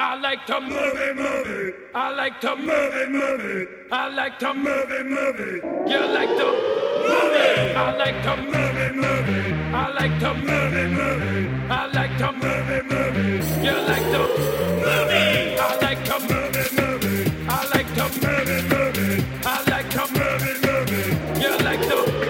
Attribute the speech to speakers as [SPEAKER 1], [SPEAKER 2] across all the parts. [SPEAKER 1] I like to move it, move it. I like to move it, move it. I like to move it, move it. You like to move it. I like to move it, move it. I like to move it, move it. I like to move it, move it. You like to move it. I like to move it, move it. I like to move it, move it. I like to move it, move it. You like to move it.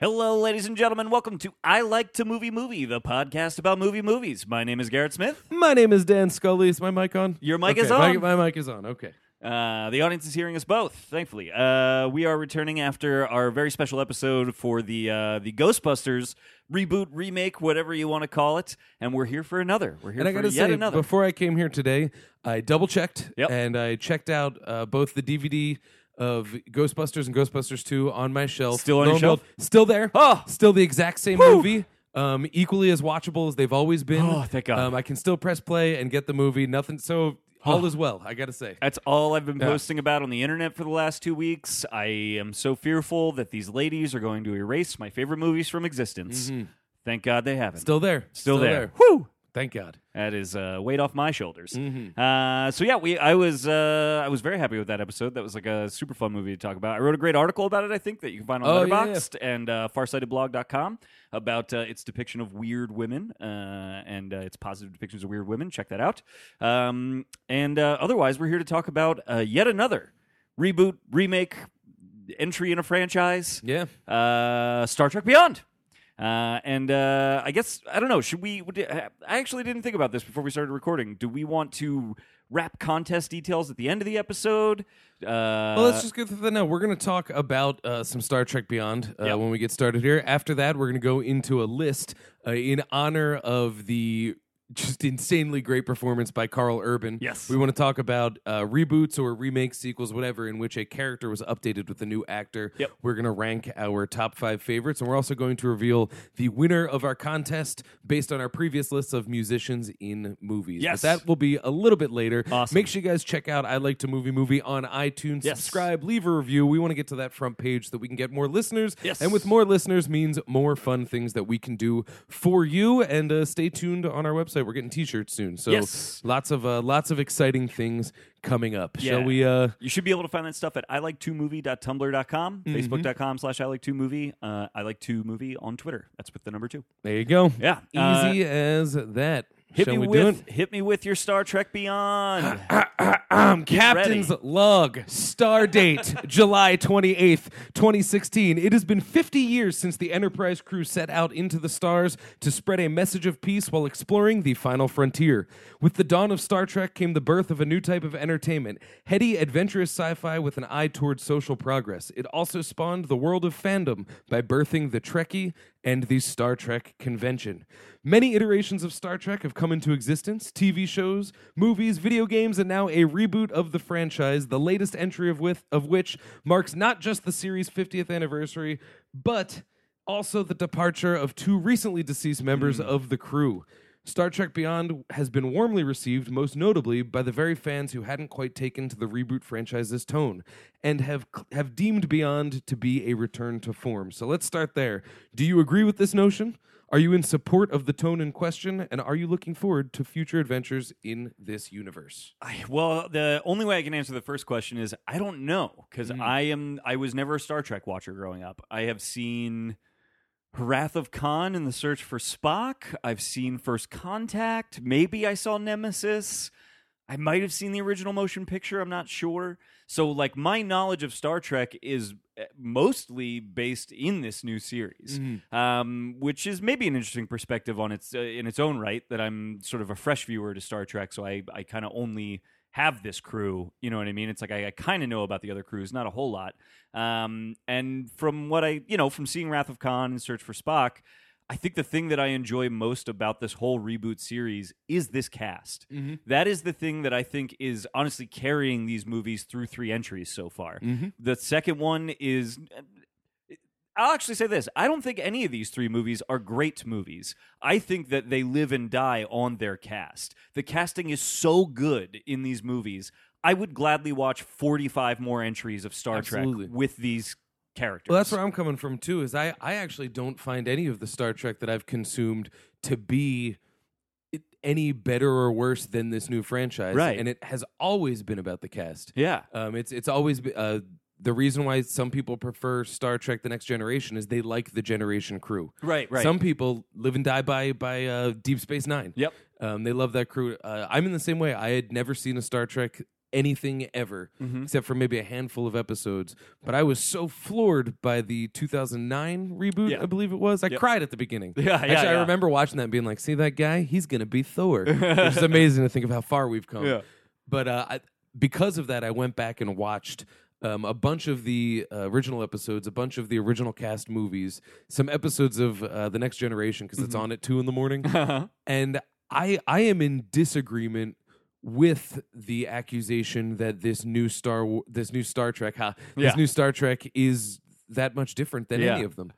[SPEAKER 2] Hello, ladies and gentlemen. Welcome to I Like to Movie Movie, the podcast about movie movies. My name is Garrett Smith.
[SPEAKER 3] My name is Dan Scully. Is my mic on?
[SPEAKER 2] Your mic
[SPEAKER 3] Okay,
[SPEAKER 2] is on.
[SPEAKER 3] My, my mic is on. Okay.
[SPEAKER 2] Uh, the audience is hearing us both, thankfully. Uh, we are returning after our very special episode for the uh, the Ghostbusters reboot, remake, whatever you want to call it, and we're here for another. We're here
[SPEAKER 3] And I
[SPEAKER 2] for
[SPEAKER 3] gotta
[SPEAKER 2] yet
[SPEAKER 3] say,
[SPEAKER 2] another.
[SPEAKER 3] before I came here today, I double checked
[SPEAKER 2] Yep.
[SPEAKER 3] and I checked out uh, both the DVD of Ghostbusters and Ghostbusters Two on my shelf.
[SPEAKER 2] Still on
[SPEAKER 3] Lo
[SPEAKER 2] your
[SPEAKER 3] and behold, Still there.
[SPEAKER 2] Oh!
[SPEAKER 3] Still the exact same movie. Um, equally as watchable as they've always been.
[SPEAKER 2] Oh, thank God.
[SPEAKER 3] Um, I can still press play and get the movie. Nothing. So all is well. I gotta say.
[SPEAKER 2] That's all I've been posting about on the internet for the last two weeks. I am so fearful that these ladies are going to erase my favorite movies from existence. Thank God they haven't.
[SPEAKER 3] Mm-hmm. Still there.
[SPEAKER 2] Still there.
[SPEAKER 3] Woo! Thank God.
[SPEAKER 2] That is uh, weight off my shoulders.
[SPEAKER 3] Mm-hmm.
[SPEAKER 2] Uh, so yeah, we I was uh, I was very happy with that episode. That was like a super fun movie to talk about. I wrote a great article about it. I think that you can find on
[SPEAKER 3] Oh, yeah, yeah.
[SPEAKER 2] Letterboxd and uh, farsightedblog.com about uh, its depiction of weird women uh, and uh, its positive depictions of weird women. Check that out. Um, and uh, otherwise, we're here to talk about uh, yet another reboot, remake, entry in a franchise
[SPEAKER 3] Yeah.
[SPEAKER 2] uh, Star Trek Beyond. Uh, and uh, I guess I don't know. Should we? would- I actually didn't think about this before we started recording. Do we want to wrap contest details at the end of the episode? Uh,
[SPEAKER 3] Well, let's just get through that now. We're going to talk about uh, some Star Trek Beyond uh,
[SPEAKER 2] Yep.
[SPEAKER 3] when we get started here. After that, we're going to go into a list uh, in honor of the just insanely great performance by Carl Urban.
[SPEAKER 2] Yes.
[SPEAKER 3] We want to talk about uh, reboots or remakes, sequels, whatever, in which a character was updated with a new actor.
[SPEAKER 2] Yep.
[SPEAKER 3] We're going to rank our top five favorites, and we're also going to reveal the winner of our contest based on our previous lists of musicians in movies.
[SPEAKER 2] Yes.
[SPEAKER 3] But that will be a little bit later.
[SPEAKER 2] Awesome.
[SPEAKER 3] Make sure you guys check out I Like to Movie Movie on iTunes.
[SPEAKER 2] Yes.
[SPEAKER 3] Subscribe, leave a review. We want to get to that front page so that we can get more listeners.
[SPEAKER 2] Yes.
[SPEAKER 3] And with more listeners means more fun things that we can do for you. And uh, stay tuned on our website. We're getting t-shirts soon. So
[SPEAKER 2] Yes.
[SPEAKER 3] lots of uh, lots of exciting things coming up.
[SPEAKER 2] Yeah.
[SPEAKER 3] Shall we uh
[SPEAKER 2] You should be able to find that stuff at I like two movie.tumblr.com,
[SPEAKER 3] Mm-hmm.
[SPEAKER 2] facebook.com slash I like two movie, uh, I like two movie on Twitter. That's with the number two.
[SPEAKER 3] there you go.
[SPEAKER 2] Yeah. Uh,
[SPEAKER 3] Easy as that.
[SPEAKER 2] Hit
[SPEAKER 3] Shall
[SPEAKER 2] me
[SPEAKER 3] we do
[SPEAKER 2] with
[SPEAKER 3] it?
[SPEAKER 2] hit me with your Star Trek Beyond.
[SPEAKER 3] Um, Captain's Log, star date July 28th, 2016. It has been 50 years since the Enterprise crew set out into the stars to spread a message of peace while exploring the final frontier. With the dawn of Star Trek came the birth of a new type of entertainment heady, adventurous sci fi with an eye toward social progress. It also spawned the world of fandom by birthing the Trekkie and the Star Trek convention. Many iterations of Star Trek have come into existence TV shows, movies, video games, and now a reboot of the franchise, the latest entry of, with, of which marks not just the series' 50th anniversary, but also the departure of two recently deceased members of the crew. Star Trek Beyond has been warmly received, most notably by the very fans who hadn't quite taken to the reboot franchise's tone and have have deemed Beyond to be a return to form. So let's start there. Do you agree with this notion? Are you in support of the tone in question and are you looking forward to future adventures in this universe?
[SPEAKER 2] I, well, the only way I can answer the first question is I don't know because I am I was never a Star Trek watcher growing up. I have seen Wrath of Khan and the Search for Spock. I've seen First Contact. Maybe I saw Nemesis. I might have seen the original motion picture. I'm not sure. So, like, my knowledge of Star Trek is eh, mostly based in this new series, um, which is maybe an interesting perspective on its uh, in its own right. That I'm sort of a fresh viewer to Star Trek, so I I kind of only have this crew. You know what I mean? It's like I, I kind of know about the other crews, not a whole lot. Um, and from what I you know from seeing Wrath of Khan and Search for Spock. I think the thing that I enjoy most about this whole reboot series is this cast.
[SPEAKER 3] Mm-hmm.
[SPEAKER 2] That is the thing that I think is honestly carrying these movies through three entries so far.
[SPEAKER 3] Mm-hmm.
[SPEAKER 2] The second one is. I'll actually say this. I don't think any of these three movies are great movies. I think that they live and die on their cast. The casting is so good in these movies. I would gladly watch 45 more entries of Star
[SPEAKER 3] Absolutely.
[SPEAKER 2] Trek with these characters.
[SPEAKER 3] Well, that's where I'm coming from too. Is I I actually don't find any of the Star Trek that I've consumed to be it, any better or worse than this new franchise,
[SPEAKER 2] Right.
[SPEAKER 3] And it has always been about the cast.
[SPEAKER 2] Yeah.
[SPEAKER 3] Um, it's it's always be, uh, the reason why some people prefer Star Trek: The Next Generation is they like the Generation crew.
[SPEAKER 2] Right, right.
[SPEAKER 3] Some people live and die by by uh, Deep Space Nine.
[SPEAKER 2] Yep.
[SPEAKER 3] Um, they love that crew. Uh, I'm in the same way. I had never seen a Star Trek anything ever,
[SPEAKER 2] Mm-hmm.
[SPEAKER 3] except for maybe a handful of episodes. But I was so floored by the 2009 reboot.
[SPEAKER 2] Yeah.
[SPEAKER 3] I believe it was. I
[SPEAKER 2] Yep.
[SPEAKER 3] cried at the beginning.
[SPEAKER 2] Yeah, yeah,
[SPEAKER 3] Actually,
[SPEAKER 2] yeah.
[SPEAKER 3] I remember watching that and being like, "See that guy? He's gonna be Thor." Which is amazing to think of how far we've come.
[SPEAKER 2] Yeah.
[SPEAKER 3] But uh, I, because of that, I went back and watched um, a bunch of the uh, original episodes, a bunch of the original cast movies, some episodes of uh, The Next Generation because it's on at two in the morning. and I, I am in disagreement with the accusation that this new Star, Wa- this new Star Trek, huh, this
[SPEAKER 2] Yeah.
[SPEAKER 3] new Star Trek is that much different than
[SPEAKER 2] Yeah.
[SPEAKER 3] any of them.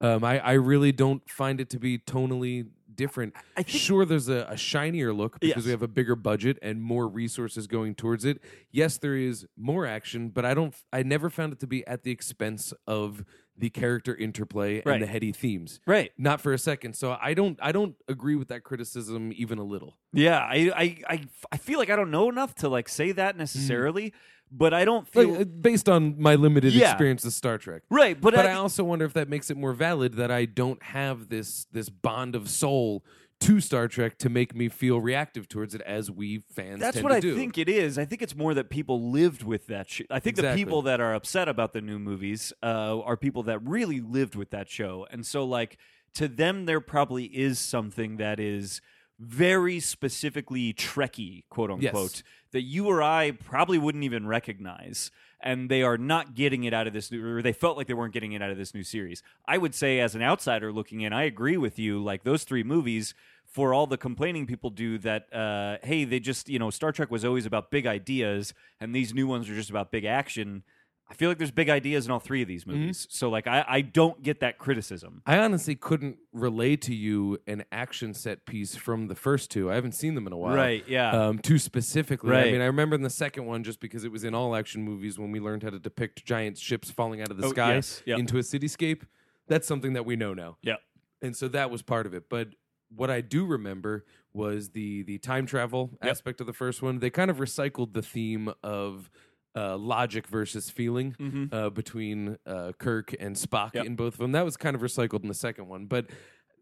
[SPEAKER 3] Um, I, I really don't find it to be tonally different. sure, there's a, a shinier look
[SPEAKER 2] Yes.
[SPEAKER 3] because we have a bigger budget and more resources going towards it. Yes, there is more action, but I don't. I never found it to be at the expense of the character interplay and
[SPEAKER 2] Right.
[SPEAKER 3] the heady themes.
[SPEAKER 2] Right.
[SPEAKER 3] Not for a second. So I don't. I don't agree with that criticism even a little.
[SPEAKER 2] Yeah, I, I, I, I feel like I don't know enough to like say that necessarily, but I don't feel
[SPEAKER 3] Mm. Like, uh, based on my limited
[SPEAKER 2] Yeah.
[SPEAKER 3] experience with Star Trek.
[SPEAKER 2] right. But,
[SPEAKER 3] but
[SPEAKER 2] I,
[SPEAKER 3] I also wonder if that makes it more valid that I don't have this this bond of soul to Star Trek to make me feel reactive towards it as we fans.
[SPEAKER 2] that's
[SPEAKER 3] tend
[SPEAKER 2] what
[SPEAKER 3] to
[SPEAKER 2] I
[SPEAKER 3] do.
[SPEAKER 2] think it is. I think it's more that people lived with that shit. I think
[SPEAKER 3] Exactly.
[SPEAKER 2] the people that are upset about the new movies uh, are people that really lived with that show, and so like to them, there probably is something that is very specifically Trekkie, quote
[SPEAKER 3] Yes.
[SPEAKER 2] unquote, that you or I probably wouldn't even recognize. And they are not getting it out of this new, or they felt like they weren't getting it out of this new series. I would say, as an outsider looking in, I agree with you. Like those three movies, for all the complaining people do, that, uh, hey, they just, you know, Star Trek was always about big ideas, and these new ones are just about big action. I feel like there's big ideas in all three of these movies. So, like, I, I don't get that criticism.
[SPEAKER 3] I honestly couldn't relay to you an action set piece from the first two. I haven't seen them in a while.
[SPEAKER 2] Right, yeah.
[SPEAKER 3] Um, too specifically. I
[SPEAKER 2] Right.
[SPEAKER 3] mean, I remember in the second one just because it was in all action movies when we learned how to depict giant ships falling out of the
[SPEAKER 2] Oh,
[SPEAKER 3] sky
[SPEAKER 2] yes, yep.
[SPEAKER 3] into a cityscape. That's something that we know now.
[SPEAKER 2] Yeah.
[SPEAKER 3] and so that was part of it but what i do remember was the the time travel aspect of the first one they kind of recycled the theme of uh, logic versus feeling uh, between uh, kirk and spock
[SPEAKER 2] Mm-hmm. Yep.
[SPEAKER 3] in both of them that was kind of recycled in the second one but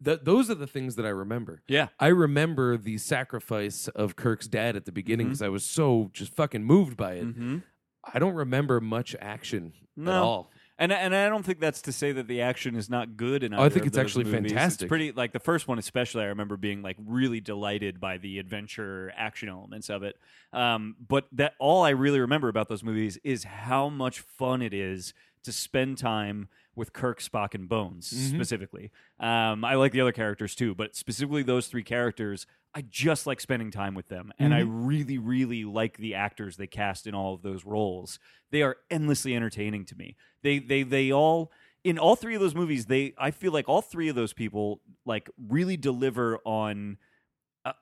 [SPEAKER 3] th- those are the things that i remember
[SPEAKER 2] Yeah.
[SPEAKER 3] I remember the sacrifice of Kirk's dad at the beginning
[SPEAKER 2] Mm-hmm.
[SPEAKER 3] because I was so just fucking moved by it. I don't remember much action at
[SPEAKER 2] No.
[SPEAKER 3] all.
[SPEAKER 2] And and I don't think that's to say that the action is not good. And
[SPEAKER 3] I think it's actually fantastic.
[SPEAKER 2] It's pretty like the first one, especially. I remember being like really delighted by the adventure action elements of it. Um, but that all I really remember about those movies is how much fun it is to spend time with Kirk, Spock, and Bones
[SPEAKER 3] Mm-hmm.
[SPEAKER 2] specifically. Um, I like the other characters too, but specifically those three characters. I just like spending time with them, and I
[SPEAKER 3] Mm-hmm.
[SPEAKER 2] really, really like the actors they cast in all of those roles. They are endlessly entertaining to me. They, they, they all in all three of those movies. They, I feel like all three of those people like really deliver on. Uh,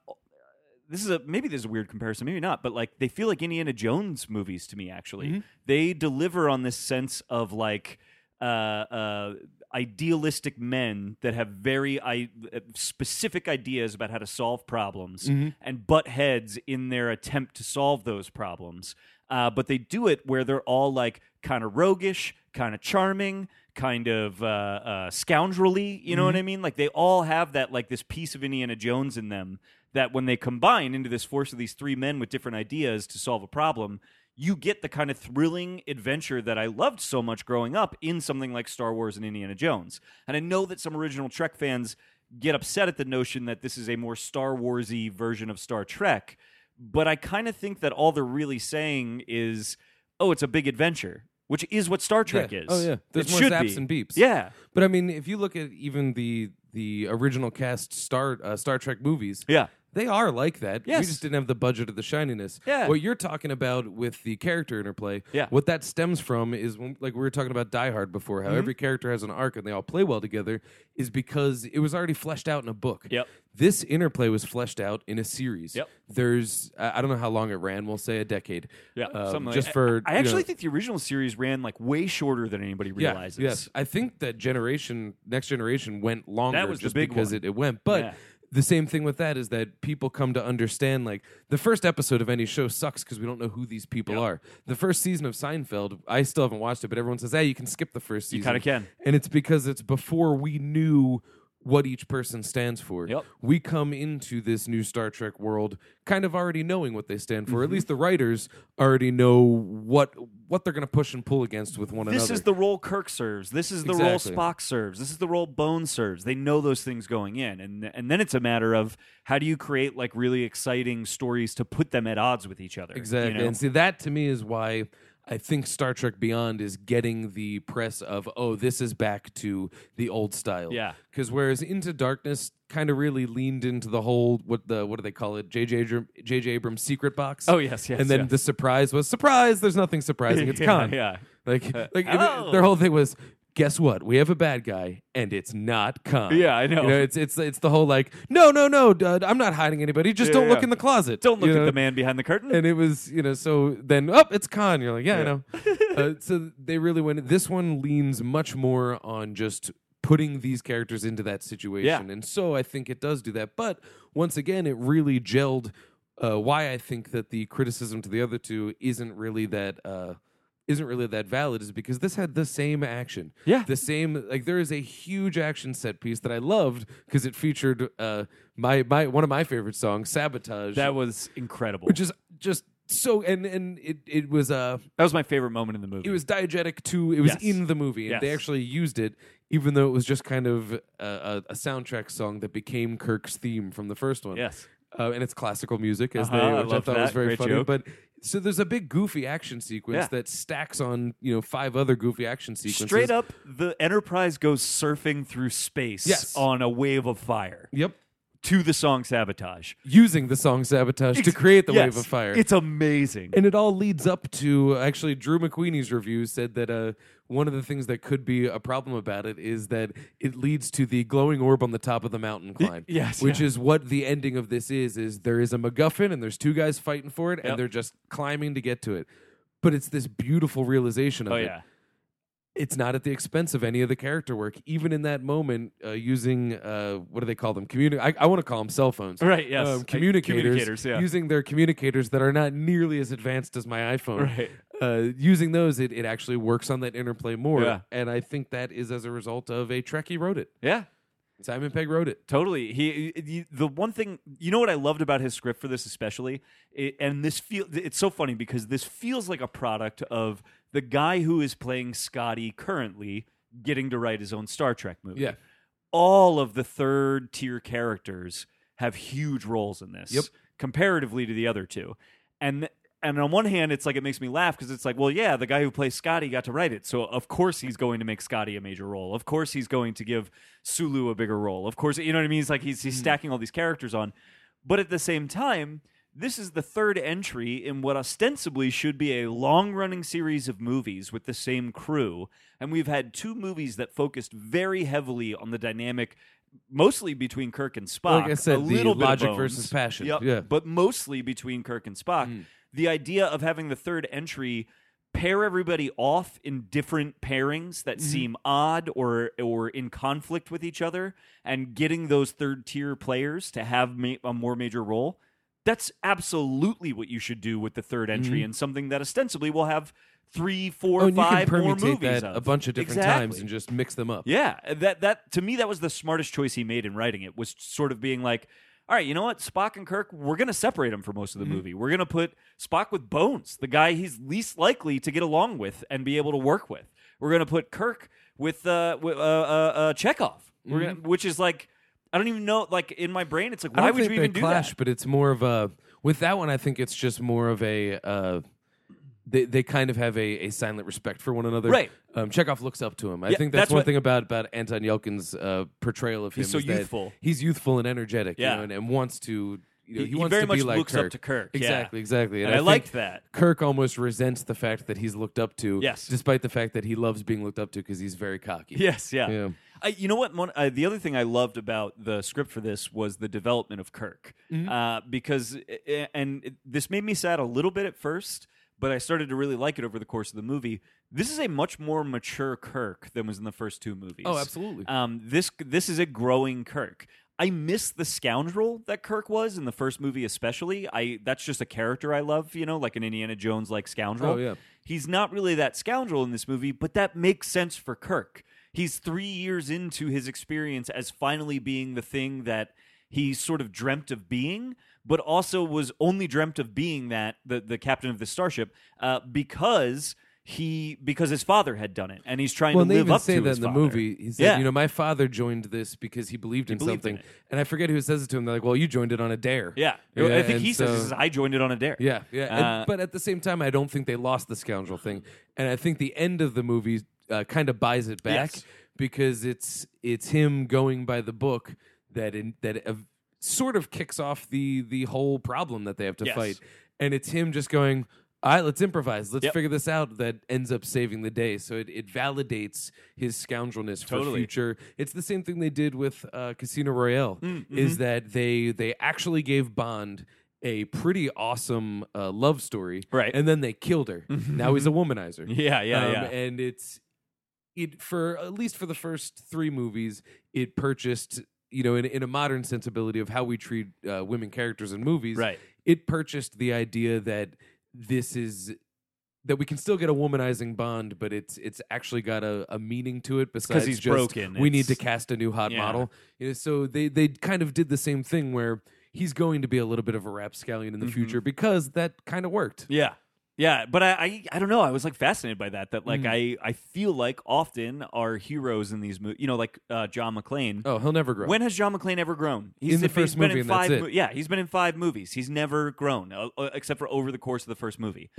[SPEAKER 2] this is a maybe this is a weird comparison, maybe not, but like they feel like Indiana Jones movies to me. Actually, they deliver on this sense of like uh, uh, idealistic men that have very I- uh, specific ideas about how to solve problems and butt heads in their attempt to solve those problems. Uh, but they do it where they're all like kind of roguish, kind of charming, kind of uh, uh, scoundrelly. You know what I mean? Like they all have that like this piece of Indiana Jones in them that when they combine into this force of these three men with different ideas to solve a problem, you get the kind of thrilling adventure that I loved so much growing up in something like Star Wars and Indiana Jones. And I know that some original Trek fans get upset at the notion that this is a more Star Warsy version of Star Trek, but I kind of think that all they're really saying is, "Oh, it's a big adventure," which is what Star Trek
[SPEAKER 3] Yeah.
[SPEAKER 2] is.
[SPEAKER 3] Oh yeah, there's
[SPEAKER 2] it
[SPEAKER 3] more
[SPEAKER 2] should
[SPEAKER 3] zaps
[SPEAKER 2] be.
[SPEAKER 3] and beeps.
[SPEAKER 2] Yeah,
[SPEAKER 3] But I mean, if you look at even the the original cast Star uh, Star Trek movies,
[SPEAKER 2] yeah,
[SPEAKER 3] they are like that. We
[SPEAKER 2] Yes.
[SPEAKER 3] just didn't have the budget or the shininess.
[SPEAKER 2] Yeah.
[SPEAKER 3] What you're talking about with the character interplay,
[SPEAKER 2] Yeah.
[SPEAKER 3] what that stems from is when, like we were talking about Die Hard before,
[SPEAKER 2] Mm-hmm.
[SPEAKER 3] how every character has an arc and they all play well together, is because it was already fleshed out in a book.
[SPEAKER 2] Yep.
[SPEAKER 3] This interplay was fleshed out in a series.
[SPEAKER 2] Yep.
[SPEAKER 3] There's, I I don't know how long it ran. We'll say a decade.
[SPEAKER 2] yeah.
[SPEAKER 3] Um,
[SPEAKER 2] something like-
[SPEAKER 3] just for
[SPEAKER 2] I, I
[SPEAKER 3] you know,
[SPEAKER 2] actually think the original series ran like way shorter than anybody
[SPEAKER 3] yeah,
[SPEAKER 2] realizes.
[SPEAKER 3] Yes. I think that generation, next generation, went longer
[SPEAKER 2] was the
[SPEAKER 3] just
[SPEAKER 2] big
[SPEAKER 3] because
[SPEAKER 2] one.
[SPEAKER 3] It, it went. But
[SPEAKER 2] Yeah.
[SPEAKER 3] the same thing with that is that people come to understand like the first episode of any show sucks because we don't know who these people are. The first season of Seinfeld, I still haven't watched it, but everyone says, "Hey, you can skip the first season."
[SPEAKER 2] kinda can.
[SPEAKER 3] and it's because it's before we knew what each person stands for.
[SPEAKER 2] Yep.
[SPEAKER 3] We come into this new Star Trek world kind of already knowing what they stand for.
[SPEAKER 2] Mm-hmm.
[SPEAKER 3] At least the writers already know what what they're going to push and pull against with one
[SPEAKER 2] This
[SPEAKER 3] another.
[SPEAKER 2] is the role Kirk serves. This is the
[SPEAKER 3] Exactly.
[SPEAKER 2] role Spock serves. This is the role Bone serves. They know those things going in, and and then it's a matter of how do you create like really exciting stories to put them at odds with each other. you
[SPEAKER 3] Exactly.
[SPEAKER 2] know?
[SPEAKER 3] And see, that to me is why I think Star Trek Beyond is getting the press of, oh, this is back to the old style.
[SPEAKER 2] Yeah.
[SPEAKER 3] Because whereas Into Darkness kind of really leaned into the whole, what the what do they call it? J.J. Abram- J.J. Abrams secret box.
[SPEAKER 2] Oh, yes, yes,
[SPEAKER 3] And then
[SPEAKER 2] yes.
[SPEAKER 3] the surprise was, surprise, there's nothing surprising. It's
[SPEAKER 2] Yeah,
[SPEAKER 3] Khan.
[SPEAKER 2] yeah. Uh, oh!
[SPEAKER 3] Like, like it-
[SPEAKER 2] hello.
[SPEAKER 3] their whole thing was, guess what? We have a bad guy, and it's not Khan.
[SPEAKER 2] Yeah, I know.
[SPEAKER 3] You it's, it's, it's the whole like, no, no, no, dude, I'm not hiding anybody. Just
[SPEAKER 2] Yeah,
[SPEAKER 3] don't
[SPEAKER 2] yeah.
[SPEAKER 3] look in the closet.
[SPEAKER 2] Don't look
[SPEAKER 3] You
[SPEAKER 2] at
[SPEAKER 3] know?
[SPEAKER 2] the man behind the curtain.
[SPEAKER 3] and it was you know so then up oh, it's Khan. You're like yeah, I
[SPEAKER 2] Yeah.
[SPEAKER 3] know. uh, so they really went. This one leans much more on just putting these characters into that situation, and so I think it does do that. But once again, it really gelled. Uh, why I think that the criticism to the other two isn't really that. Uh, isn't really that valid is because this had the same action.
[SPEAKER 2] Yeah.
[SPEAKER 3] The same like there is a huge action set piece that I loved because it featured uh my my one of my favorite songs, Sabotage
[SPEAKER 2] that was incredible.
[SPEAKER 3] which is just so and and it it was uh
[SPEAKER 2] that was my favorite moment in the movie.
[SPEAKER 3] it was diegetic to it was
[SPEAKER 2] Yes.
[SPEAKER 3] in the movie and they
[SPEAKER 2] Yes.
[SPEAKER 3] actually used it even though it was just kind of a, a, a soundtrack song that became Kirk's theme from the first one
[SPEAKER 2] yes.
[SPEAKER 3] uh, and it's classical music as
[SPEAKER 2] Uh-huh,
[SPEAKER 3] they
[SPEAKER 2] I
[SPEAKER 3] which I,
[SPEAKER 2] love
[SPEAKER 3] thought was
[SPEAKER 2] that.
[SPEAKER 3] very
[SPEAKER 2] Great
[SPEAKER 3] funny
[SPEAKER 2] joke.
[SPEAKER 3] but so there's a big goofy action sequence
[SPEAKER 2] Yeah.
[SPEAKER 3] that stacks on you know five other goofy action sequences
[SPEAKER 2] Straight up, the Enterprise goes surfing through space
[SPEAKER 3] Yes.
[SPEAKER 2] on a wave of fire
[SPEAKER 3] yep
[SPEAKER 2] to the song "Sabotage"
[SPEAKER 3] using the song sabotage to
[SPEAKER 2] Ex-
[SPEAKER 3] create the
[SPEAKER 2] yes.
[SPEAKER 3] wave of fire
[SPEAKER 2] It's amazing.
[SPEAKER 3] and it all leads up to actually Drew McQueenie's review said that uh, one of the things that could be a problem about it is that it leads to the glowing orb on the top of the mountain climb.
[SPEAKER 2] yes,
[SPEAKER 3] which
[SPEAKER 2] yeah.
[SPEAKER 3] is what the ending of this is: is there is a MacGuffin and there's two guys fighting for it and
[SPEAKER 2] Yep.
[SPEAKER 3] they're just climbing to get to it. But it's this beautiful realization of
[SPEAKER 2] oh
[SPEAKER 3] it.
[SPEAKER 2] yeah.
[SPEAKER 3] It's not at the expense of any of the character work. Even in that moment, uh, using uh, what do they call them? Communi- I, I want to call them cell phones
[SPEAKER 2] Right. Yes.
[SPEAKER 3] um,
[SPEAKER 2] I-
[SPEAKER 3] communicators,
[SPEAKER 2] Communicators. Yeah.
[SPEAKER 3] using their communicators that are not nearly as advanced as my iPhone.
[SPEAKER 2] Right.
[SPEAKER 3] Uh, using those, it, it actually works on that interplay more.
[SPEAKER 2] Yeah.
[SPEAKER 3] And I think that is as a result of a Trekkie wrote it.
[SPEAKER 2] yeah.
[SPEAKER 3] Simon Pegg wrote it.
[SPEAKER 2] Totally. He, he- the one thing you know what I loved about his script for this especially, It- and this feel it's so funny because this feels like a product of the guy who is playing Scotty currently getting to write his own Star Trek movie.
[SPEAKER 3] Yeah.
[SPEAKER 2] All of the third tier characters have huge roles in this
[SPEAKER 3] Yep.
[SPEAKER 2] comparatively to the other two. And and on one hand, it's like it makes me laugh because it's like, well, yeah, the guy who plays Scotty got to write it, so of course he's going to make Scotty a major role. Of course he's going to give Sulu a bigger role. Of course, you know what I mean? It's like he's he's stacking all these characters on, but at the same time, this is the third entry in what ostensibly should be a long-running series of movies with the same crew, and we've had two movies that focused very heavily on the dynamic. Mostly between Kirk and Spock.
[SPEAKER 3] Like I said,
[SPEAKER 2] a
[SPEAKER 3] the
[SPEAKER 2] little bit of
[SPEAKER 3] logic
[SPEAKER 2] Bones.
[SPEAKER 3] versus passion.
[SPEAKER 2] Yep
[SPEAKER 3] Yeah. Mm.
[SPEAKER 2] but mostly between Kirk and Spock. The idea of having the third entry pair everybody off in different pairings that
[SPEAKER 3] Mm-hmm.
[SPEAKER 2] seem odd or or in conflict with each other and getting those third tier players to have ma- a more major role that's absolutely what you should do with the third entry and something that ostensibly will have three, four,
[SPEAKER 3] Mm-hmm. oh,
[SPEAKER 2] five
[SPEAKER 3] and you can
[SPEAKER 2] more
[SPEAKER 3] permutate
[SPEAKER 2] movies
[SPEAKER 3] that
[SPEAKER 2] of.
[SPEAKER 3] a bunch of different times
[SPEAKER 2] Exactly.
[SPEAKER 3] and just mix them up.
[SPEAKER 2] Yeah, uh, that that to me that was the smartest choice he made in writing it was sort of being like, all right, you know what, Spock and Kirk, we're gonna separate them for most of
[SPEAKER 3] Mm-hmm.
[SPEAKER 2] the movie. We're gonna put Spock with Bones, the guy he's least likely to get along with and be able to work with. We're gonna put Kirk with uh, with, uh, uh, uh Chekhov, we're gonna, which is like. I don't even know. Like in my brain, it's like,
[SPEAKER 3] Mm-hmm. I
[SPEAKER 2] why
[SPEAKER 3] don't
[SPEAKER 2] would
[SPEAKER 3] think
[SPEAKER 2] you
[SPEAKER 3] they
[SPEAKER 2] even do
[SPEAKER 3] clash,
[SPEAKER 2] that?
[SPEAKER 3] but it's more of a with that one. I think it's just more of a. Uh, they, they kind of have a, a silent respect for one another.
[SPEAKER 2] Right.
[SPEAKER 3] Um, Chekhov looks up to him. I
[SPEAKER 2] Yeah,
[SPEAKER 3] think that's,
[SPEAKER 2] that's
[SPEAKER 3] one
[SPEAKER 2] what-
[SPEAKER 3] thing about about Anton Yelkin's uh, portrayal of him.
[SPEAKER 2] He's so
[SPEAKER 3] is that
[SPEAKER 2] youthful.
[SPEAKER 3] He's youthful and energetic. you
[SPEAKER 2] Yeah.
[SPEAKER 3] know, and, and wants to. You know,
[SPEAKER 2] He-
[SPEAKER 3] he,
[SPEAKER 2] he
[SPEAKER 3] wants
[SPEAKER 2] very
[SPEAKER 3] to be
[SPEAKER 2] much
[SPEAKER 3] like
[SPEAKER 2] looks up
[SPEAKER 3] Kirk.
[SPEAKER 2] to Kirk, yeah.
[SPEAKER 3] Exactly. Exactly.
[SPEAKER 2] And I
[SPEAKER 3] think
[SPEAKER 2] liked that.
[SPEAKER 3] Kirk almost resents the fact that he's looked up to.
[SPEAKER 2] Yes.
[SPEAKER 3] Despite the fact that he loves being looked up to because he's very cocky.
[SPEAKER 2] Yes, yeah.
[SPEAKER 3] Yeah.
[SPEAKER 2] I, you know what? Mon- uh, the other thing I loved about the script for this was the development of Kirk, uh, because uh, and it- this made me sad a little bit at first, but I started to really like it over the course of the movie. This is a much more mature Kirk than was in the first two movies.
[SPEAKER 3] Oh, absolutely.
[SPEAKER 2] Um, this this is a growing Kirk. I miss the scoundrel that Kirk was in the first movie, especially. I that's just a character I love, you know, like an Indiana Jones like scoundrel.
[SPEAKER 3] Oh, yeah.
[SPEAKER 2] He's not really that scoundrel in this movie, but that makes sense for Kirk. He's three years into his experience as finally being the thing that he sort of dreamt of being, but also was only dreamt of being that the the captain of the starship uh, because he because his father had done it, and he's trying
[SPEAKER 3] Well,
[SPEAKER 2] to
[SPEAKER 3] they
[SPEAKER 2] live
[SPEAKER 3] even
[SPEAKER 2] up
[SPEAKER 3] say
[SPEAKER 2] to
[SPEAKER 3] that
[SPEAKER 2] his
[SPEAKER 3] in the
[SPEAKER 2] father.
[SPEAKER 3] movie. He said,
[SPEAKER 2] Yeah.
[SPEAKER 3] you know, my father joined this because he believed in
[SPEAKER 2] believed in
[SPEAKER 3] something.
[SPEAKER 2] it.
[SPEAKER 3] and I forget who says it to him. They're like, well, you joined it on a dare.
[SPEAKER 2] Yeah,
[SPEAKER 3] Yeah,
[SPEAKER 2] I think
[SPEAKER 3] and
[SPEAKER 2] he says,
[SPEAKER 3] so-
[SPEAKER 2] this is, "I joined it on a dare."
[SPEAKER 3] Yeah, yeah. And-
[SPEAKER 2] Uh,
[SPEAKER 3] but at the same time, I don't think they lost the scoundrel thing, and I think the end of the movie uh, kind of buys it back
[SPEAKER 2] Yes.
[SPEAKER 3] because it's it's him going by the book that in, that uh, sort of kicks off the the whole problem that they have to
[SPEAKER 2] Yes.
[SPEAKER 3] fight, and it's him just going. All right, let's improvise. Let's
[SPEAKER 2] Yep.
[SPEAKER 3] figure this out. That ends up saving the day. So it, it validates his scoundrelness for
[SPEAKER 2] Totally.
[SPEAKER 3] future future. It's the same thing they did with uh, Casino Royale.
[SPEAKER 2] Hmm. mm,
[SPEAKER 3] Is
[SPEAKER 2] Mm-hmm.
[SPEAKER 3] that they they actually gave Bond a pretty awesome uh, love story,
[SPEAKER 2] Right. Mm-hmm.
[SPEAKER 3] And then they killed her. now he's a womanizer.
[SPEAKER 2] yeah, yeah,
[SPEAKER 3] Um,
[SPEAKER 2] yeah.
[SPEAKER 3] And it's it for at least for the first three movies, it purchased you know in, in a modern sensibility of how we treat uh, women characters in movies.
[SPEAKER 2] Right.
[SPEAKER 3] It purchased the idea that this is that we can still get a womanizing bond, but it's it's actually got a, a meaning to it besides
[SPEAKER 2] he's
[SPEAKER 3] just,
[SPEAKER 2] broken,
[SPEAKER 3] We need to
[SPEAKER 2] it's-
[SPEAKER 3] cast a new hot
[SPEAKER 2] Yeah.
[SPEAKER 3] model. You know, so they they kind of did the same thing where. He's going to be a little bit of a rapscallion in the future because that kind of worked.
[SPEAKER 2] Mm-hmm. Yeah. Yeah, but I, I I don't know. I was like fascinated by that. That like
[SPEAKER 3] Mm.
[SPEAKER 2] I I feel like often our heroes in these movies, you know, like uh, John McClane.
[SPEAKER 3] Oh, he'll never grow.
[SPEAKER 2] When has John McClane ever grown? He's
[SPEAKER 3] In the first
[SPEAKER 2] he's been
[SPEAKER 3] movie,
[SPEAKER 2] in
[SPEAKER 3] and
[SPEAKER 2] five.
[SPEAKER 3] that's it.
[SPEAKER 2] mo- yeah, he's been in five movies. He's never grown uh, uh, except for over the course of the first movie.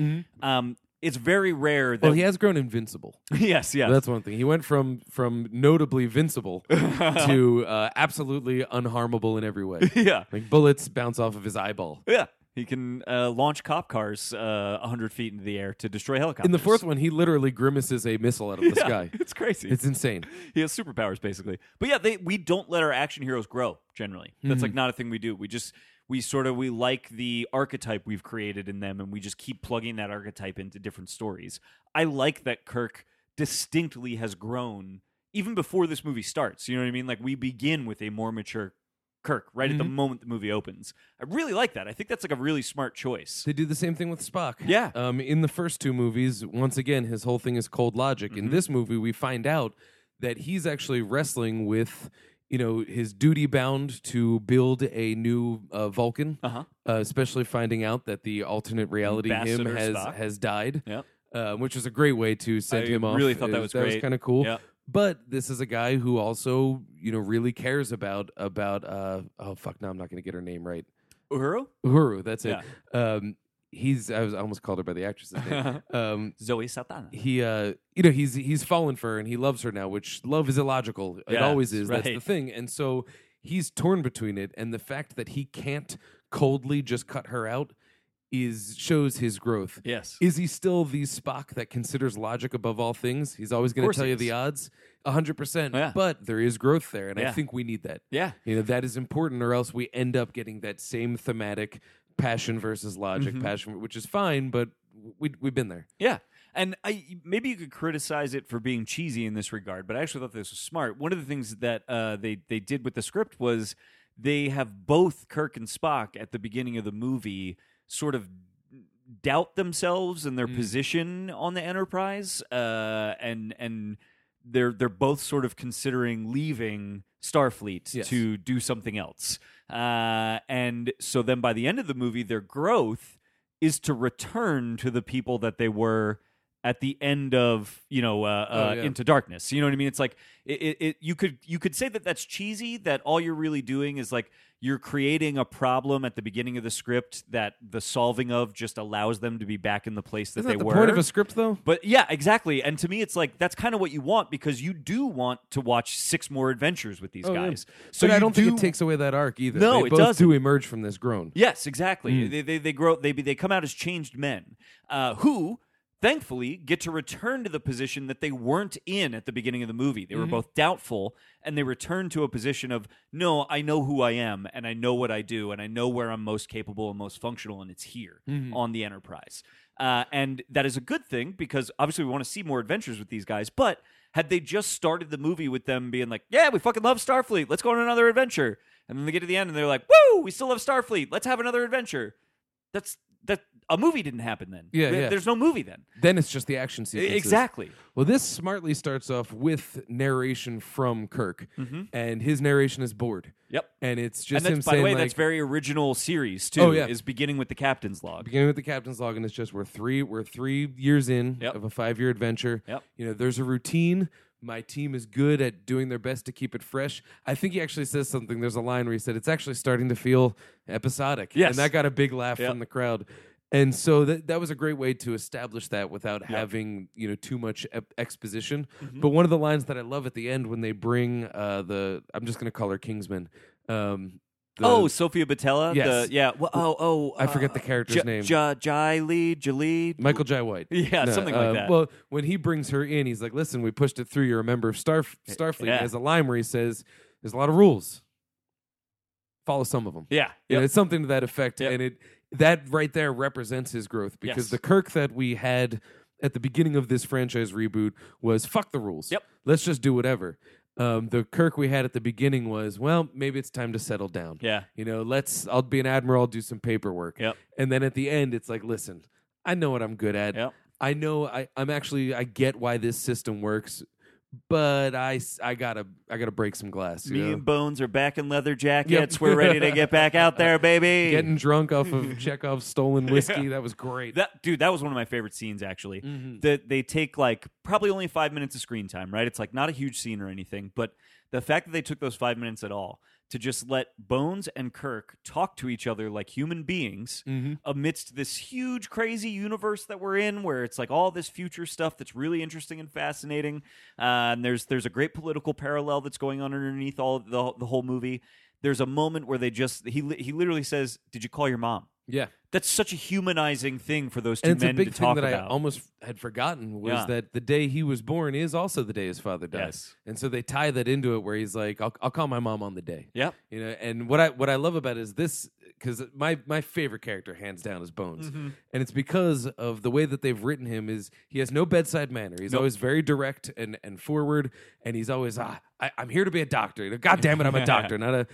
[SPEAKER 2] Um, it's very rare that.
[SPEAKER 3] Mm-hmm. well, he has grown invincible.
[SPEAKER 2] yes, yes.
[SPEAKER 3] That's one thing. He went from from notably vincible to uh, absolutely unharmable in every way.
[SPEAKER 2] yeah,
[SPEAKER 3] Like bullets bounce off of his eyeball.
[SPEAKER 2] yeah. He can uh, launch cop cars uh, hundred feet into the air to destroy helicopters.
[SPEAKER 3] In the fourth one, he literally grimaces a missile out of the
[SPEAKER 2] yeah,
[SPEAKER 3] sky.
[SPEAKER 2] it's crazy.
[SPEAKER 3] It's insane.
[SPEAKER 2] he has superpowers basically. But yeah, they we don't let our action heroes grow generally. That's
[SPEAKER 3] Hmm.
[SPEAKER 2] like not a thing we do. We just we sort of we like the archetype we've created in them and we just keep plugging that archetype into different stories. I like that Kirk distinctly has grown even before this movie starts. You know what I mean? Like we begin with a more mature Kirk right at the
[SPEAKER 3] Mm-hmm.
[SPEAKER 2] moment the movie opens. I really like that. I think that's like a really smart choice.
[SPEAKER 3] They do the same thing with Spock.
[SPEAKER 2] Yeah.
[SPEAKER 3] Um, in the first two movies, once again, his whole thing is cold logic.
[SPEAKER 2] Mm-hmm.
[SPEAKER 3] In this movie, we find out that he's actually wrestling with, you know, his duty bound to build a new uh, Vulcan.
[SPEAKER 2] Uh-huh.
[SPEAKER 3] Uh, especially finding out that the alternate reality
[SPEAKER 2] Ambassador
[SPEAKER 3] him has
[SPEAKER 2] Spock.
[SPEAKER 3] has died.
[SPEAKER 2] Yep.
[SPEAKER 3] Uh, which is a great way to send
[SPEAKER 2] I
[SPEAKER 3] him off.
[SPEAKER 2] really thought that
[SPEAKER 3] It
[SPEAKER 2] was
[SPEAKER 3] that was
[SPEAKER 2] great.
[SPEAKER 3] kind of cool.
[SPEAKER 2] Yep.
[SPEAKER 3] But this is a guy who also, you know, really cares about about. Uh, oh fuck! Now I'm not going to get her name right.
[SPEAKER 2] Uhuru?
[SPEAKER 3] Uhuru, that's it. Um, he's I was I almost called her by the actress's name. um,
[SPEAKER 2] Zoe Satana.
[SPEAKER 3] he uh, you know he's he's fallen for her and he loves her now, which love is illogical. It
[SPEAKER 2] Yeah,
[SPEAKER 3] always is. That's the
[SPEAKER 2] right.
[SPEAKER 3] thing. And so he's torn between it and the fact that he can't coldly just cut her out is shows his growth.
[SPEAKER 2] Yes.
[SPEAKER 3] Is he still the Spock that considers logic above all things? He's always going to
[SPEAKER 2] course
[SPEAKER 3] tell
[SPEAKER 2] he
[SPEAKER 3] you
[SPEAKER 2] is.
[SPEAKER 3] the odds, hundred percent.
[SPEAKER 2] Yeah.
[SPEAKER 3] But there is growth there, and
[SPEAKER 2] Yeah.
[SPEAKER 3] I think we need that.
[SPEAKER 2] Yeah.
[SPEAKER 3] You know, that is important, or else we end up getting that same thematic passion versus logic,
[SPEAKER 2] Mm-hmm.
[SPEAKER 3] passion, which is fine, but we, we've been there.
[SPEAKER 2] Yeah. And I maybe you could criticize it for being cheesy in this regard, but I actually thought this was smart. One of the things that uh, they they did with the script was they have both Kirk and Spock at the beginning of the movie sort of doubt themselves and their position on the Enterprise, uh, and and they're they're both sort of considering leaving Starfleet
[SPEAKER 3] Yes.
[SPEAKER 2] to do something else. Uh, and so then by the end of the movie, their growth is to return to the people that they were at the end of you know uh, uh,
[SPEAKER 3] Oh, yeah.
[SPEAKER 2] into darkness you know what i mean it's like it, it, it you could you could say that that's cheesy that all you're really doing is like you're creating a problem at the beginning of the script that the solving of just allows them to be back in the place that
[SPEAKER 3] Isn't that
[SPEAKER 2] they
[SPEAKER 3] the
[SPEAKER 2] were
[SPEAKER 3] point of a script, though?
[SPEAKER 2] but yeah, exactly. And to me, it's like that's kind of what you want because you do want to watch six more adventures with these
[SPEAKER 3] Oh, yeah.
[SPEAKER 2] guys. So
[SPEAKER 3] but
[SPEAKER 2] you
[SPEAKER 3] I don't
[SPEAKER 2] do-
[SPEAKER 3] think it takes away that arc either.
[SPEAKER 2] No,
[SPEAKER 3] they
[SPEAKER 2] it
[SPEAKER 3] both do
[SPEAKER 2] doesn't.
[SPEAKER 3] emerge from this groan.
[SPEAKER 2] Yes, exactly. They, they they grow. They be- they come out as changed men uh, who. Thankfully, get to return to the position that they weren't in at the beginning of the movie. They were both doubtful, and they return to a position of no, I know who I am, and I know what I do, and I know where I'm most capable and most functional, and it's here on the Enterprise. Uh, and that is a good thing because obviously we want to see more adventures with these guys. But had they just started the movie with them being like, "Yeah, we fucking love Starfleet, let's go on another adventure," And then they get to the end and they're like, "Woo, we still have Starfleet. Let's have another adventure." That's that a movie didn't happen then.
[SPEAKER 3] Yeah,
[SPEAKER 2] There-
[SPEAKER 3] yeah.
[SPEAKER 2] There's no movie then.
[SPEAKER 3] Then it's just the action sequences.
[SPEAKER 2] Exactly.
[SPEAKER 3] Well, this smartly starts off with narration from Kirk, and his narration is bored.
[SPEAKER 2] Mm-hmm. Yep.
[SPEAKER 3] And it's
[SPEAKER 2] And
[SPEAKER 3] just him
[SPEAKER 2] that's by
[SPEAKER 3] saying,
[SPEAKER 2] the way,
[SPEAKER 3] like,
[SPEAKER 2] that's very original series too.
[SPEAKER 3] Oh, yeah.
[SPEAKER 2] Is beginning with the captain's log.
[SPEAKER 3] beginning with the captain's log, and it's just we're three we're three years in
[SPEAKER 2] Yep.
[SPEAKER 3] of a five year adventure.
[SPEAKER 2] Yep.
[SPEAKER 3] You know, there's a routine. My team is good at doing their best to keep it fresh. I think he actually says something. There's a line where he said it's actually starting to feel episodic.
[SPEAKER 2] Yes.
[SPEAKER 3] And that got a big laugh
[SPEAKER 2] Yep.
[SPEAKER 3] from the crowd. And so that that was a great way to establish that without having you know too much ep- exposition.
[SPEAKER 2] Mm-hmm.
[SPEAKER 3] But one of the lines that I love at the end when they bring uh, the I'm just going to call her Kingsman. Um, the-
[SPEAKER 2] oh, Sophia Batella.
[SPEAKER 3] Yes.
[SPEAKER 2] The, yeah. Well, oh, oh.
[SPEAKER 3] I forget
[SPEAKER 2] uh,
[SPEAKER 3] the character's
[SPEAKER 2] J-
[SPEAKER 3] name.
[SPEAKER 2] J- Jiley, Jalee.
[SPEAKER 3] Michael Jai White.
[SPEAKER 2] Yeah,
[SPEAKER 3] No,
[SPEAKER 2] something like
[SPEAKER 3] uh,
[SPEAKER 2] that.
[SPEAKER 3] Well, when he brings her in, he's like, "Listen, we pushed it through. You're a member of Starf- Starfleet."
[SPEAKER 2] yeah.
[SPEAKER 3] There's a line where he says, "There's a lot of rules. Follow some of them."
[SPEAKER 2] yeah.
[SPEAKER 3] You know,
[SPEAKER 2] Yep.
[SPEAKER 3] it's something to that effect,
[SPEAKER 2] Yep.
[SPEAKER 3] and it that right there represents his growth because
[SPEAKER 2] Yes.
[SPEAKER 3] the Kirk that we had at the beginning of this franchise reboot was fuck the rules.
[SPEAKER 2] Yep.
[SPEAKER 3] Let's just do whatever. Um, the Kirk we had at the beginning was, well, maybe it's time to settle down.
[SPEAKER 2] Yeah.
[SPEAKER 3] You know, let's I'll be an admiral, I'll do some paperwork.
[SPEAKER 2] Yep.
[SPEAKER 3] And then at the end it's like, listen, I know what I'm good at.
[SPEAKER 2] Yep.
[SPEAKER 3] I know I, I'm actually I get why this system works, but I, s- I gotta I gotta break some glass. You
[SPEAKER 2] Me
[SPEAKER 3] know?
[SPEAKER 2] and Bones are back in leather jackets. We're ready to get back out there, baby.
[SPEAKER 3] Getting drunk off of Chekhov's stolen whiskey. That was great. Mm-hmm.
[SPEAKER 2] That dude, that was one of my favorite scenes actually.
[SPEAKER 3] Hmm.
[SPEAKER 2] That they take like probably only five minutes of screen time, right? It's like not a huge scene or anything, but the fact that they took those five minutes at all to just let Bones and Kirk talk to each other like human beings
[SPEAKER 3] Hmm.
[SPEAKER 2] amidst this huge, crazy universe that we're in, where it's like all this future stuff that's really interesting and fascinating. Uh, and there's there's a great political parallel that's going on underneath all the the whole movie. There's a moment where they just he li- he literally says, "Did you call your mom?"
[SPEAKER 3] yeah.
[SPEAKER 2] that's such a humanizing thing for those two
[SPEAKER 3] And it's a
[SPEAKER 2] men
[SPEAKER 3] big
[SPEAKER 2] to
[SPEAKER 3] thing
[SPEAKER 2] talk
[SPEAKER 3] that I
[SPEAKER 2] about.
[SPEAKER 3] almost had forgotten was
[SPEAKER 2] Yeah.
[SPEAKER 3] that the day he was born is also the day his father dies.
[SPEAKER 2] Yes.
[SPEAKER 3] And so they tie that into it where he's like, I'll, I'll call my mom on the day.
[SPEAKER 2] Yep.
[SPEAKER 3] You know, and what I what I love about it is this because my my favorite character hands down is Bones, and it's because of the way that they've written him is he has no bedside manner. He's always very direct and and forward, and he's always ah I, I'm here to be a doctor. You know, God damn it, I'm a doctor, not a.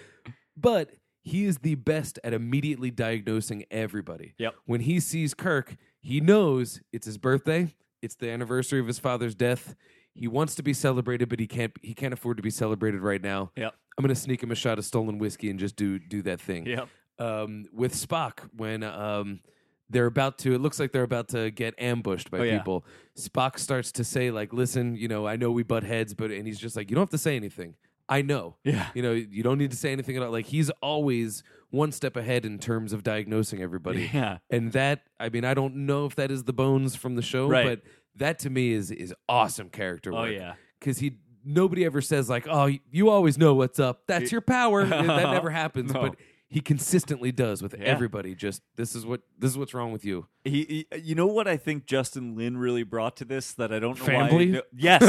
[SPEAKER 3] But he is the best at immediately diagnosing everybody.
[SPEAKER 2] Yep.
[SPEAKER 3] When he sees Kirk, he knows it's his birthday. It's the anniversary of his father's death. He wants to be celebrated, but he can't. He can't afford to be celebrated right now.
[SPEAKER 2] Yep.
[SPEAKER 3] I'm gonna sneak him a shot of stolen whiskey and just do do that thing.
[SPEAKER 2] Yep.
[SPEAKER 3] Um, with Spock, when um, they're about to, it looks like they're about to get ambushed by
[SPEAKER 2] Oh, yeah.
[SPEAKER 3] people. Spock starts to say like, "Listen, you know, I know we butt heads, but," and he's just like, "You don't have to say anything. I know.
[SPEAKER 2] Yeah.
[SPEAKER 3] You know, you don't need to say anything at all." Like he's always one step ahead in terms of diagnosing everybody.
[SPEAKER 2] Yeah.
[SPEAKER 3] And that, I mean, I don't know if that is the bones from the show,
[SPEAKER 2] Right.
[SPEAKER 3] but that to me is is awesome character
[SPEAKER 2] Oh,
[SPEAKER 3] work.
[SPEAKER 2] yeah.
[SPEAKER 3] because he nobody ever says like, "Oh, you always know what's up. That's your power." that never happens,
[SPEAKER 2] No.
[SPEAKER 3] but he consistently does with everybody. Just this is what this is what's wrong with you.
[SPEAKER 2] He, he- you know what I think Justin Lin really brought to this that I don't know
[SPEAKER 3] Family?
[SPEAKER 2] why. no- yes,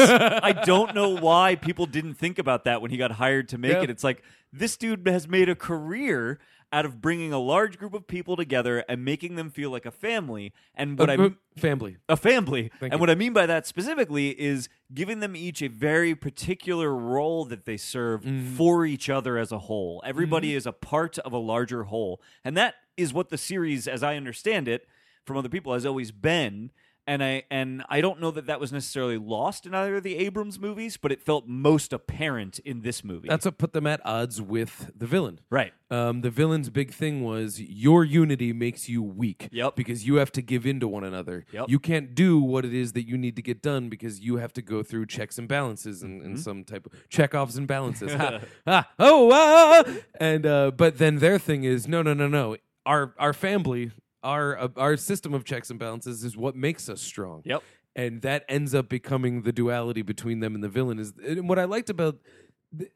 [SPEAKER 2] I don't know why people didn't think about that when he got hired to make
[SPEAKER 3] Yeah.
[SPEAKER 2] it. It's like this dude has made a career out of bringing a large group of people together and making them feel like a family. And what I
[SPEAKER 3] Uh, family.
[SPEAKER 2] a family.
[SPEAKER 3] Thank
[SPEAKER 2] and
[SPEAKER 3] you.
[SPEAKER 2] what I mean by that specifically is giving them each a very particular role that they serve
[SPEAKER 3] Mm-hmm.
[SPEAKER 2] for each other as a whole. Everybody is a part of a larger whole. And that is what the series as I understand it from other people has always been. And I and I don't know that that was necessarily lost in either of the Abrams movies, but it felt most apparent in this movie.
[SPEAKER 3] That's what put them at odds with the villain.
[SPEAKER 2] right.
[SPEAKER 3] Um, the villain's big thing was your unity makes you weak.
[SPEAKER 2] Yep.
[SPEAKER 3] Because you have to give in to one another.
[SPEAKER 2] Yep.
[SPEAKER 3] You can't do what it is that you need to get done because you have to go through checks and balances and,
[SPEAKER 2] Mm-hmm.
[SPEAKER 3] and some type of checkoffs and balances. ha, ha, oh, ah! and uh, but then their thing is no, no, no, no. Our our family, our uh, our system of checks and balances is what makes us strong
[SPEAKER 2] Yep.
[SPEAKER 3] and that ends up becoming the duality between them and the villain is and what i liked about th-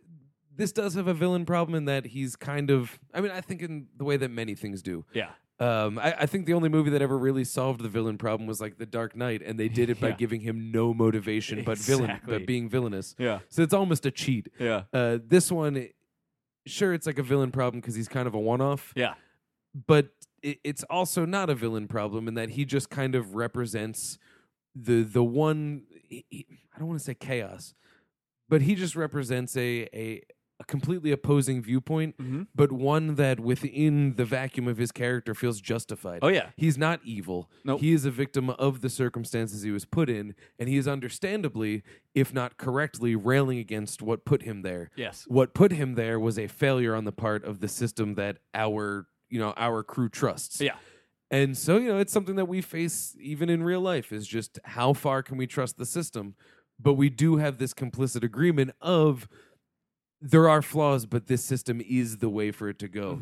[SPEAKER 3] this does have a villain problem in that he's kind of i mean i think in the way that many things do
[SPEAKER 2] Yeah.
[SPEAKER 3] um, I, I think the only movie that ever really solved the villain problem was like The Dark Knight, and they did it by
[SPEAKER 2] Yeah.
[SPEAKER 3] giving him no motivation but villain,
[SPEAKER 2] Exactly.
[SPEAKER 3] but being villainous.
[SPEAKER 2] Yeah.
[SPEAKER 3] So it's almost a cheat.
[SPEAKER 2] Yeah.
[SPEAKER 3] Uh, this one, sure, it's like a villain problem because he's kind of a one-off
[SPEAKER 2] Yeah.
[SPEAKER 3] but it, it's also not a villain problem in that he just kind of represents the the one he- he- I don't want to say chaos, but he just represents a a a completely opposing viewpoint, but one that within the vacuum of his character feels justified.
[SPEAKER 2] Oh, yeah.
[SPEAKER 3] He's not evil.
[SPEAKER 2] Nope.
[SPEAKER 3] He is a victim of the circumstances he was put in, and he is understandably, if not correctly, railing against what put him there.
[SPEAKER 2] Yes.
[SPEAKER 3] What put him there was a failure on the part of the system that our, you know, our crew trusts.
[SPEAKER 2] Yeah.
[SPEAKER 3] And so, you know, it's something that we face even in real life is just how far can we trust the system? But we do have this complicit agreement of there are flaws, but this system is the way for it to go.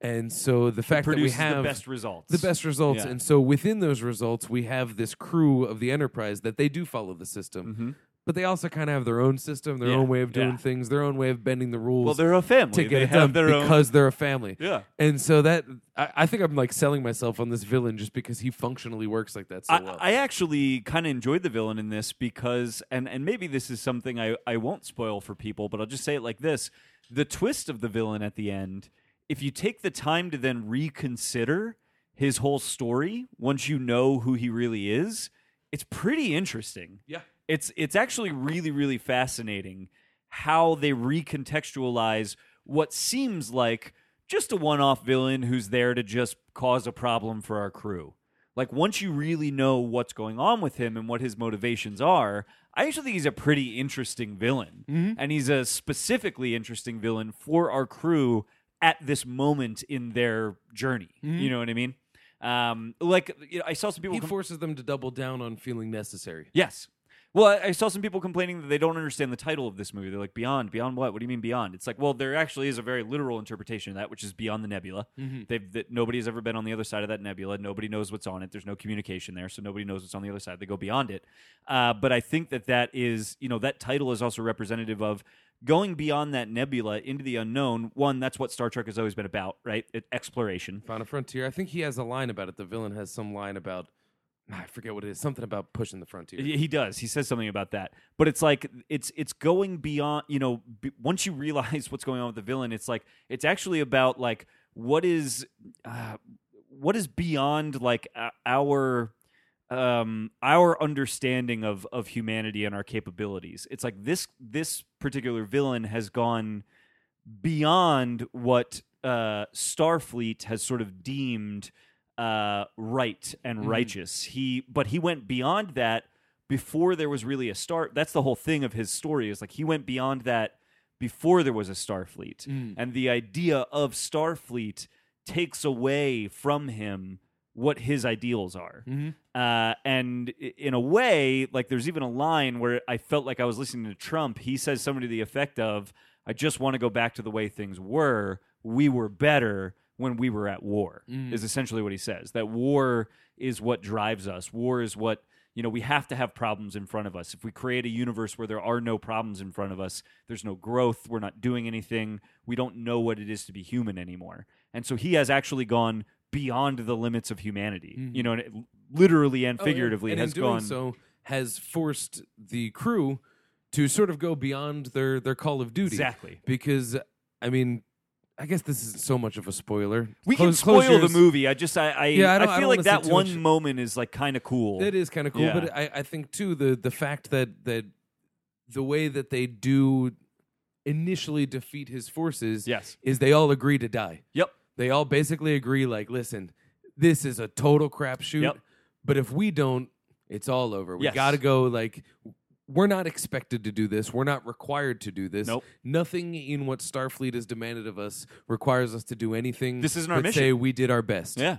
[SPEAKER 3] And so the fact that we
[SPEAKER 2] Mm-hmm. Produces
[SPEAKER 3] have
[SPEAKER 2] the best results.
[SPEAKER 3] the best results.
[SPEAKER 2] Yeah.
[SPEAKER 3] And so within those results, we have this crew of the Enterprise that they do follow the system, but they also kind of have their own system, their
[SPEAKER 2] Mm-hmm. Yeah,
[SPEAKER 3] own way of doing
[SPEAKER 2] yeah.
[SPEAKER 3] things, their own way of bending the rules.
[SPEAKER 2] Well, they're a family.
[SPEAKER 3] to get
[SPEAKER 2] they
[SPEAKER 3] it done
[SPEAKER 2] have their own.
[SPEAKER 3] because they're a family.
[SPEAKER 2] Yeah.
[SPEAKER 3] And so that I, I think I'm like selling myself on this villain just because he functionally works like that so
[SPEAKER 2] I,
[SPEAKER 3] well.
[SPEAKER 2] I actually kind of enjoyed the villain in this because, and, and maybe this is something I, I won't spoil for people, but I'll just say it like this the twist of the villain at the end, if you take the time to then reconsider his whole story once you know who he really is, it's pretty interesting.
[SPEAKER 3] Yeah.
[SPEAKER 2] It's, it's actually really, really fascinating how they recontextualize what seems like just a one off villain who's there to just cause a problem for our crew. Like once you really know what's going on with him and what his motivations are, I actually think he's a pretty interesting villain. And he's a specifically interesting villain for our crew at this moment in their journey. You know what I mean? Um, like you know, I saw some people
[SPEAKER 3] he
[SPEAKER 2] com-
[SPEAKER 3] forces them to double down on feeling necessary.
[SPEAKER 2] Yes. Well, I- I saw some people complaining that they don't understand the title of this movie. They're like, Beyond, Beyond what? What do you mean Beyond? It's like, well, there actually is a very literal interpretation of that, which is Beyond the Nebula. They've, that nobody has ever been on the other side of that nebula. Nobody knows what's on it. There's no communication there, so nobody knows what's on the other side. They go beyond it. Uh, but I think that that is, you know, that title is also representative of going beyond that nebula into the unknown. One, that's what Star Trek has always been about, right? It, exploration.
[SPEAKER 3] Found a frontier. I think he has a line about it. The villain has some line about I forget what it is. Something about pushing the frontier.
[SPEAKER 2] Y- He does. He says something about that. But it's like it's it's going beyond. You know, b- once you realize what's going on with the villain, it's like it's actually about like what is uh, what is beyond like uh, our um our understanding of of humanity and our capabilities. It's like this this particular villain has gone beyond what uh, Starfleet has sort of deemed uh, right and righteous. He, but he went beyond that before there was really a start. That's the whole thing of his story. Is like he went beyond that before there was a Starfleet, and the idea of Starfleet takes away from him what his ideals are. Uh, and i- in a way, like there's even a line where I felt like I was listening to Trump. He says something to the effect of, I just want to go back to the way things were. We were better when we were at war, is essentially what he says. That war is what drives us. War is what, you know, we have to have problems in front of us. If we create a universe where there are no problems in front of us, there's no growth. We're not doing anything. We don't know what it is to be human anymore. And so he has actually gone beyond the limits of humanity, you know, and it, literally and
[SPEAKER 3] Oh, yeah.
[SPEAKER 2] figuratively
[SPEAKER 3] and
[SPEAKER 2] has
[SPEAKER 3] in doing
[SPEAKER 2] gone.
[SPEAKER 3] so has forced the crew to sort of go beyond their their call of duty
[SPEAKER 2] Exactly.
[SPEAKER 3] because I mean I guess this isn't so much of a spoiler.
[SPEAKER 2] we
[SPEAKER 3] Close-
[SPEAKER 2] can
[SPEAKER 3] close
[SPEAKER 2] spoil the
[SPEAKER 3] yours.
[SPEAKER 2] movie. I just, I, I,
[SPEAKER 3] Yeah, I
[SPEAKER 2] I,
[SPEAKER 3] don't- I
[SPEAKER 2] feel
[SPEAKER 3] don't
[SPEAKER 2] like
[SPEAKER 3] wanna say
[SPEAKER 2] that
[SPEAKER 3] too
[SPEAKER 2] one
[SPEAKER 3] much.
[SPEAKER 2] moment is like kind of cool.
[SPEAKER 3] That is kind of cool,
[SPEAKER 2] Yeah.
[SPEAKER 3] but I, I think too the the fact that that the way that they do initially defeat his forces
[SPEAKER 2] Yes.
[SPEAKER 3] is they all agree to die.
[SPEAKER 2] Yep.
[SPEAKER 3] They all basically agree like, listen, this is a total crapshoot.
[SPEAKER 2] Yep.
[SPEAKER 3] But if we don't, it's all over. We
[SPEAKER 2] Yes.
[SPEAKER 3] got to go like we're not expected to do this. We're not required to do this.
[SPEAKER 2] Nope.
[SPEAKER 3] Nothing in what Starfleet has demanded of us requires us to do anything.
[SPEAKER 2] This isn't our
[SPEAKER 3] but
[SPEAKER 2] mission.
[SPEAKER 3] Say we did our best.
[SPEAKER 2] Yeah.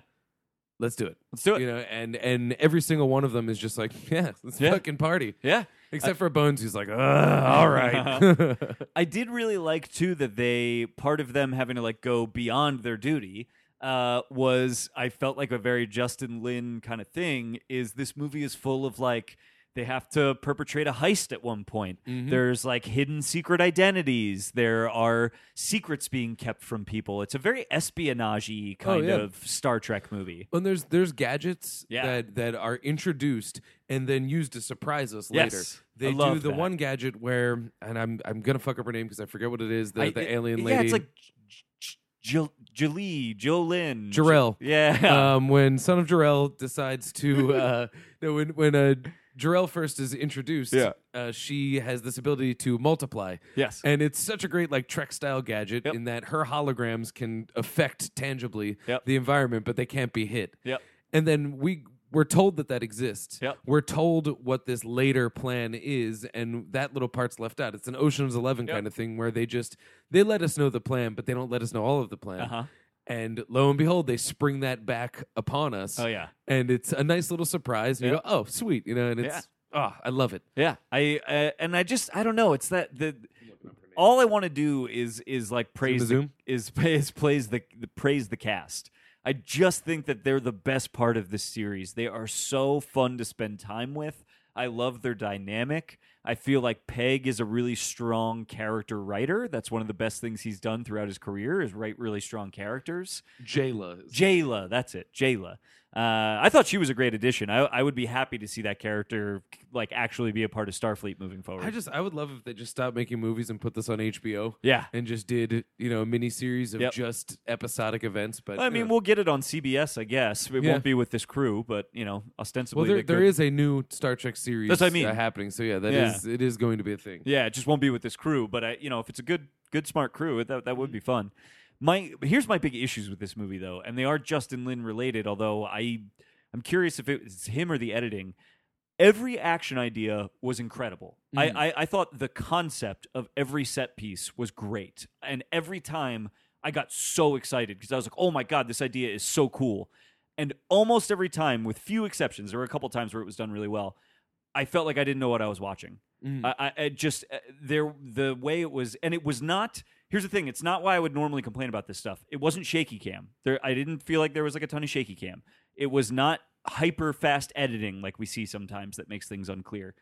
[SPEAKER 3] Let's do it.
[SPEAKER 2] Let's do it.
[SPEAKER 3] You know, and and every single one of them is just like, yeah, let's
[SPEAKER 2] Yeah.
[SPEAKER 3] fucking party.
[SPEAKER 2] Yeah.
[SPEAKER 3] Except for Bones, who's like, Ugh, all right.
[SPEAKER 2] I did really like too that they part of them having to like go beyond their duty uh, was I felt like a very Justin Lin kind of thing. Is this movie is full of like they have to perpetrate a heist at one point.
[SPEAKER 3] Mm-hmm.
[SPEAKER 2] There's like hidden secret identities. There are secrets being kept from people. It's a very espionage kind
[SPEAKER 3] Oh, yeah.
[SPEAKER 2] of Star Trek movie.
[SPEAKER 3] And there's there's gadgets
[SPEAKER 2] Yeah.
[SPEAKER 3] that that are introduced and then used to surprise us later.
[SPEAKER 2] Yes.
[SPEAKER 3] They
[SPEAKER 2] I
[SPEAKER 3] do
[SPEAKER 2] love
[SPEAKER 3] the
[SPEAKER 2] that.
[SPEAKER 3] one gadget where, and I'm I'm gonna fuck up her name because I forget what it is. The,
[SPEAKER 2] I-
[SPEAKER 3] the
[SPEAKER 2] it-
[SPEAKER 3] alien
[SPEAKER 2] yeah,
[SPEAKER 3] lady.
[SPEAKER 2] it's like J- J- Jill, Jolie, Jolin,
[SPEAKER 3] Jarrell.
[SPEAKER 2] Yeah,
[SPEAKER 3] Um, when Son of Jarrell decides to, uh, no, when when uh, Jarell first is introduced,
[SPEAKER 2] Yeah.
[SPEAKER 3] uh, she has this ability to multiply.
[SPEAKER 2] Yes.
[SPEAKER 3] And it's such a great like Trek style gadget
[SPEAKER 2] Yep.
[SPEAKER 3] in that her holograms can affect tangibly
[SPEAKER 2] Yep.
[SPEAKER 3] the environment, but they can't be hit.
[SPEAKER 2] Yep.
[SPEAKER 3] And then we we're told that that exists.
[SPEAKER 2] Yep.
[SPEAKER 3] We're told what this later plan is, and that little part's left out. It's an Ocean's Eleven
[SPEAKER 2] Yep.
[SPEAKER 3] kind of thing where they just they let us know the plan, but they don't let us know all of the plan.
[SPEAKER 2] Uh-huh.
[SPEAKER 3] And lo and behold, they spring that back upon us
[SPEAKER 2] Oh yeah.
[SPEAKER 3] and it's a nice little surprise. And
[SPEAKER 2] Yeah.
[SPEAKER 3] You go, oh, sweet, you know, and it's oh, I love it.
[SPEAKER 2] Yeah, I uh, and I just I don't know. It's that the all I want to do is is like praise the,
[SPEAKER 3] Zoom?
[SPEAKER 2] is is plays the, the praise the cast. I just think that they're the best part of this series. They are so fun to spend time with. I love their dynamic. I feel like Peg is a really strong character writer. That's one of the best things he's done throughout his career is write really strong characters.
[SPEAKER 3] Jayla, is-
[SPEAKER 2] Jayla, that's it, Jayla. Uh, I thought she was a great addition. I, I would be happy to see that character like actually be a part of Starfleet moving forward.
[SPEAKER 3] I just I would love if they just stopped making movies and put this on HBO
[SPEAKER 2] yeah.
[SPEAKER 3] and just did you know a mini series of
[SPEAKER 2] Yep.
[SPEAKER 3] just episodic events. But
[SPEAKER 2] I
[SPEAKER 3] you
[SPEAKER 2] mean,
[SPEAKER 3] know.
[SPEAKER 2] we'll get it on CBS, I guess. It
[SPEAKER 3] Yeah.
[SPEAKER 2] won't be with this crew, but you know, ostensibly
[SPEAKER 3] well, there
[SPEAKER 2] they
[SPEAKER 3] there
[SPEAKER 2] could-
[SPEAKER 3] is a new Star Trek series
[SPEAKER 2] That's what I mean.
[SPEAKER 3] uh, happening. So yeah, that is
[SPEAKER 2] Yeah.
[SPEAKER 3] it is going to be a thing.
[SPEAKER 2] Yeah, it just won't be with this crew. But I, you know, if it's a good, good, smart crew, that that would be fun. My here's my big issues with this movie though, and they are Justin Lin related. Although I, I'm curious if it's him or the editing. Every action idea was incredible. I, I I thought the concept of every set piece was great, and every time I got so excited because I was like, oh my god, this idea is so cool. And almost every time, with few exceptions, there were a couple times where it was done really well. I felt like I didn't know what I was watching. I, I, I just uh, there the way it was, and it was not. Here's the thing: it's not why I would normally complain about this stuff. It wasn't shaky cam. There, I didn't feel like there was like a ton of shaky cam. It was not hyper fast editing like we see sometimes that makes things unclear.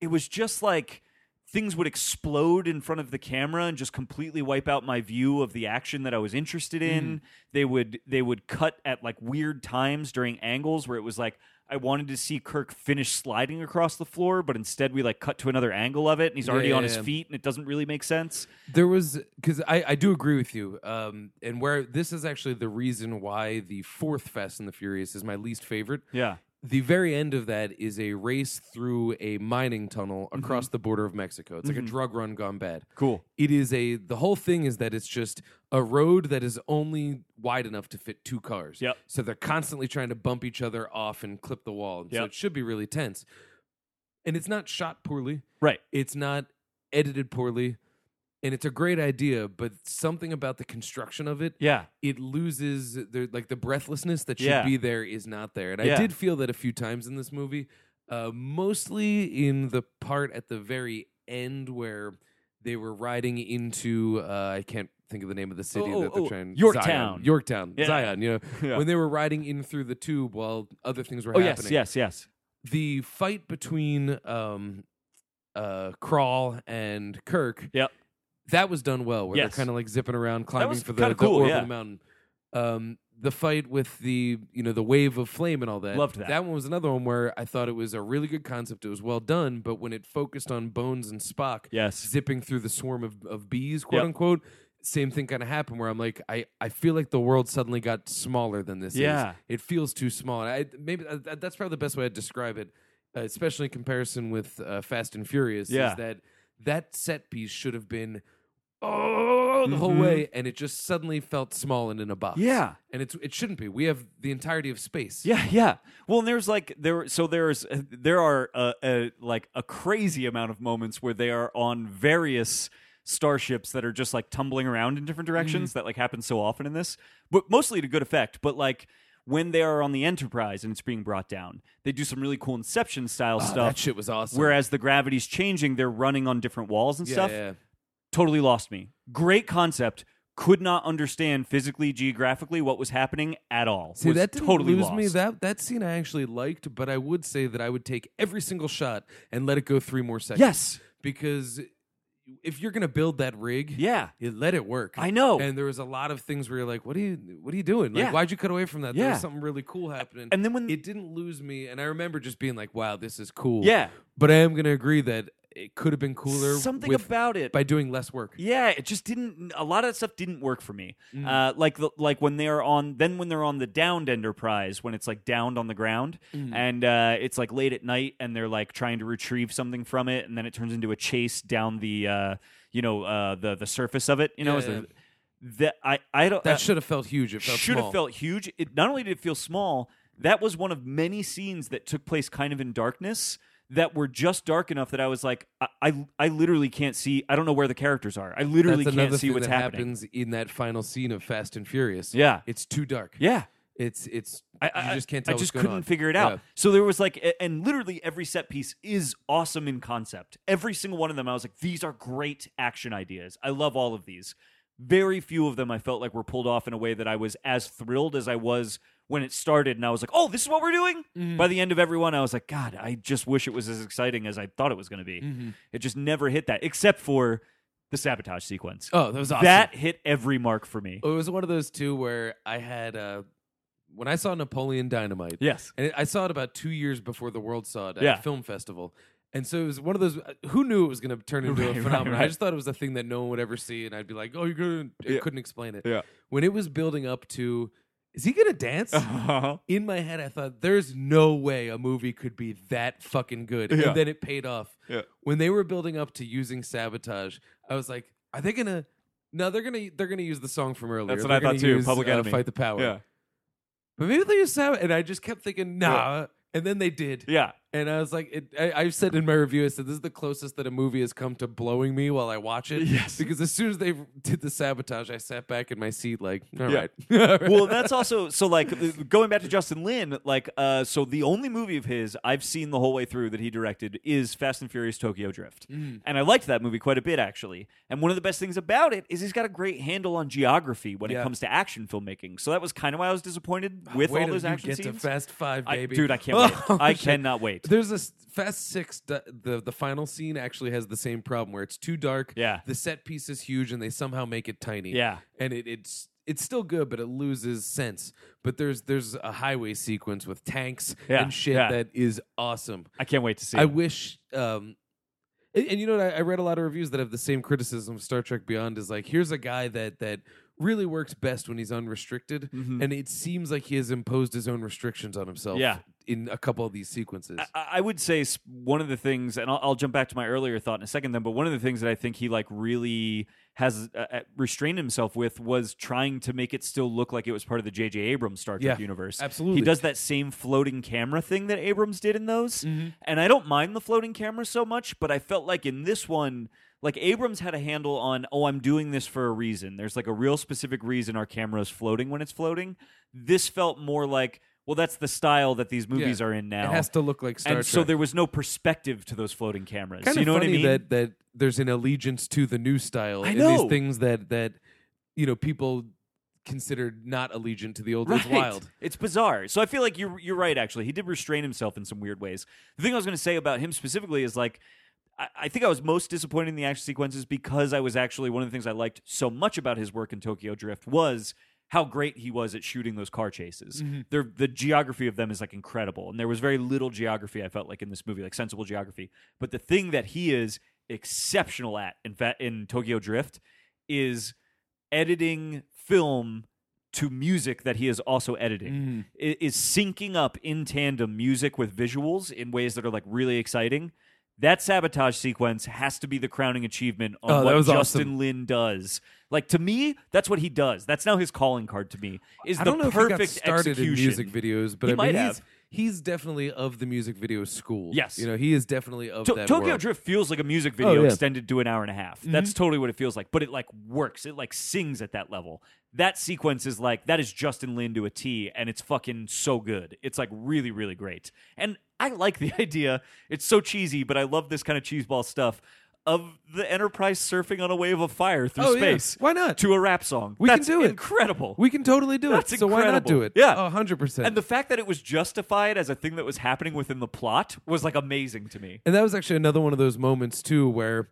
[SPEAKER 2] It was just like things would explode in front of the camera and just completely wipe out my view of the action that I was interested in.
[SPEAKER 3] Mm-hmm.
[SPEAKER 2] They would they would cut at like weird times during angles where it was like I wanted to see Kirk finish sliding across the floor, but instead we like cut to another angle of it and he's already
[SPEAKER 3] Yeah,
[SPEAKER 2] on
[SPEAKER 3] yeah,
[SPEAKER 2] his
[SPEAKER 3] yeah.
[SPEAKER 2] feet and it doesn't really make sense.
[SPEAKER 3] There was because I, I do agree with you, um, and where this is actually the reason why the fourth Fast and the Furious is my least favorite.
[SPEAKER 2] Yeah.
[SPEAKER 3] the very end of that is a race through a mining tunnel
[SPEAKER 2] Mm-hmm.
[SPEAKER 3] across the border of Mexico. It's like a drug run gone bad.
[SPEAKER 2] Cool.
[SPEAKER 3] It is a the whole thing is that it's just a road that is only wide enough to fit two cars.
[SPEAKER 2] Yep.
[SPEAKER 3] So they're constantly trying to bump each other off and clip the wall. And So
[SPEAKER 2] Yep.
[SPEAKER 3] it should be really tense. And it's not shot poorly.
[SPEAKER 2] Right.
[SPEAKER 3] It's not edited poorly. And it's a great idea, but something about the construction of it
[SPEAKER 2] Yeah.
[SPEAKER 3] it loses the like the breathlessness that should
[SPEAKER 2] Yeah.
[SPEAKER 3] be there is not there. And
[SPEAKER 2] Yeah.
[SPEAKER 3] I did feel that a few times in this movie, uh, mostly in the part at the very end where they were riding into uh, I can't think of the name of the city
[SPEAKER 2] Oh,
[SPEAKER 3] that
[SPEAKER 2] oh,
[SPEAKER 3] they're
[SPEAKER 2] oh,
[SPEAKER 3] trying
[SPEAKER 2] Yorktown.
[SPEAKER 3] Zion, Yorktown,
[SPEAKER 2] Yeah.
[SPEAKER 3] Zion. You know
[SPEAKER 2] Yeah.
[SPEAKER 3] when they were riding in through the tube while other things were
[SPEAKER 2] Oh
[SPEAKER 3] happening
[SPEAKER 2] yes, yes, yes.
[SPEAKER 3] the fight between um uh Crawl and Kirk.
[SPEAKER 2] Yep.
[SPEAKER 3] That was done well where
[SPEAKER 2] Yes.
[SPEAKER 3] they're kind of like zipping around climbing
[SPEAKER 2] was
[SPEAKER 3] for the,
[SPEAKER 2] kinda
[SPEAKER 3] the
[SPEAKER 2] cool,
[SPEAKER 3] orbital
[SPEAKER 2] yeah.
[SPEAKER 3] mountain. Um the fight with the you know the wave of flame and all that.
[SPEAKER 2] Loved that.
[SPEAKER 3] That one was another one where I thought it was a really good concept. It was well done, but when it focused on Bones and Spock
[SPEAKER 2] Yes.
[SPEAKER 3] zipping through the swarm of, of bees, quote
[SPEAKER 2] Yep.
[SPEAKER 3] unquote, same thing kind of happened where I'm like, I, I feel like the world suddenly got smaller than this
[SPEAKER 2] Yeah.
[SPEAKER 3] is. It feels too small. And I maybe uh, th- that's probably the best way I'd describe it, uh, especially in comparison with uh, Fast and Furious.
[SPEAKER 2] Yeah.
[SPEAKER 3] Is that that set piece should have been oh the whole
[SPEAKER 2] Mhm.
[SPEAKER 3] way, and it just suddenly felt small and in a box.
[SPEAKER 2] Yeah.
[SPEAKER 3] and it's it shouldn't be. We have the entirety of space.
[SPEAKER 2] Yeah, yeah. Well, and there's like there so there's there are uh uh like a crazy amount of moments where they are on various starships that are just like tumbling around in different directions
[SPEAKER 3] Mm-hmm.
[SPEAKER 2] that like happens so often in this, but mostly to good effect. But like when they are on the Enterprise and it's being brought down, they do some really cool Inception style
[SPEAKER 3] Oh,
[SPEAKER 2] stuff.
[SPEAKER 3] that shit was awesome.
[SPEAKER 2] Whereas the gravity's changing, they're running on different walls and
[SPEAKER 3] yeah,
[SPEAKER 2] stuff
[SPEAKER 3] yeah.
[SPEAKER 2] totally lost me. Great concept. Could not understand physically, geographically what was happening at all.
[SPEAKER 3] See,
[SPEAKER 2] was
[SPEAKER 3] that didn't
[SPEAKER 2] totally
[SPEAKER 3] lose
[SPEAKER 2] lost.
[SPEAKER 3] me. That that scene I actually liked, but I would say that I would take every single shot and let it go three more seconds.
[SPEAKER 2] yes.
[SPEAKER 3] because if you're gonna build that rig,
[SPEAKER 2] Yeah.
[SPEAKER 3] you let it work.
[SPEAKER 2] I know.
[SPEAKER 3] And there was a lot of things where you're like, "What are you? What are you doing? Like,
[SPEAKER 2] Yeah.
[SPEAKER 3] why'd you cut away from that? There
[SPEAKER 2] Yeah.
[SPEAKER 3] was something really cool happening."
[SPEAKER 2] And then when-
[SPEAKER 3] it didn't lose me, and I remember just being like, "Wow, this is cool."
[SPEAKER 2] Yeah.
[SPEAKER 3] but I am gonna agree that it could have been cooler
[SPEAKER 2] Something
[SPEAKER 3] with-
[SPEAKER 2] about it.
[SPEAKER 3] by doing less work.
[SPEAKER 2] yeah, it just didn't. A lot of that stuff didn't work for me.
[SPEAKER 3] Mm.
[SPEAKER 2] Uh, like the, like when they are on, then when they're on the downed Enterprise, when it's like downed on the ground,
[SPEAKER 3] Mm.
[SPEAKER 2] and uh, it's like late at night, and they're like trying to retrieve something from it, and then it turns into a chase down the, uh, you know, uh, the the surface of it. You know,
[SPEAKER 3] Yeah,
[SPEAKER 2] is
[SPEAKER 3] yeah.
[SPEAKER 2] the- that I I don't
[SPEAKER 3] That
[SPEAKER 2] uh,
[SPEAKER 3] should have felt huge. It felt
[SPEAKER 2] should
[SPEAKER 3] small.
[SPEAKER 2] have felt huge. It not only did it feel small, that was one of many scenes that took place kind of in darkness that were just dark enough that I was like, I I, I literally can't see. I don't know where the characters are. I literally
[SPEAKER 3] That's
[SPEAKER 2] can't
[SPEAKER 3] another
[SPEAKER 2] see
[SPEAKER 3] thing
[SPEAKER 2] what's
[SPEAKER 3] that
[SPEAKER 2] happening.
[SPEAKER 3] happens in that final scene of Fast and Furious.
[SPEAKER 2] Yeah.
[SPEAKER 3] it's too dark.
[SPEAKER 2] Yeah.
[SPEAKER 3] it's it's.
[SPEAKER 2] I, I
[SPEAKER 3] you just can't tell.
[SPEAKER 2] I
[SPEAKER 3] what's
[SPEAKER 2] just
[SPEAKER 3] going
[SPEAKER 2] couldn't
[SPEAKER 3] on.
[SPEAKER 2] figure it out.
[SPEAKER 3] Yeah.
[SPEAKER 2] So there was like, a- and literally every set piece is awesome in concept. Every single one of them, I was like, these are great action ideas. I love all of these. Very few of them I felt like were pulled off in a way that I was as thrilled as I was when it started. And I was like, oh, this is what we're doing?
[SPEAKER 3] Mm-hmm.
[SPEAKER 2] By the end of every one, I was like, God, I just wish it was as exciting as I thought it was going to be.
[SPEAKER 3] Mm-hmm.
[SPEAKER 2] It just never hit that, except for the sabotage sequence.
[SPEAKER 3] Oh, that was awesome. Oh,
[SPEAKER 2] That hit every mark for me.
[SPEAKER 3] it was one of those two where I had uh, when I saw Napoleon Dynamite.
[SPEAKER 2] Yes.
[SPEAKER 3] and it, I saw it about two years before the world saw it at
[SPEAKER 2] Yeah.
[SPEAKER 3] a film festival. And so it was one of those. uh, Who knew it was going to turn into
[SPEAKER 2] Right,
[SPEAKER 3] a
[SPEAKER 2] right,
[SPEAKER 3] phenomenon? I
[SPEAKER 2] right.
[SPEAKER 3] just thought it was a thing that no one would ever see, and I'd be like, "Oh, you're gonna." I
[SPEAKER 2] Yeah.
[SPEAKER 3] couldn't explain it.
[SPEAKER 2] Yeah.
[SPEAKER 3] When it was building up to, is he gonna dance?
[SPEAKER 2] Uh-huh.
[SPEAKER 3] in my head, I thought there's no way a movie could be that fucking good.
[SPEAKER 2] Yeah.
[SPEAKER 3] And then it paid off.
[SPEAKER 2] Yeah.
[SPEAKER 3] When they were building up to using sabotage, I was like, are they gonna? No, they're gonna they're gonna use the song from earlier.
[SPEAKER 2] That's what
[SPEAKER 3] They're
[SPEAKER 2] I thought
[SPEAKER 3] gonna
[SPEAKER 2] too,
[SPEAKER 3] use,
[SPEAKER 2] Public
[SPEAKER 3] uh,
[SPEAKER 2] Enemy.
[SPEAKER 3] Fight the power.
[SPEAKER 2] Yeah.
[SPEAKER 3] But maybe they use sabotage, and I just kept thinking, nah. And then they did.
[SPEAKER 2] Yeah.
[SPEAKER 3] And I was like, it, I, I said in my review, I said this is the closest that a movie has come to blowing me while I watch it.
[SPEAKER 2] Yes.
[SPEAKER 3] Because as soon as they did the sabotage, I sat back in my seat like, all
[SPEAKER 2] Yeah.
[SPEAKER 3] right. All right.
[SPEAKER 2] well, that's also so like uh, going back to Justin Lin, like uh so the only movie of his I've seen the whole way through that he directed is Fast and Furious Tokyo Drift.
[SPEAKER 3] Mm.
[SPEAKER 2] And I liked that movie quite a bit actually. And one of the best things about it is he's got a great handle on geography when it
[SPEAKER 3] Yeah.
[SPEAKER 2] comes to action filmmaking. So that was kind of why I was disappointed with
[SPEAKER 3] Wait
[SPEAKER 2] all
[SPEAKER 3] till
[SPEAKER 2] those
[SPEAKER 3] you
[SPEAKER 2] action
[SPEAKER 3] get
[SPEAKER 2] scenes.
[SPEAKER 3] to Fast Five,
[SPEAKER 2] I-
[SPEAKER 3] baby, Oh,
[SPEAKER 2] dude, I can't wait. I cannot wait.
[SPEAKER 3] There's this Fast Six. d- The the final scene actually has the same problem where it's too dark.
[SPEAKER 2] Yeah.
[SPEAKER 3] the set piece is huge, and they somehow make it tiny.
[SPEAKER 2] Yeah.
[SPEAKER 3] and it, it's it's still good, but it loses sense. But there's there's a highway sequence with tanks
[SPEAKER 2] Yeah,
[SPEAKER 3] and shit
[SPEAKER 2] yeah.
[SPEAKER 3] that is awesome.
[SPEAKER 2] I can't wait to see.
[SPEAKER 3] I
[SPEAKER 2] it.
[SPEAKER 3] wish. Um, and, and you know what? I, I read a lot of reviews that have the same criticism. of Star Trek Beyond is like, here's a guy that that really works best when he's unrestricted, and it seems like he has imposed his own restrictions on himself.
[SPEAKER 2] Mm-hmm. Yeah.
[SPEAKER 3] in a couple of these sequences.
[SPEAKER 2] I I would say s- one of the things, and I'll, I'll jump back to my earlier thought in a second, then. But one of the things that I think he like really has uh, uh, restrained himself with was trying to make it still look like it was part of the J.J. Abrams Star Trek
[SPEAKER 3] Yeah,
[SPEAKER 2] universe.
[SPEAKER 3] absolutely.
[SPEAKER 2] he does that same floating camera thing that Abrams did in those,
[SPEAKER 3] Mm-hmm.
[SPEAKER 2] and I don't mind the floating camera so much, but I felt like in this one. Like Abrams had a handle on, oh, I'm doing this for a reason. There's like a real specific reason our camera is floating when it's floating. This felt more like, well, that's the style that these movies
[SPEAKER 3] Yeah.
[SPEAKER 2] are in now
[SPEAKER 3] It has to look like Star
[SPEAKER 2] and
[SPEAKER 3] Trek.
[SPEAKER 2] so there was no perspective to those floating cameras.
[SPEAKER 3] kind
[SPEAKER 2] you
[SPEAKER 3] of
[SPEAKER 2] know
[SPEAKER 3] funny
[SPEAKER 2] what I mean?
[SPEAKER 3] that that there's an allegiance to the new style.
[SPEAKER 2] I
[SPEAKER 3] and
[SPEAKER 2] know.
[SPEAKER 3] these things that that you know people considered not allegiant to the old. It's
[SPEAKER 2] right.
[SPEAKER 3] wild.
[SPEAKER 2] It's bizarre. So I feel like you're you're right. Actually, he did restrain himself in some weird ways. The thing I was going to say about him specifically is like. I- I think I was most disappointed in the action sequences because I was actually one of the things I liked so much about his work in Tokyo Drift was how great he was at shooting those car chases.
[SPEAKER 3] Mm-hmm.
[SPEAKER 2] They're, the geography of them is like incredible, and there was very little geography I felt like in this movie, like sensible geography. But the thing that he is exceptional at in fact in Tokyo Drift is editing film to music that he is also
[SPEAKER 3] Mm-hmm.
[SPEAKER 2] editing I- is syncing up in tandem music with visuals in ways that are like really exciting that sabotage sequence has to be the crowning achievement on
[SPEAKER 3] Oh, that
[SPEAKER 2] what
[SPEAKER 3] was
[SPEAKER 2] justin
[SPEAKER 3] awesome.
[SPEAKER 2] lin does like to me that's what he does that's now his calling card to me is
[SPEAKER 3] I
[SPEAKER 2] the
[SPEAKER 3] don't know
[SPEAKER 2] perfect
[SPEAKER 3] if he got started
[SPEAKER 2] execution
[SPEAKER 3] in music videos, but
[SPEAKER 2] He
[SPEAKER 3] I mean,
[SPEAKER 2] might
[SPEAKER 3] he's,
[SPEAKER 2] have.
[SPEAKER 3] he's definitely of the music video school.
[SPEAKER 2] Yes.
[SPEAKER 3] you know, he is definitely of
[SPEAKER 2] To-
[SPEAKER 3] that
[SPEAKER 2] Tokyo
[SPEAKER 3] world.
[SPEAKER 2] Drift feels like a music video
[SPEAKER 3] Oh, yeah. Mm-hmm.
[SPEAKER 2] extended to an hour and a half. That's totally what it feels like, but it like works. It like sings at that level. That sequence is like that is Justin Lin to a T, and it's fucking so good. It's like really, really great. And I like the idea. It's so cheesy, but I love this kind of cheeseball stuff of the Enterprise surfing on a wave of fire through
[SPEAKER 3] Oh, yeah.
[SPEAKER 2] space.
[SPEAKER 3] Why not?
[SPEAKER 2] To a rap song.
[SPEAKER 3] We can
[SPEAKER 2] That's
[SPEAKER 3] do it.
[SPEAKER 2] Incredible.
[SPEAKER 3] We can totally do
[SPEAKER 2] That's
[SPEAKER 3] it. So why not
[SPEAKER 2] incredible.
[SPEAKER 3] do it?
[SPEAKER 2] Yeah.
[SPEAKER 3] Oh, 100%.
[SPEAKER 2] and the fact that it was justified as a thing that was happening within the plot was like amazing to me.
[SPEAKER 3] And that was actually another one of those moments too where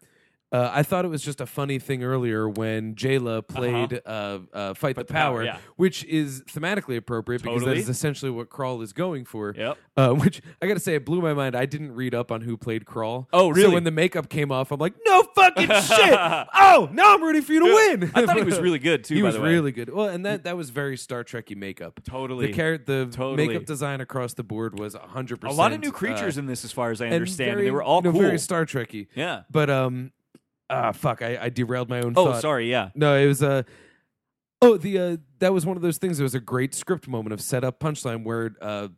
[SPEAKER 3] Uh, I thought it was just a funny thing earlier when Jayla played uh uh, Fight the,
[SPEAKER 2] Uh-huh. the
[SPEAKER 3] Power,
[SPEAKER 2] Power, yeah.
[SPEAKER 3] which is thematically appropriate because
[SPEAKER 2] Totally.
[SPEAKER 3] that is essentially what Crawl is going for.
[SPEAKER 2] Yep.
[SPEAKER 3] Uh, which I got to say, it blew my mind. I didn't read up on who played Crawl.
[SPEAKER 2] Oh,
[SPEAKER 3] So
[SPEAKER 2] really?
[SPEAKER 3] when the makeup came off, I'm like, no fucking shit. Oh, now I'm rooting for you to win.
[SPEAKER 2] I thought he was really good too.
[SPEAKER 3] He
[SPEAKER 2] by
[SPEAKER 3] was
[SPEAKER 2] the way.
[SPEAKER 3] really good. Well, and that that was very Star Trekky makeup.
[SPEAKER 2] Totally.
[SPEAKER 3] The character, the
[SPEAKER 2] Totally.
[SPEAKER 3] makeup design across the board was
[SPEAKER 2] A
[SPEAKER 3] hundred percent.
[SPEAKER 2] lot of new creatures in this, as far as I
[SPEAKER 3] uh, and
[SPEAKER 2] understand. and
[SPEAKER 3] very-
[SPEAKER 2] they were all
[SPEAKER 3] you know,
[SPEAKER 2] cool.
[SPEAKER 3] very Star Trekky.
[SPEAKER 2] yeah.
[SPEAKER 3] But um, ah, fuck, I, I derailed my own.
[SPEAKER 2] Oh,
[SPEAKER 3] thought.
[SPEAKER 2] sorry. Yeah.
[SPEAKER 3] No, it was Uh, oh, the uh, that was one of those things. It was a great script moment of setup punchline where uh,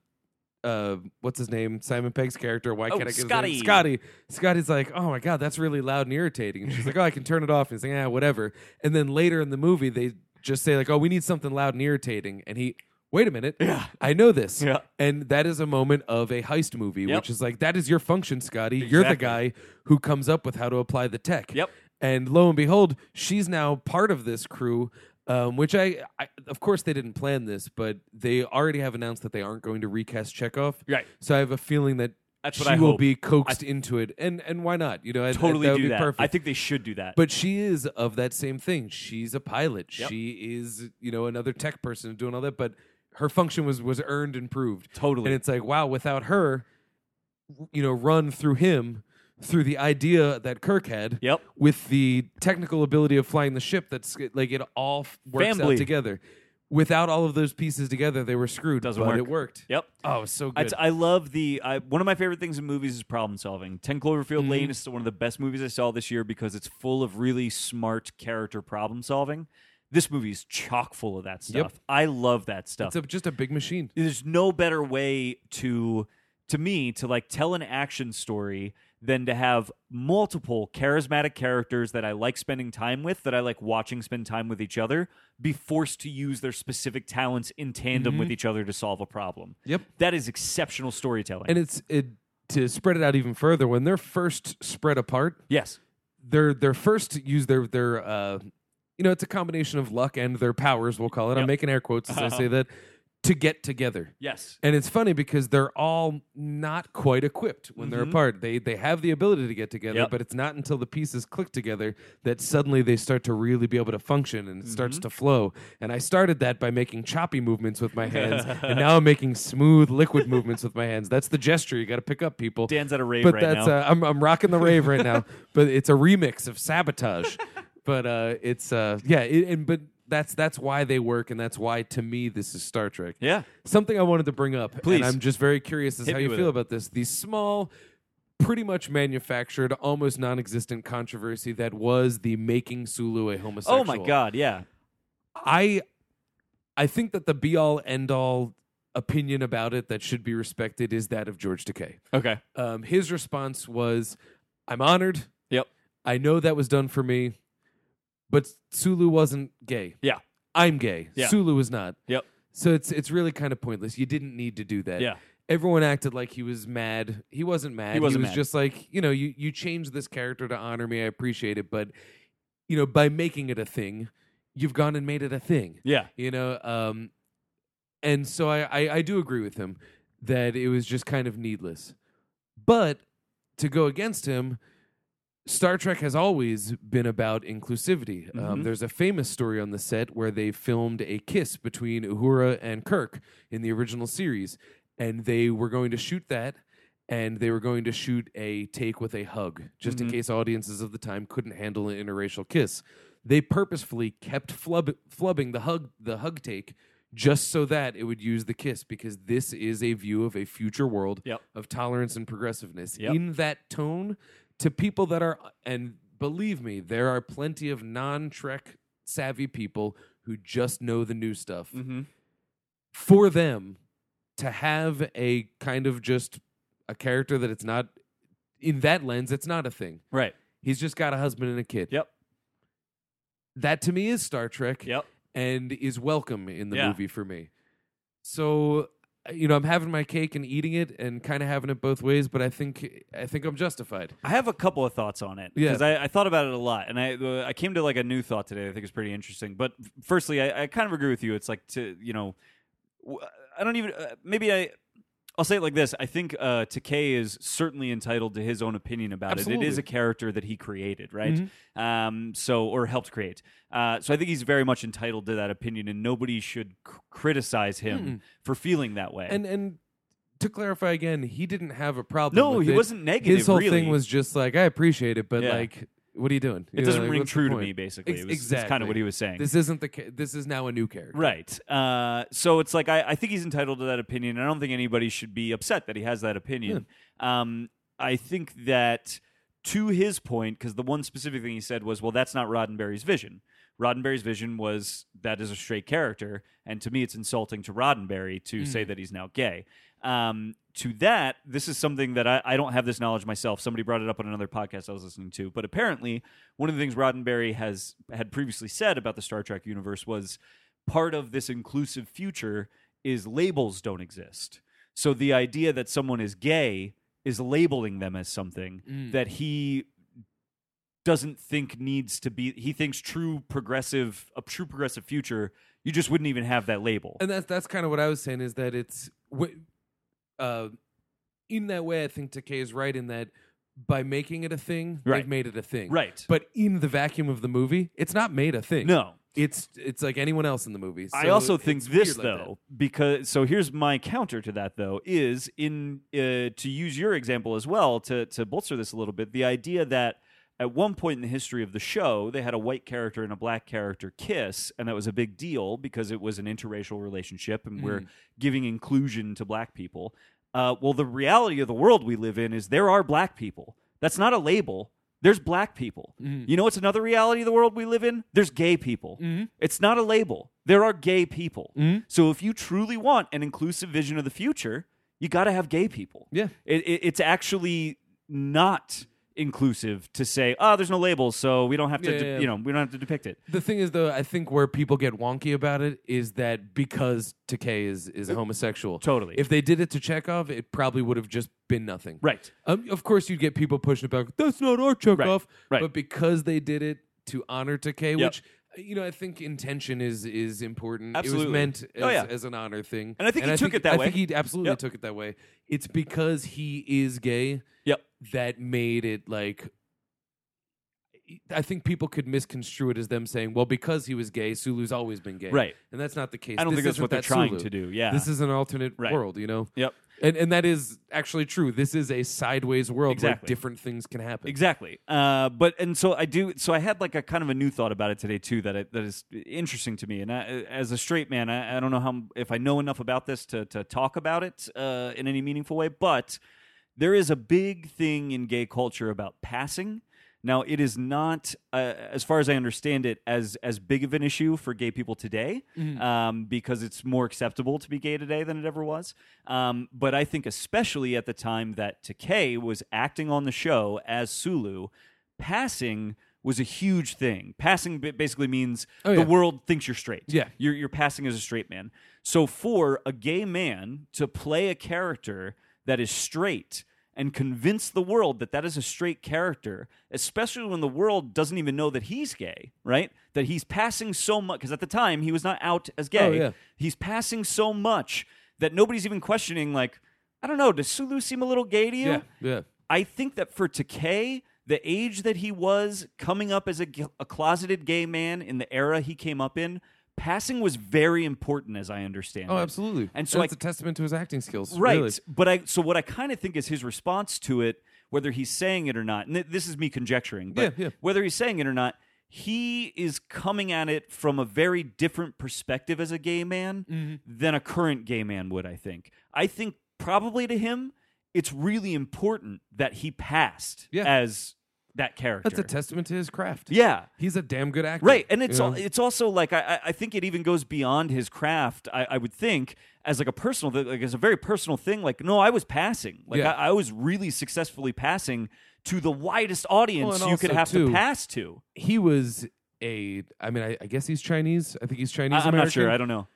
[SPEAKER 3] uh, what's his name? Simon Pegg's character. Why
[SPEAKER 2] Oh,
[SPEAKER 3] can't I get his name?
[SPEAKER 2] Scotty.
[SPEAKER 3] Scotty. Scotty's like, oh my god, that's really loud and irritating. And she's like, oh, I can turn it off. And he's like, yeah, whatever. And then later in the movie, they just say like, oh, we need something loud and irritating. And he, wait a minute, yeah, I know this.
[SPEAKER 2] Yeah.
[SPEAKER 3] And that is a moment of a heist movie,
[SPEAKER 2] Yep.
[SPEAKER 3] which is like, that is your function, Scotty. You're the
[SPEAKER 2] Exactly.
[SPEAKER 3] guy guy who comes up with how to apply the tech.
[SPEAKER 2] Yep.
[SPEAKER 3] And lo and behold, she's now part of this crew. Um, which I, I, of course, they didn't plan this, but they already have announced that they aren't going to recast Chekhov.
[SPEAKER 2] Right.
[SPEAKER 3] So I have a feeling that
[SPEAKER 2] That's
[SPEAKER 3] she
[SPEAKER 2] what I
[SPEAKER 3] will
[SPEAKER 2] hope.
[SPEAKER 3] be coaxed into it, and and why not? You know, I, I-
[SPEAKER 2] Totally
[SPEAKER 3] that would
[SPEAKER 2] do
[SPEAKER 3] be
[SPEAKER 2] that.
[SPEAKER 3] perfect.
[SPEAKER 2] I think they should do that.
[SPEAKER 3] But she is of that same thing. She's a pilot.
[SPEAKER 2] Yep.
[SPEAKER 3] She is, you know, another tech person doing all that. But her function was was earned and proved.
[SPEAKER 2] Totally.
[SPEAKER 3] And it's like, wow, without her, you know, run through him, through the idea that Kirk had.
[SPEAKER 2] Yep.
[SPEAKER 3] With the technical ability of flying the ship, that's like it all f- works
[SPEAKER 2] Family.
[SPEAKER 3] out together. Without all of those pieces together, they were screwed.
[SPEAKER 2] Doesn't
[SPEAKER 3] but
[SPEAKER 2] work.
[SPEAKER 3] It worked.
[SPEAKER 2] yep.
[SPEAKER 3] Oh, it was so
[SPEAKER 2] I,
[SPEAKER 3] good.
[SPEAKER 2] I love the I, one of my favorite things in movies is problem solving. Ten Cloverfield
[SPEAKER 3] Mm-hmm.
[SPEAKER 2] Lane is one of the best movies I saw this year because it's full of really smart character problem solving. This movie is chock full of that stuff. I love that stuff.
[SPEAKER 3] it's a, just a big machine.
[SPEAKER 2] There's no better way to to me to like tell an action story than to have multiple charismatic characters that I like spending time with, that I like watching spend time with each other, be forced to use their specific talents in tandem
[SPEAKER 3] Mm-hmm.
[SPEAKER 2] with each other to solve a problem.
[SPEAKER 3] Yep.
[SPEAKER 2] That is exceptional storytelling.
[SPEAKER 3] And it's it to spread it out even further when they're first spread apart.
[SPEAKER 2] yes.
[SPEAKER 3] their their first use their their uh you know it's a combination of luck and their powers we'll call it i'm
[SPEAKER 2] Yep.
[SPEAKER 3] making air quotes as i say that to get together
[SPEAKER 2] Yes.
[SPEAKER 3] and it's funny because they're all not quite equipped when they're apart they they have the ability to get together
[SPEAKER 2] Mm-hmm. Yep.
[SPEAKER 3] but it's not until the pieces click together that suddenly they start to really be able to function and it
[SPEAKER 2] Mm-hmm.
[SPEAKER 3] starts to flow and i started that by making choppy movements with my hands and now i'm making smooth liquid movements with my hands that's the gesture you got to pick up people
[SPEAKER 2] Dan's at a rave
[SPEAKER 3] but
[SPEAKER 2] right
[SPEAKER 3] that's
[SPEAKER 2] now.
[SPEAKER 3] Uh, I'm I'm rocking the rave right now. But it's a remix of sabotage. but uh, it's uh, yeah, it, and but that's that's why they work, and that's why to me this is Star Trek.
[SPEAKER 2] Yeah.
[SPEAKER 3] Something I wanted to bring up,
[SPEAKER 2] Please.
[SPEAKER 3] and I'm just very curious as
[SPEAKER 2] Hit
[SPEAKER 3] how
[SPEAKER 2] me
[SPEAKER 3] you
[SPEAKER 2] with
[SPEAKER 3] feel
[SPEAKER 2] it.
[SPEAKER 3] about this. The small. Pretty much manufactured, almost non-existent controversy that was the making Sulu a homosexual.
[SPEAKER 2] Oh my god, yeah.
[SPEAKER 3] I I think that the be-all end-all opinion about it that should be respected is that of George Takei
[SPEAKER 2] Okay.
[SPEAKER 3] um, his response was, "I'm honored.
[SPEAKER 2] Yep.
[SPEAKER 3] I know that was done for me, but Sulu wasn't gay.
[SPEAKER 2] Yeah.
[SPEAKER 3] I'm gay.
[SPEAKER 2] Yeah.
[SPEAKER 3] Sulu is not.
[SPEAKER 2] Yep.
[SPEAKER 3] So it's it's really kind of pointless. You didn't need to do that.
[SPEAKER 2] Yeah.
[SPEAKER 3] Everyone acted like he was mad. He wasn't mad.
[SPEAKER 2] He wasn't
[SPEAKER 3] was
[SPEAKER 2] mad.
[SPEAKER 3] just like, you know, you you changed this character to honor me. I appreciate it, but you know, by making it a thing, you've gone and made it a thing
[SPEAKER 2] Yeah.
[SPEAKER 3] you know um and so I, I i do agree with him that it was just kind of needless but to go against him star trek has always been about inclusivity um,
[SPEAKER 2] Mhm.
[SPEAKER 3] there's a famous story on the set where they filmed a kiss between uhura and kirk in the original series and they were going to shoot that and they were going to shoot a take with a hug just in
[SPEAKER 2] Mhm.
[SPEAKER 3] case audiences of the time couldn't handle an interracial kiss they purposefully kept flub- flubbing the hug the hug take just so that it would use the kiss because this is a view of a future world
[SPEAKER 2] Yep.
[SPEAKER 3] of tolerance and progressiveness
[SPEAKER 2] Yep.
[SPEAKER 3] in that tone to people that are and believe me there are plenty of non-trek savvy people who just know the new stuff
[SPEAKER 2] Mm-hmm.
[SPEAKER 3] for them to have a kind of just a character that it's not in that lens it's not a thing
[SPEAKER 2] Right.
[SPEAKER 3] he's just got a husband and a kid
[SPEAKER 2] Yep.
[SPEAKER 3] that to me is star trek
[SPEAKER 2] Yep.
[SPEAKER 3] and is welcome in the
[SPEAKER 2] Yeah.
[SPEAKER 3] movie for me so uh, you know i'm having my cake and eating it and kind of having it both ways but i think i think i'm justified
[SPEAKER 2] I have a couple of thoughts on it
[SPEAKER 3] Yeah.
[SPEAKER 2] because I, I thought about it a lot, and I uh, I came to like a new thought today. I think is pretty interesting. But f- firstly, I, I kind of agree with you. It's like to you know, w- I don't even uh, maybe I I'll say it like this: I think uh, Takei is certainly entitled to his own opinion about it. It is
[SPEAKER 3] Absolutely. Mm-hmm.
[SPEAKER 2] a character that he created, right? Um, so or helped create. Uh, so I think he's very much entitled to that opinion, and nobody should c- criticize him for feeling that way.
[SPEAKER 3] Hmm. And and to clarify again, he didn't have a problem.
[SPEAKER 2] No,
[SPEAKER 3] with
[SPEAKER 2] he
[SPEAKER 3] it.
[SPEAKER 2] wasn't negative,
[SPEAKER 3] His whole
[SPEAKER 2] really.
[SPEAKER 3] thing was just like, I appreciate it, but
[SPEAKER 2] Yeah.
[SPEAKER 3] like, what are you doing?
[SPEAKER 2] it
[SPEAKER 3] You know,
[SPEAKER 2] doesn't
[SPEAKER 3] like,
[SPEAKER 2] ring
[SPEAKER 3] what's the
[SPEAKER 2] true to
[SPEAKER 3] point?
[SPEAKER 2] me, basically.
[SPEAKER 3] Ex-
[SPEAKER 2] It was- it's
[SPEAKER 3] exactly.
[SPEAKER 2] kind of what he was saying.
[SPEAKER 3] This isn't the. Ca- this is now a new character.
[SPEAKER 2] Right. Uh, so it's like I, I think he's entitled to that opinion. I don't think anybody should be upset that he has that opinion. Um, I think that to his point, because the one specific thing he said was, "Well, that's not Roddenberry's vision. Roddenberry's vision was that is a straight character, and to me, it's insulting to Roddenberry to say that he's now gay." Um, to that, this is something that I, I don't have this knowledge myself. Somebody brought it up on another podcast I was listening to, but apparently, one of the things Roddenberry has had previously said about the Star Trek universe was part of this inclusive future is labels don't exist. So the idea that someone is gay is labeling them as something that he doesn't think needs to be he thinks true progressive a true progressive future you just wouldn't even have that label.
[SPEAKER 3] And that's that's kind of what I was saying is that it's, wh- uh, in that way, I think Takei is right in that by making it a thing,
[SPEAKER 2] Right.
[SPEAKER 3] they've made it a thing.
[SPEAKER 2] Right.
[SPEAKER 3] But in the vacuum of the movie, it's not made a thing.
[SPEAKER 2] no.
[SPEAKER 3] It's it's like anyone else in the movie.
[SPEAKER 2] I
[SPEAKER 3] So
[SPEAKER 2] also think
[SPEAKER 3] it's
[SPEAKER 2] this
[SPEAKER 3] weird like that.
[SPEAKER 2] though, because so here's my counter to that though is in uh, to use your example as well to to bolster this a little bit. The idea that at one point in the history of the show, they had a white character and a black character kiss, and that was a big deal because it was an interracial relationship, and we're
[SPEAKER 3] Mm.
[SPEAKER 2] giving inclusion to black people. Uh, well, the reality of the world we live in is there are black people. That's not a label. There's black people.
[SPEAKER 3] Mm.
[SPEAKER 2] You know what's another reality of the world we live in? There's gay people.
[SPEAKER 3] Mm-hmm.
[SPEAKER 2] It's not a label. There are gay people. So if you truly want an inclusive vision of the future, you got to have gay people.
[SPEAKER 3] Yeah.
[SPEAKER 2] It, it, it's actually not inclusive to say, oh, there's no labels, so we don't have to,
[SPEAKER 3] Yeah,
[SPEAKER 2] de-
[SPEAKER 3] yeah, yeah.
[SPEAKER 2] you know, we don't have to depict it.
[SPEAKER 3] The thing is, though, I think where people get wonky about it is that because Takei is is a homosexual.
[SPEAKER 2] Totally.
[SPEAKER 3] If they did it to Chekhov, it probably would have just been nothing.
[SPEAKER 2] Right.
[SPEAKER 3] Um, of course, you'd get people pushing back. That's not our Chekhov.
[SPEAKER 2] right.
[SPEAKER 3] But because they did it to honor
[SPEAKER 2] Yep.
[SPEAKER 3] Takei, which you know, I think intention is is important. It
[SPEAKER 2] Absolutely.
[SPEAKER 3] was meant as,
[SPEAKER 2] Oh, yeah.
[SPEAKER 3] as an honor thing,
[SPEAKER 2] And I think he took it that
[SPEAKER 3] I
[SPEAKER 2] way.
[SPEAKER 3] think he absolutely
[SPEAKER 2] Yep.
[SPEAKER 3] took it that way. It's because he is gay
[SPEAKER 2] Yep.
[SPEAKER 3] that made it like I think people could misconstrue it as them saying, "Well, because he was gay, Sulu's always been gay."
[SPEAKER 2] Right.
[SPEAKER 3] and that's not the case.
[SPEAKER 2] I don't
[SPEAKER 3] This
[SPEAKER 2] think that's
[SPEAKER 3] isn't
[SPEAKER 2] what they're
[SPEAKER 3] that
[SPEAKER 2] trying
[SPEAKER 3] Sulu.
[SPEAKER 2] to do. Yeah.
[SPEAKER 3] This is an alternate
[SPEAKER 2] Right.
[SPEAKER 3] world, you know.
[SPEAKER 2] Yep.
[SPEAKER 3] And and that is actually true. This is a sideways world
[SPEAKER 2] Exactly.
[SPEAKER 3] where different things can happen.
[SPEAKER 2] Exactly. Uh, but and so I do. So I had like a kind of a new thought about it today too. That I, that is interesting to me. And I, as a straight man, I, I don't know how if I know enough about this to to talk about it uh, in any meaningful way. But there is a big thing in gay culture about passing. Now it is not, uh, as far as I understand it, as as big of an issue for gay people today,
[SPEAKER 3] Mm-hmm.
[SPEAKER 2] um, because it's more acceptable to be gay today than it ever was. Um, but I think, especially at the time that Takei was acting on the show as Sulu, passing was a huge thing. Passing ba- basically means
[SPEAKER 3] Oh,
[SPEAKER 2] the
[SPEAKER 3] yeah.
[SPEAKER 2] world thinks you're straight.
[SPEAKER 3] Yeah.
[SPEAKER 2] you're you're passing as a straight man. So for a gay man to play a character that is straight and convince the world that that is a straight character, especially when the world doesn't even know that he's gay, right? That he's passing so much because at the time he was not out as gay.
[SPEAKER 3] Oh, yeah.
[SPEAKER 2] He's passing so much that nobody's even questioning. Like, I don't know, does Sulu seem a little gay to you?
[SPEAKER 3] Yeah, yeah.
[SPEAKER 2] I think that for Takei, the age that he was coming up as a, g- a closeted gay man in the era he came up in, passing was very important, as I understand.
[SPEAKER 3] Oh,
[SPEAKER 2] it.
[SPEAKER 3] absolutely.
[SPEAKER 2] And so
[SPEAKER 3] that's
[SPEAKER 2] I,
[SPEAKER 3] a testament to his acting skills,
[SPEAKER 2] right,
[SPEAKER 3] really.
[SPEAKER 2] but I so what I kind of think is his response to it, whether he's saying it or not, and th- this is me conjecturing, but
[SPEAKER 3] Yeah, yeah.
[SPEAKER 2] whether he's saying it or not. He is coming at it from a very different perspective as a gay man
[SPEAKER 3] Mm-hmm.
[SPEAKER 2] than a current gay man would, I think. I think probably to him, it's really important that he passed
[SPEAKER 3] Yeah.
[SPEAKER 2] as that character.
[SPEAKER 3] That's a testament to his craft.
[SPEAKER 2] yeah.
[SPEAKER 3] he's a damn good actor,
[SPEAKER 2] Right, and it's
[SPEAKER 3] you
[SPEAKER 2] al-
[SPEAKER 3] know?
[SPEAKER 2] it's also like I I- I think it even goes beyond his craft. I, I would think as like a personal th- like as a very personal thing. Like no, I was passing. Like
[SPEAKER 3] Yeah.
[SPEAKER 2] I, I was really successfully passing to the widest audience
[SPEAKER 3] Well, and
[SPEAKER 2] you could
[SPEAKER 3] also,
[SPEAKER 2] have to
[SPEAKER 3] too,
[SPEAKER 2] pass to.
[SPEAKER 3] he was a. I mean, I, I guess he's Chinese. I think he's Chinese.
[SPEAKER 2] I, am not sure.
[SPEAKER 3] American.
[SPEAKER 2] I don't know.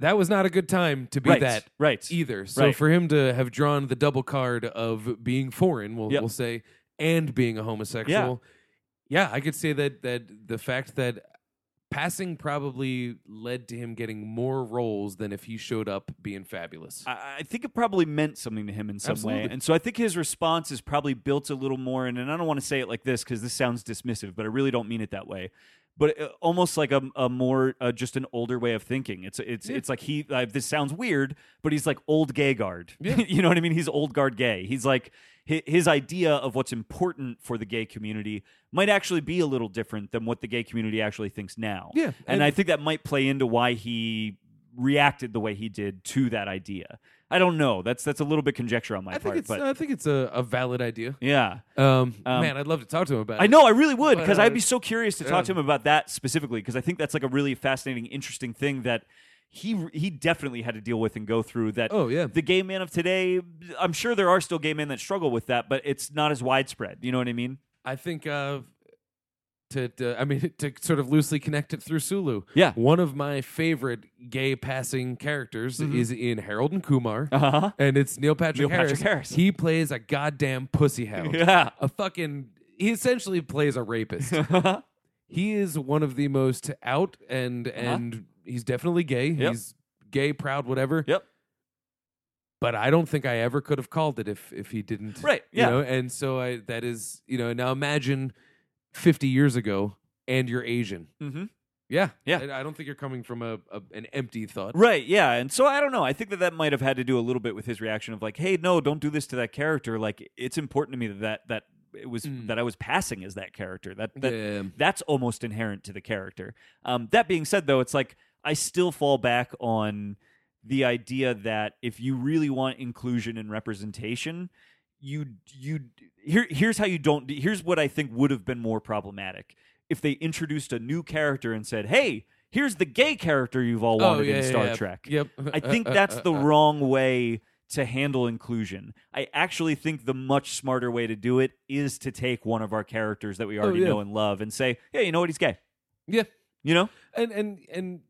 [SPEAKER 3] that was not a good time to be
[SPEAKER 2] Right,
[SPEAKER 3] that
[SPEAKER 2] right,
[SPEAKER 3] either. So
[SPEAKER 2] right.
[SPEAKER 3] for him to have drawn the double card of being foreign, we'll,
[SPEAKER 2] Yep.
[SPEAKER 3] we'll say, and being a homosexual, yeah. I could say that that the fact that passing probably led to him getting more roles than if he showed up being fabulous.
[SPEAKER 2] I, I think it probably meant something to him in some way.
[SPEAKER 3] Absolutely.
[SPEAKER 2] And so I think his response is probably built a little more. in- And I don't want to say it like this because this sounds dismissive, but I really don't mean it that way. But uh, almost like a, a more uh, just an older way of thinking. It's it's it's like he. Uh, this sounds weird, but he's like old gay guard. you know what I mean? He's old guard gay. He's like hi- his idea of what's important for the gay community might actually be a little different than what the gay community actually thinks now.
[SPEAKER 3] Yeah,
[SPEAKER 2] and
[SPEAKER 3] and-
[SPEAKER 2] I think that might play into why he reacted the way he did to that idea. I don't know. That's that's a little bit conjecture on my
[SPEAKER 3] I think
[SPEAKER 2] part,
[SPEAKER 3] it's uh,
[SPEAKER 2] but
[SPEAKER 3] I think it's a, a valid idea.
[SPEAKER 2] yeah.
[SPEAKER 3] Um, man, I'd love to talk to him about
[SPEAKER 2] I
[SPEAKER 3] it.
[SPEAKER 2] know I really would because
[SPEAKER 3] But, uh,
[SPEAKER 2] I'd be so curious to talk to him about that specifically because I think that's like a really fascinating, interesting thing that he he definitely had to deal with and go through. That
[SPEAKER 3] Oh, yeah.
[SPEAKER 2] the gay man of today. I'm sure there are still gay men that struggle with that, but it's not as widespread. You know what I mean?
[SPEAKER 3] I think uh, to, to I mean to sort of loosely connect it through Sulu.
[SPEAKER 2] Yeah.
[SPEAKER 3] one of my favorite gay passing characters is in Harold and Kumar,
[SPEAKER 2] Mm-hmm. Uh-huh.
[SPEAKER 3] and it's Neil Patrick,
[SPEAKER 2] Neil Patrick
[SPEAKER 3] Harris.
[SPEAKER 2] Harris.
[SPEAKER 3] He plays a goddamn pussy hound.
[SPEAKER 2] Yeah.
[SPEAKER 3] a fucking. He essentially plays a rapist.
[SPEAKER 2] Mm-hmm.
[SPEAKER 3] he is one of the most out and and he's definitely gay.
[SPEAKER 2] Uh-huh. Yep.
[SPEAKER 3] He's gay, proud, whatever.
[SPEAKER 2] Yep.
[SPEAKER 3] But I don't think I ever could have called it if if he didn't.
[SPEAKER 2] Right,
[SPEAKER 3] You
[SPEAKER 2] yeah.
[SPEAKER 3] know, and so I that is you know now imagine fifty years ago and you're Asian.
[SPEAKER 2] Mm-hmm.
[SPEAKER 3] Yeah.
[SPEAKER 2] Yeah.
[SPEAKER 3] I, I don't think you're coming from a, a an empty thought.
[SPEAKER 2] Right, yeah. And so I don't know. I think that that might have had to do a little bit with his reaction of like, "Hey, no, don't do this to that character." Like it's important to me that that, that it was that I was passing as that character. That, that
[SPEAKER 3] Yeah.
[SPEAKER 2] that's almost inherent to the character. Um, that being said though, it's like I still fall back on the idea that if you really want inclusion and representation, you you here here's how you don't do- here's what I think would have been more problematic if they introduced a new character and said, "Hey, here's the gay character you've all
[SPEAKER 3] Oh,
[SPEAKER 2] wanted in Star Trek."
[SPEAKER 3] Yep.
[SPEAKER 2] I think that's the wrong way to handle inclusion. I actually think the much smarter way to do it is to take one of our characters that we already
[SPEAKER 3] yeah.
[SPEAKER 2] know and love and say, "Yeah, you know what? He's gay."
[SPEAKER 3] Yeah.
[SPEAKER 2] You know?
[SPEAKER 3] and and and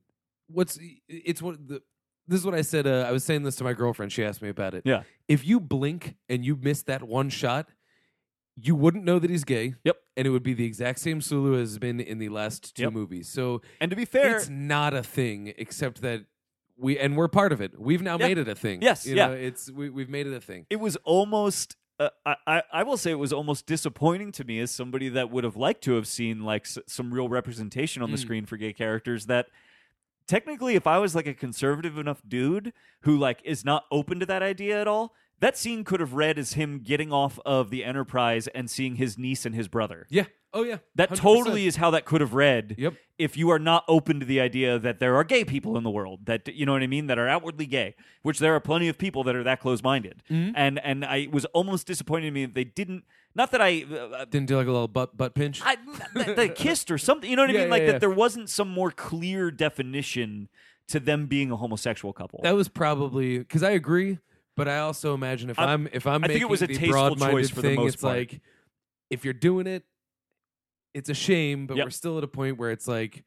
[SPEAKER 3] what's it's what the this is what I said. Uh, I was saying this to my girlfriend. She asked me about it.
[SPEAKER 2] Yeah.
[SPEAKER 3] If you blink and you miss that one shot, you wouldn't know that he's gay.
[SPEAKER 2] Yep.
[SPEAKER 3] And it would be the exact same Sulu as been in the last two
[SPEAKER 2] Yep.
[SPEAKER 3] movies. So
[SPEAKER 2] And to be fair,
[SPEAKER 3] it's not a thing, except that we and we're part of it. We've now
[SPEAKER 2] Yeah.
[SPEAKER 3] made it a thing.
[SPEAKER 2] Yes,
[SPEAKER 3] You
[SPEAKER 2] yeah.
[SPEAKER 3] know, it's we, we've made it a thing.
[SPEAKER 2] it was almost uh, I, I- I will say it was almost disappointing to me as somebody that would have liked to have seen like s- some real representation on the screen for gay characters that technically if i was like a conservative enough dude who like is not open to that idea at all that scene could have read as him getting off of the enterprise and seeing his niece and his brother
[SPEAKER 3] Yeah. Oh yeah.
[SPEAKER 2] that
[SPEAKER 3] 100%.
[SPEAKER 2] totally is how that could have read
[SPEAKER 3] Yep.
[SPEAKER 2] if you are not open to the idea that there are gay people in the world that you know what I mean that are outwardly gay, which there are plenty of people that are that close-minded.
[SPEAKER 3] Mm-hmm.
[SPEAKER 2] And and I it was almost disappointed to me that they didn't not that I uh,
[SPEAKER 3] didn't do like a little butt butt pinch.
[SPEAKER 2] I that they kissed or something, you know what I
[SPEAKER 3] Yeah,
[SPEAKER 2] mean? like
[SPEAKER 3] yeah,
[SPEAKER 2] that
[SPEAKER 3] yeah.
[SPEAKER 2] there wasn't some more clear definition to them being a homosexual couple.
[SPEAKER 3] That was probably because I agree, but I also imagine if
[SPEAKER 2] I-
[SPEAKER 3] I'm if I'm
[SPEAKER 2] I
[SPEAKER 3] making
[SPEAKER 2] think it was a
[SPEAKER 3] the
[SPEAKER 2] tasteful
[SPEAKER 3] broad-minded
[SPEAKER 2] choice for the
[SPEAKER 3] thing,
[SPEAKER 2] most
[SPEAKER 3] it's
[SPEAKER 2] part.
[SPEAKER 3] like if you're doing it, it's a shame, but
[SPEAKER 2] Yep.
[SPEAKER 3] we're still at a point where it's like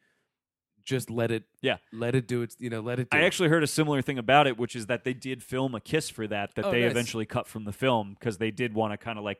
[SPEAKER 3] just let it,
[SPEAKER 2] Yeah.
[SPEAKER 3] let it do its, you know, let it. Do
[SPEAKER 2] I
[SPEAKER 3] it.
[SPEAKER 2] actually heard a similar thing about it, which is that they did film a kiss for that that
[SPEAKER 3] Oh,
[SPEAKER 2] they
[SPEAKER 3] nice.
[SPEAKER 2] eventually cut from the film because they did want to kind of like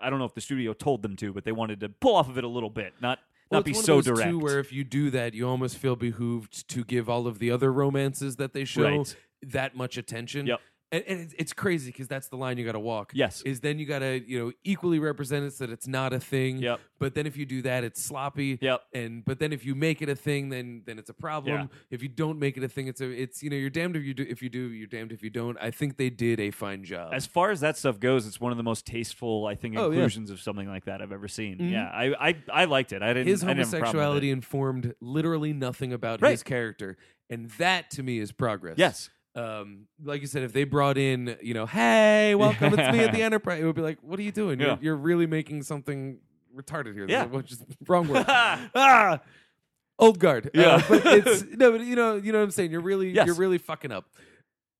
[SPEAKER 2] I don't know if the studio told them to, but they wanted to pull off of it a little bit, not
[SPEAKER 3] Well,
[SPEAKER 2] not be
[SPEAKER 3] it's one
[SPEAKER 2] so
[SPEAKER 3] of those
[SPEAKER 2] direct.
[SPEAKER 3] Too, where if you do that, you almost feel behooved to give all of the other romances that they show
[SPEAKER 2] Right.
[SPEAKER 3] that much attention.
[SPEAKER 2] Yep.
[SPEAKER 3] And, and it's- it's crazy because that's the line you got to walk.
[SPEAKER 2] Yes.
[SPEAKER 3] is then you got to you know equally represent it so that it's not a thing.
[SPEAKER 2] Yep.
[SPEAKER 3] But then if you do that, it's sloppy.
[SPEAKER 2] Yep.
[SPEAKER 3] And but then if you make it a thing, then then it's a problem. If you don't make it a thing, it's a it's you know you're damned if you do if you do you're damned if you don't. I think they did a fine job.
[SPEAKER 2] as far as that stuff goes, it's one of the most tasteful, I think,
[SPEAKER 3] Oh, yeah. Mm-hmm.
[SPEAKER 2] inclusions of something like that I've ever seen. Yeah, I, I I liked it. I didn't.
[SPEAKER 3] his
[SPEAKER 2] I didn't have a problem with
[SPEAKER 3] homosexuality
[SPEAKER 2] it.
[SPEAKER 3] informed literally nothing about
[SPEAKER 2] Right.
[SPEAKER 3] his character, and that to me is progress.
[SPEAKER 2] Yes.
[SPEAKER 3] um, like you said, if they brought in, you know, hey, welcome, it's me at the
[SPEAKER 2] Yeah.
[SPEAKER 3] Enterprise, it would be like, what are you doing?
[SPEAKER 2] Yeah.
[SPEAKER 3] You're, you're really making something retarded here.
[SPEAKER 2] Yeah.
[SPEAKER 3] Which is wrong word. ah, old guard. Uh,
[SPEAKER 2] Yeah.
[SPEAKER 3] but it's no, but you know, you know what I'm saying. You're really,
[SPEAKER 2] Yes.
[SPEAKER 3] you're really fucking up.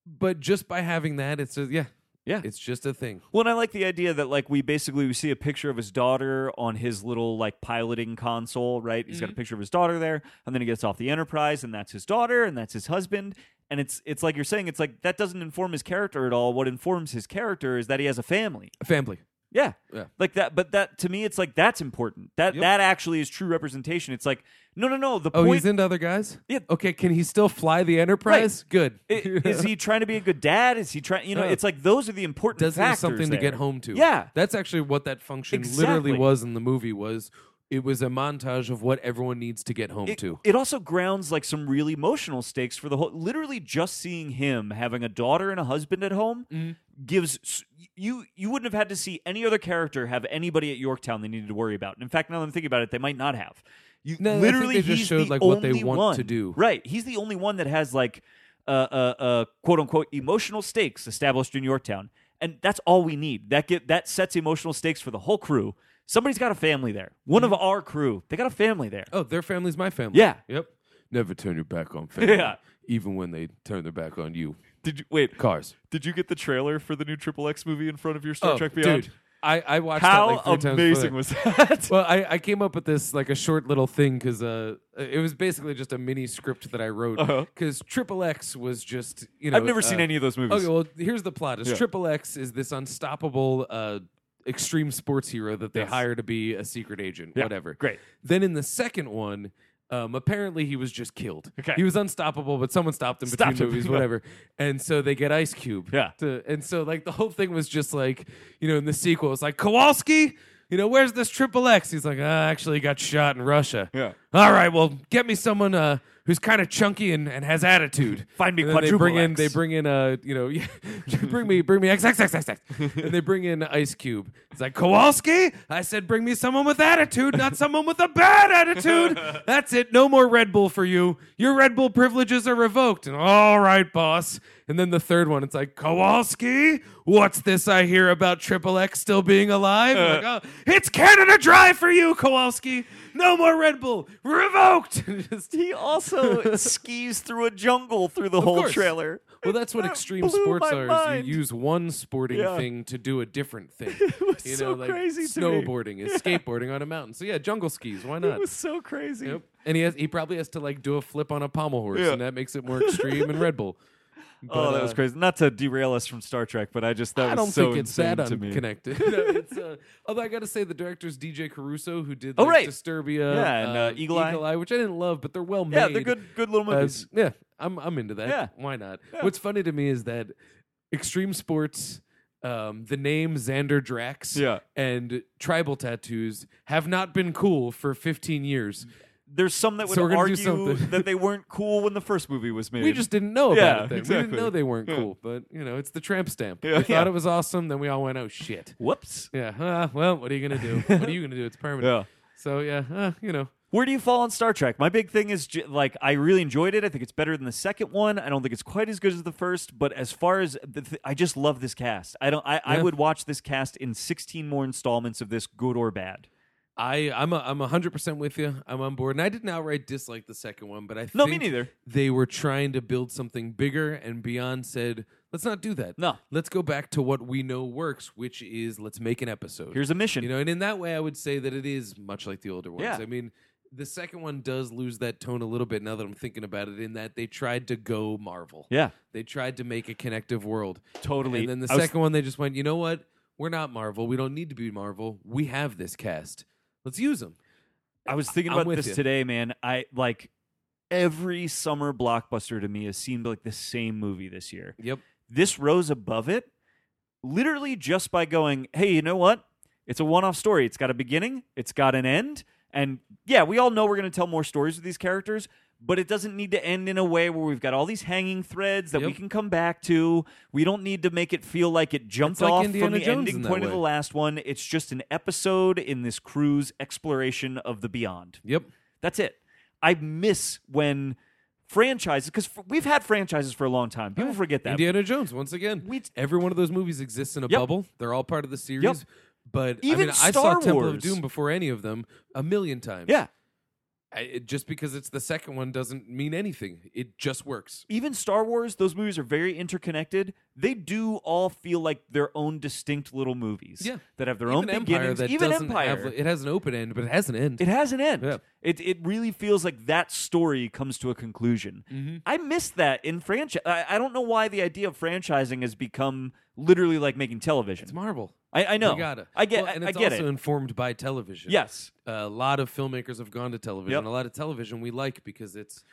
[SPEAKER 3] But just by having that, it's a, yeah,
[SPEAKER 2] Yeah.
[SPEAKER 3] it's just a thing.
[SPEAKER 2] Well, and I like the idea that like we basically we see a picture of his daughter on his little like piloting console, right? He's
[SPEAKER 3] Mm-hmm.
[SPEAKER 2] got a picture of his daughter there, and then he gets off the Enterprise, and that's his daughter, and that's his husband, and it's it's like you're saying, it's like that doesn't inform his character at all. What informs his character is that he has a family,
[SPEAKER 3] Family.
[SPEAKER 2] Yeah.
[SPEAKER 3] Yeah.
[SPEAKER 2] Like that but that to me it's like that's important. That
[SPEAKER 3] Yep.
[SPEAKER 2] that actually is true representation. It's like no no no the
[SPEAKER 3] Oh,
[SPEAKER 2] point
[SPEAKER 3] he's into other guys.
[SPEAKER 2] Yeah.
[SPEAKER 3] Okay, can he still fly the Enterprise? Good.
[SPEAKER 2] I- is he trying to be a good dad? Is he trying you know
[SPEAKER 3] Yeah.
[SPEAKER 2] it's like those are the important
[SPEAKER 3] does have
[SPEAKER 2] factors
[SPEAKER 3] something to
[SPEAKER 2] there.
[SPEAKER 3] get home to.
[SPEAKER 2] Yeah.
[SPEAKER 3] that's actually what that function
[SPEAKER 2] Exactly.
[SPEAKER 3] literally was in the movie. Was it was a montage of what everyone needs to get home
[SPEAKER 2] it,
[SPEAKER 3] to.
[SPEAKER 2] it also grounds like some really emotional stakes for the whole. Literally, just seeing him having a daughter and a husband at home
[SPEAKER 3] Mm-hmm.
[SPEAKER 2] gives s- you you wouldn't have had to see any other character have anybody at Yorktown they needed to worry about. And in fact, now that I'm thinking about it, they might not have. You
[SPEAKER 3] No, I think
[SPEAKER 2] literally
[SPEAKER 3] they just
[SPEAKER 2] he's
[SPEAKER 3] showed,
[SPEAKER 2] the
[SPEAKER 3] like, what they
[SPEAKER 2] only
[SPEAKER 3] want
[SPEAKER 2] one.
[SPEAKER 3] to do.
[SPEAKER 2] Right, he's the only one that has like uh, uh, uh, quote unquote emotional stakes established in Yorktown, and that's all we need. That get that sets emotional stakes for the whole crew. Somebody's got a family there. One of our crew, they got a family there.
[SPEAKER 3] Mm-hmm. Oh, their family's my family.
[SPEAKER 2] Yeah.
[SPEAKER 3] Yep. Never turn your back on family.
[SPEAKER 2] Yeah.
[SPEAKER 3] Even when they turn their back on you.
[SPEAKER 2] Did you wait?
[SPEAKER 3] Cars.
[SPEAKER 2] Did you get the trailer for the new Triple X movie in front of your Star
[SPEAKER 3] Oh,
[SPEAKER 2] Trek Beyond?
[SPEAKER 3] dude. I, I watched that
[SPEAKER 2] How
[SPEAKER 3] like three times.
[SPEAKER 2] amazing
[SPEAKER 3] before.
[SPEAKER 2] was that?
[SPEAKER 3] Well, I, I came up with this like a short little thing because uh, it was basically just a mini script that I wrote
[SPEAKER 2] Uh-huh.
[SPEAKER 3] because Triple X was just you know
[SPEAKER 2] I've never seen
[SPEAKER 3] uh,
[SPEAKER 2] any of those movies.
[SPEAKER 3] Okay, well, here's the plot:
[SPEAKER 2] Yeah.
[SPEAKER 3] is Triple X is this unstoppable uh, extreme sports hero that they
[SPEAKER 2] Yes.
[SPEAKER 3] hire to be a secret agent,
[SPEAKER 2] Yeah,
[SPEAKER 3] whatever.
[SPEAKER 2] great.
[SPEAKER 3] Then in the second one. Um, apparently he was just killed.
[SPEAKER 2] Okay.
[SPEAKER 3] He was unstoppable, but someone stopped him
[SPEAKER 2] Stopped him,
[SPEAKER 3] between movies,
[SPEAKER 2] yeah.
[SPEAKER 3] whatever. And so they get Ice Cube.
[SPEAKER 2] Yeah.
[SPEAKER 3] to- and so like the whole thing was just like, you know, in the sequel, it's like Kowalski, you know, where's this triple X? He's like, I actually he got shot in Russia.
[SPEAKER 2] Yeah.
[SPEAKER 3] All right, well, get me someone uh, who's kind of chunky and, and has attitude.
[SPEAKER 2] Find me
[SPEAKER 3] And then they bring
[SPEAKER 2] quadruple
[SPEAKER 3] in
[SPEAKER 2] X.
[SPEAKER 3] they bring in uh, you know yeah, bring me bring me X X X X X and they bring in Ice Cube. It's like Kowalski. I said bring me someone with attitude, not someone with a bad attitude. That's it. No more Red Bull for you. Your Red Bull privileges are revoked. And all right, boss. And then the third one, it's like Kowalski. What's this I hear about Triple X still being alive? Like,
[SPEAKER 2] Uh.
[SPEAKER 3] oh, it's Canada Dry for you, Kowalski. No more Red Bull. Revoked. Just-
[SPEAKER 2] he also skis through a jungle through the whole
[SPEAKER 3] course.
[SPEAKER 2] trailer.
[SPEAKER 3] Well, that's what
[SPEAKER 2] That
[SPEAKER 3] extreme
[SPEAKER 2] blew
[SPEAKER 3] sports
[SPEAKER 2] my
[SPEAKER 3] are.
[SPEAKER 2] mind.
[SPEAKER 3] Is you use one sporting
[SPEAKER 2] Yeah.
[SPEAKER 3] thing to do a different thing.
[SPEAKER 2] was
[SPEAKER 3] you
[SPEAKER 2] so
[SPEAKER 3] know, like
[SPEAKER 2] crazy to me.
[SPEAKER 3] snowboarding is skateboarding on a mountain. So yeah, jungle skis. Why
[SPEAKER 2] It
[SPEAKER 3] not?
[SPEAKER 2] was so crazy.
[SPEAKER 3] Yep. And he has he probably has to like do a flip on a pommel horse,
[SPEAKER 2] Yeah.
[SPEAKER 3] and that makes it more extreme. and Red Bull.
[SPEAKER 2] oh,
[SPEAKER 3] But,
[SPEAKER 2] that
[SPEAKER 3] uh,
[SPEAKER 2] was crazy. Not to derail us from Star Trek, but I just that
[SPEAKER 3] I
[SPEAKER 2] was
[SPEAKER 3] don't
[SPEAKER 2] so
[SPEAKER 3] think it's
[SPEAKER 2] insane
[SPEAKER 3] that
[SPEAKER 2] to me.
[SPEAKER 3] unconnected. No, it's, uh, although I got to say, the director's DJ Caruso, who did
[SPEAKER 2] Oh,
[SPEAKER 3] like,
[SPEAKER 2] right.
[SPEAKER 3] Disturbia, um,
[SPEAKER 2] Yeah, and, uh, Eagle Eye.
[SPEAKER 3] which I didn't love, but they're well made.
[SPEAKER 2] Yeah, they're good, good little
[SPEAKER 3] Uh,
[SPEAKER 2] movies.
[SPEAKER 3] yeah, I'm I'm into that.
[SPEAKER 2] Yeah.
[SPEAKER 3] Why not? What's funny to me is that extreme sports, um, the name Xander Drax,
[SPEAKER 2] Yeah.
[SPEAKER 3] and tribal tattoos have not been cool for 15 years.
[SPEAKER 2] There's some that would
[SPEAKER 3] so we're gonna
[SPEAKER 2] argue
[SPEAKER 3] do something.
[SPEAKER 2] that they weren't cool when the first movie was made.
[SPEAKER 3] We just didn't know about
[SPEAKER 2] Yeah,
[SPEAKER 3] it. Then. We
[SPEAKER 2] exactly.
[SPEAKER 3] didn't know they weren't cool, but you know, it's the tramp stamp.
[SPEAKER 2] Yeah,
[SPEAKER 3] we thought
[SPEAKER 2] yeah.
[SPEAKER 3] it was awesome. Then we all went, oh shit.
[SPEAKER 2] whoops.
[SPEAKER 3] Yeah. Uh, well, what are you gonna do? what are you gonna do? It's permanent.
[SPEAKER 2] Yeah.
[SPEAKER 3] So yeah, uh, you know.
[SPEAKER 2] Where do you fall on Star Trek? My big thing is j- like I really enjoyed it. I think it's better than the second one. I don't think it's quite as good as the first, but as far as the th- I just love this cast. I don't. I, I
[SPEAKER 3] Yeah.
[SPEAKER 2] would watch this cast in sixteen more installments of this, good or bad.
[SPEAKER 3] I I'm a, I'm hundred percent with you. I'm on board, and I didn't outright dislike the second one, but I
[SPEAKER 2] No, me
[SPEAKER 3] think
[SPEAKER 2] neither.
[SPEAKER 3] They were trying to build something bigger, and Beyond said, "Let's not do that.
[SPEAKER 2] No.
[SPEAKER 3] let's go back to what we know works, which is let's make an episode.
[SPEAKER 2] Here's a mission.
[SPEAKER 3] you know, and in that way, I would say that it is much like the older ones.
[SPEAKER 2] Yeah.
[SPEAKER 3] I mean, the second one does lose that tone a little bit now that I'm thinking about it. In that they tried to go Marvel.
[SPEAKER 2] yeah,
[SPEAKER 3] They tried to make a connective world.
[SPEAKER 2] totally.
[SPEAKER 3] And then the
[SPEAKER 2] I was-
[SPEAKER 3] second one, they just went, you know what? We're not Marvel. We don't need to be Marvel. We have this cast. Let's use them.
[SPEAKER 2] I was thinking
[SPEAKER 3] I'm
[SPEAKER 2] about
[SPEAKER 3] with
[SPEAKER 2] this
[SPEAKER 3] you.
[SPEAKER 2] today, man. I like every summer blockbuster to me has seemed like the same movie this year.
[SPEAKER 3] Yep.
[SPEAKER 2] this rose above it literally just by going, hey, you know what? It's a one off story. It's got a beginning, it's got an end. And yeah, we all know we're going to tell more stories with these characters, but it doesn't need to end in a way where we've got all these hanging threads that we
[SPEAKER 3] Yep.
[SPEAKER 2] can come back to. We don't need to make it feel like it jumped
[SPEAKER 3] It's like
[SPEAKER 2] off from
[SPEAKER 3] Indiana
[SPEAKER 2] the
[SPEAKER 3] Jones in
[SPEAKER 2] ending
[SPEAKER 3] that
[SPEAKER 2] point of the
[SPEAKER 3] way.
[SPEAKER 2] last one. It's just an episode in this cruise exploration of the beyond.
[SPEAKER 3] Yep.
[SPEAKER 2] That's it. I miss when franchises, because we've had franchises for a long time. People forget that.
[SPEAKER 3] Indiana Jones, once again.
[SPEAKER 2] We t-
[SPEAKER 3] Every one of those movies exists in a
[SPEAKER 2] Yep.
[SPEAKER 3] bubble. They're all part of the series.
[SPEAKER 2] Yep.
[SPEAKER 3] But I
[SPEAKER 2] Even
[SPEAKER 3] mean, I
[SPEAKER 2] Star
[SPEAKER 3] saw Temple
[SPEAKER 2] Wars.
[SPEAKER 3] of Doom before any of them a million times.
[SPEAKER 2] yeah.
[SPEAKER 3] I, it, just because it's the second one doesn't mean anything. It just works.
[SPEAKER 2] even Star Wars, those movies are very interconnected. they do all feel like their own distinct little movies
[SPEAKER 3] Yeah.
[SPEAKER 2] that have their
[SPEAKER 3] Even
[SPEAKER 2] own
[SPEAKER 3] Empire
[SPEAKER 2] beginnings.
[SPEAKER 3] that
[SPEAKER 2] Even
[SPEAKER 3] doesn't
[SPEAKER 2] Empire,
[SPEAKER 3] have it has an open end, but it has an end.
[SPEAKER 2] it has an end.
[SPEAKER 3] Yeah.
[SPEAKER 2] It it really feels like that story comes to a conclusion.
[SPEAKER 3] Mm-hmm.
[SPEAKER 2] I miss that in franchise. I, I don't know why the idea of franchising has become literally like making television.
[SPEAKER 3] it's Marvel.
[SPEAKER 2] I, I know.
[SPEAKER 3] We gotta.
[SPEAKER 2] I get.
[SPEAKER 3] Well, and
[SPEAKER 2] I, I
[SPEAKER 3] it's
[SPEAKER 2] get
[SPEAKER 3] also
[SPEAKER 2] it.
[SPEAKER 3] informed by television. Uh,
[SPEAKER 2] yes,
[SPEAKER 3] a lot of filmmakers have gone to television.
[SPEAKER 2] Yep.
[SPEAKER 3] A lot of television we like because it's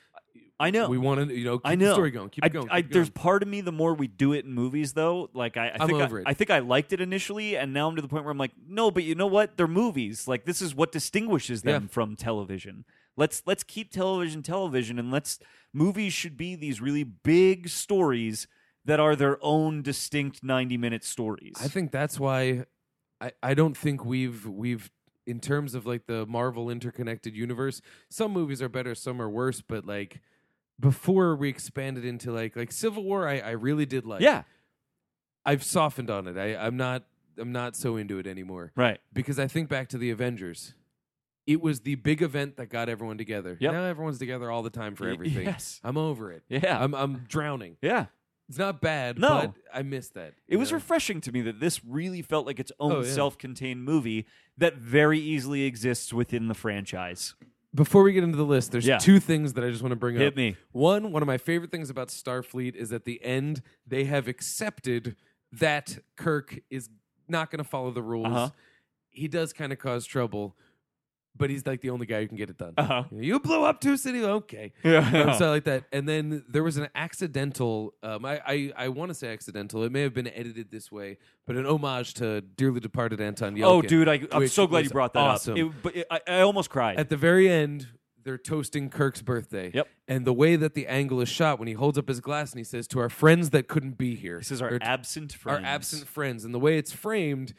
[SPEAKER 2] I know.
[SPEAKER 3] we want to you know keep
[SPEAKER 2] I know.
[SPEAKER 3] the story going, keep
[SPEAKER 2] I,
[SPEAKER 3] it going.
[SPEAKER 2] I,
[SPEAKER 3] keep it
[SPEAKER 2] There's
[SPEAKER 3] going.
[SPEAKER 2] part of me. The more we do it in movies, though, like I, I
[SPEAKER 3] I'm
[SPEAKER 2] think
[SPEAKER 3] over
[SPEAKER 2] I,
[SPEAKER 3] it.
[SPEAKER 2] I think I liked it initially, and now I'm to the point where I'm like, no, but you know what? They're movies. Like this is what distinguishes them
[SPEAKER 3] Yeah.
[SPEAKER 2] from television. Let's let's keep television television, and let's movies should be these really big stories that are their own distinct 90 minute stories.
[SPEAKER 3] I think that's why I, I don't think we've we've in terms of like the Marvel interconnected universe, some movies are better, some are worse, but like before we expanded into like like Civil War I, I really did like
[SPEAKER 2] yeah,
[SPEAKER 3] I've softened on it. I, I'm not I'm not so into it anymore.
[SPEAKER 2] right.
[SPEAKER 3] because I think back to the Avengers. It was the big event that got everyone together.
[SPEAKER 2] Yep.
[SPEAKER 3] Now everyone's together all the time for
[SPEAKER 2] Y-
[SPEAKER 3] everything.
[SPEAKER 2] yes.
[SPEAKER 3] I'm over it.
[SPEAKER 2] Yeah,
[SPEAKER 3] I'm I'm drowning.
[SPEAKER 2] yeah.
[SPEAKER 3] It's not bad,
[SPEAKER 2] No.
[SPEAKER 3] but I miss that.
[SPEAKER 2] It
[SPEAKER 3] you
[SPEAKER 2] was
[SPEAKER 3] know?
[SPEAKER 2] refreshing to me that this really felt like its own
[SPEAKER 3] Oh, yeah.
[SPEAKER 2] self-contained movie that very easily exists within the franchise.
[SPEAKER 3] Before we get into the list, there's
[SPEAKER 2] Yeah.
[SPEAKER 3] two things that I just want to bring
[SPEAKER 2] Hit
[SPEAKER 3] up.
[SPEAKER 2] me.
[SPEAKER 3] One, one of my favorite things about Starfleet is at the end they have accepted that Kirk is not going to follow the rules.
[SPEAKER 2] Uh-huh.
[SPEAKER 3] He does kind of cause trouble, but he's like the only guy who can get it done.
[SPEAKER 2] Uh-huh.
[SPEAKER 3] You blew up two cities, okay?
[SPEAKER 2] Yeah.
[SPEAKER 3] Um, so like that. And then there was an accidental. Um, I I, I want to say accidental. It may have been edited this way, but an homage to dearly departed Anton Yelchin.
[SPEAKER 2] Oh, dude, I, I'm
[SPEAKER 3] which
[SPEAKER 2] so glad
[SPEAKER 3] was
[SPEAKER 2] you brought that
[SPEAKER 3] awesome.
[SPEAKER 2] up. It, but it, I, I almost cried.
[SPEAKER 3] At the very end, they're toasting Kirk's birthday.
[SPEAKER 2] Yep.
[SPEAKER 3] And the way that the angle is shot when he holds up his glass and he says, "To our friends that couldn't be here."
[SPEAKER 2] this is our
[SPEAKER 3] or to
[SPEAKER 2] absent friends.
[SPEAKER 3] our absent friends, and the way it's framed,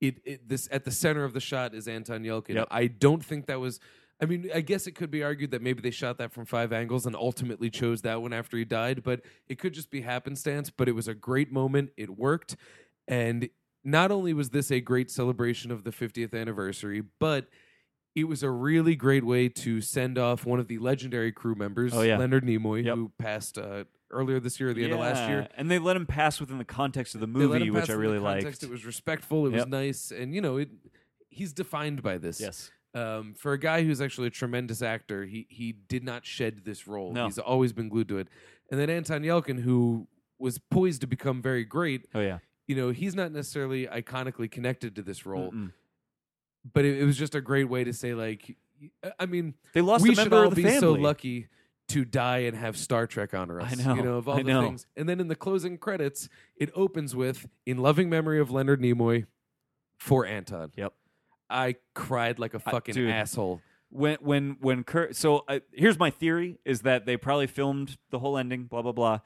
[SPEAKER 3] it, it this at the center of the shot is Anton Yelchin.
[SPEAKER 2] Yep.
[SPEAKER 3] I don't think that was. I mean, I guess it could be argued that maybe they shot that from five angles and ultimately chose that one after he died, but it could just be happenstance. But it was a great moment. It worked, and not only was this a great celebration of the 50th anniversary, but it was a really great way to send off one of the legendary crew members,
[SPEAKER 2] Oh, yeah.
[SPEAKER 3] Leonard Nimoy,
[SPEAKER 2] Yep.
[SPEAKER 3] who passed uh, earlier this year, or the end of last
[SPEAKER 2] Yeah.
[SPEAKER 3] year.
[SPEAKER 2] And they let him pass within the context of the
[SPEAKER 3] They let
[SPEAKER 2] movie,
[SPEAKER 3] him
[SPEAKER 2] which
[SPEAKER 3] pass
[SPEAKER 2] I
[SPEAKER 3] in the
[SPEAKER 2] really
[SPEAKER 3] context.
[SPEAKER 2] liked.
[SPEAKER 3] It was respectful. It was
[SPEAKER 2] Yep.
[SPEAKER 3] nice, and you know, it, he's defined by this.
[SPEAKER 2] yes.
[SPEAKER 3] Um, for a guy who's actually a tremendous actor, he he did not shed this role.
[SPEAKER 2] No.
[SPEAKER 3] He's always been glued to it. And then Anton Yelkin, who was poised to become very great,
[SPEAKER 2] Oh yeah.
[SPEAKER 3] you know, he's not necessarily iconically connected to this role, but it, it was just a great way to say, like, y- I mean,
[SPEAKER 2] They lost
[SPEAKER 3] we
[SPEAKER 2] a
[SPEAKER 3] should
[SPEAKER 2] member
[SPEAKER 3] all
[SPEAKER 2] of the
[SPEAKER 3] be
[SPEAKER 2] family.
[SPEAKER 3] so lucky to die and have Star Trek honor us.
[SPEAKER 2] I know,
[SPEAKER 3] You know, of all
[SPEAKER 2] I
[SPEAKER 3] the
[SPEAKER 2] know.
[SPEAKER 3] things. And then in the closing credits, it opens with "In loving memory of Leonard Nimoy, for Anton."
[SPEAKER 2] Yep.
[SPEAKER 3] I cried like a fucking
[SPEAKER 2] dude.
[SPEAKER 3] asshole.
[SPEAKER 2] When when when Kurt. So I, here's my theory: is that they probably filmed the whole ending, blah blah blah,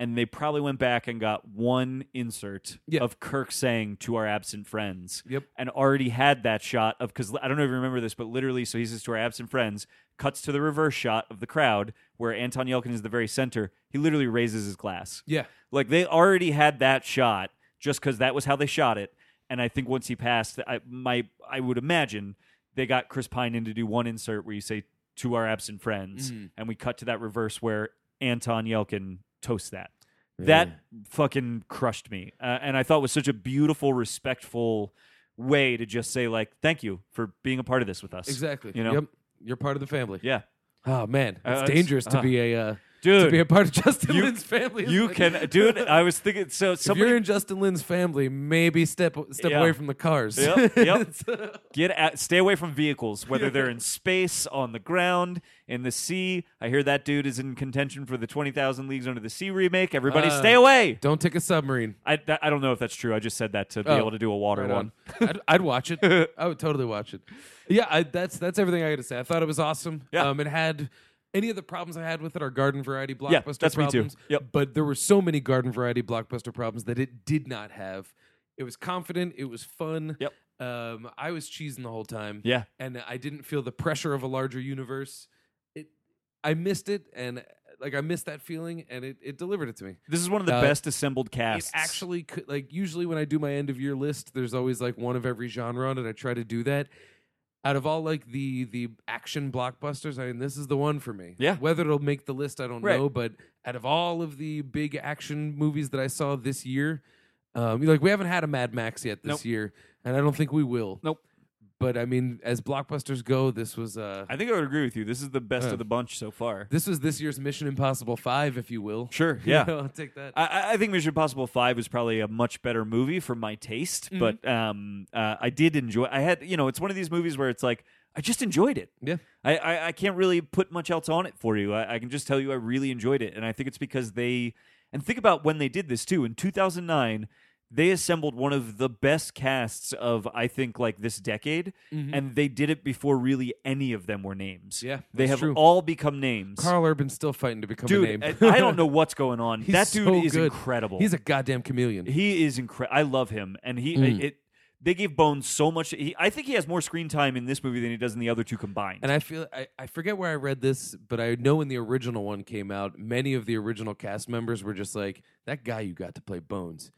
[SPEAKER 2] and they probably went back and got one insert
[SPEAKER 3] Yeah.
[SPEAKER 2] of Kirk saying to our absent friends.
[SPEAKER 3] Yep.
[SPEAKER 2] and already had that shot of because I don't know if you remember this, but literally, so he says to our absent friends, cuts to the reverse shot of the crowd where Anton Yelkin is the very center. He literally raises his glass.
[SPEAKER 3] Yeah.
[SPEAKER 2] Like they already had that shot just because that was how they shot it. And I think once he passed, I my I would imagine they got Chris Pine in to do one insert where you say to our absent
[SPEAKER 3] Mm-hmm.
[SPEAKER 2] friends, and we cut to that reverse where Anton Yelkin toasts that. That fucking crushed me, uh, and I thought was such a beautiful, respectful way to just say like, "Thank you for being a part of this with us."
[SPEAKER 3] Exactly.
[SPEAKER 2] You know.
[SPEAKER 3] Yep. You're part of the family.
[SPEAKER 2] Yeah,
[SPEAKER 3] Oh man,
[SPEAKER 2] Uh,
[SPEAKER 3] it's
[SPEAKER 2] it's-
[SPEAKER 3] dangerous to
[SPEAKER 2] uh,
[SPEAKER 3] be a uh, to
[SPEAKER 2] dude.
[SPEAKER 3] be a part of Justin
[SPEAKER 2] you-
[SPEAKER 3] Lin's family.
[SPEAKER 2] you
[SPEAKER 3] Like,
[SPEAKER 2] can, dude. I was thinking. So
[SPEAKER 3] If
[SPEAKER 2] somebody
[SPEAKER 3] you're in Justin Lin's family, maybe step step
[SPEAKER 2] Yeah.
[SPEAKER 3] away from the cars.
[SPEAKER 2] Yep, yep.
[SPEAKER 3] It's-
[SPEAKER 2] Get out, stay away from vehicles, whether they're in space, on the ground, in the sea. I hear that dude is in contention for the Twenty Thousand Leagues Under the Sea remake. Everybody,
[SPEAKER 3] Uh,
[SPEAKER 2] stay away.
[SPEAKER 3] Don't take a submarine.
[SPEAKER 2] I, that, I don't know if that's true. I just said that to be
[SPEAKER 3] Oh,
[SPEAKER 2] able to do a water
[SPEAKER 3] Right
[SPEAKER 2] one.
[SPEAKER 3] on. I'd, I'd watch it. I would totally watch it. Yeah, I, that's that's everything I got to say. I thought it was awesome.
[SPEAKER 2] Yeah.
[SPEAKER 3] Um, it had any of the problems I had with it are garden variety blockbuster
[SPEAKER 2] that's me too.
[SPEAKER 3] problems.
[SPEAKER 2] Yep.
[SPEAKER 3] But there were so many garden variety blockbuster problems that it did not have. It was confident. It was fun.
[SPEAKER 2] Yep.
[SPEAKER 3] Um, I was cheesing the whole time.
[SPEAKER 2] Yeah.
[SPEAKER 3] And I didn't feel the pressure of a larger universe. It, I missed it, and like I missed that feeling, and it, it delivered it to me.
[SPEAKER 2] This is one of the
[SPEAKER 3] Uh,
[SPEAKER 2] best assembled
[SPEAKER 3] It
[SPEAKER 2] casts.
[SPEAKER 3] actually could like usually when I do my end of year list, there's always like one of every genre, and I try to do that. out of all like the the action blockbusters, I mean, this is the one for me.
[SPEAKER 2] Yeah.
[SPEAKER 3] Whether it'll make the list, I don't
[SPEAKER 2] Right.
[SPEAKER 3] know. But out of all of the big action movies that I saw this year, um, like we haven't had a Mad Max yet
[SPEAKER 2] Nope.
[SPEAKER 3] this year, and I don't think we will.
[SPEAKER 2] Nope.
[SPEAKER 3] But I mean, as blockbusters go, this was uh,
[SPEAKER 2] I think I would agree with you. This is the best
[SPEAKER 3] Uh.
[SPEAKER 2] of the bunch so far.
[SPEAKER 3] this was this year's Mission Impossible Five, if you will.
[SPEAKER 2] Sure.
[SPEAKER 3] You
[SPEAKER 2] Yeah.
[SPEAKER 3] know, I'll take that.
[SPEAKER 2] I- I, I think Mission Impossible Five is probably a much better movie for my
[SPEAKER 3] Mm-hmm.
[SPEAKER 2] taste, but um, uh, I did enjoy. I had you know, it's one of these movies where it's like I just enjoyed it.
[SPEAKER 3] yeah.
[SPEAKER 2] I, I, I can't really put much else on it for you. I, I can just tell you I really enjoyed it, and I think it's because they and think about when they did this too in 2009. They assembled one of the best casts of I think like this decade, and they did it before really any of them were names.
[SPEAKER 3] Mm-hmm. Yeah,
[SPEAKER 2] they
[SPEAKER 3] that's
[SPEAKER 2] have
[SPEAKER 3] true.
[SPEAKER 2] all become names.
[SPEAKER 3] Carl Urban's still fighting to become a
[SPEAKER 2] Dude,
[SPEAKER 3] name.
[SPEAKER 2] I, I don't know what's going on.
[SPEAKER 3] He's
[SPEAKER 2] that dude
[SPEAKER 3] so
[SPEAKER 2] is
[SPEAKER 3] good.
[SPEAKER 2] incredible.
[SPEAKER 3] He's a Mm. goddamn chameleon.
[SPEAKER 2] He is incredible. I love him, and he it. They gave Bones so much. He, I think he has more screen time in this movie than he does in the other two combined.
[SPEAKER 3] And I feel I, I forget where I read this, but I know when the original one came out, many of the original cast members were just like, "That guy you got to play Bones,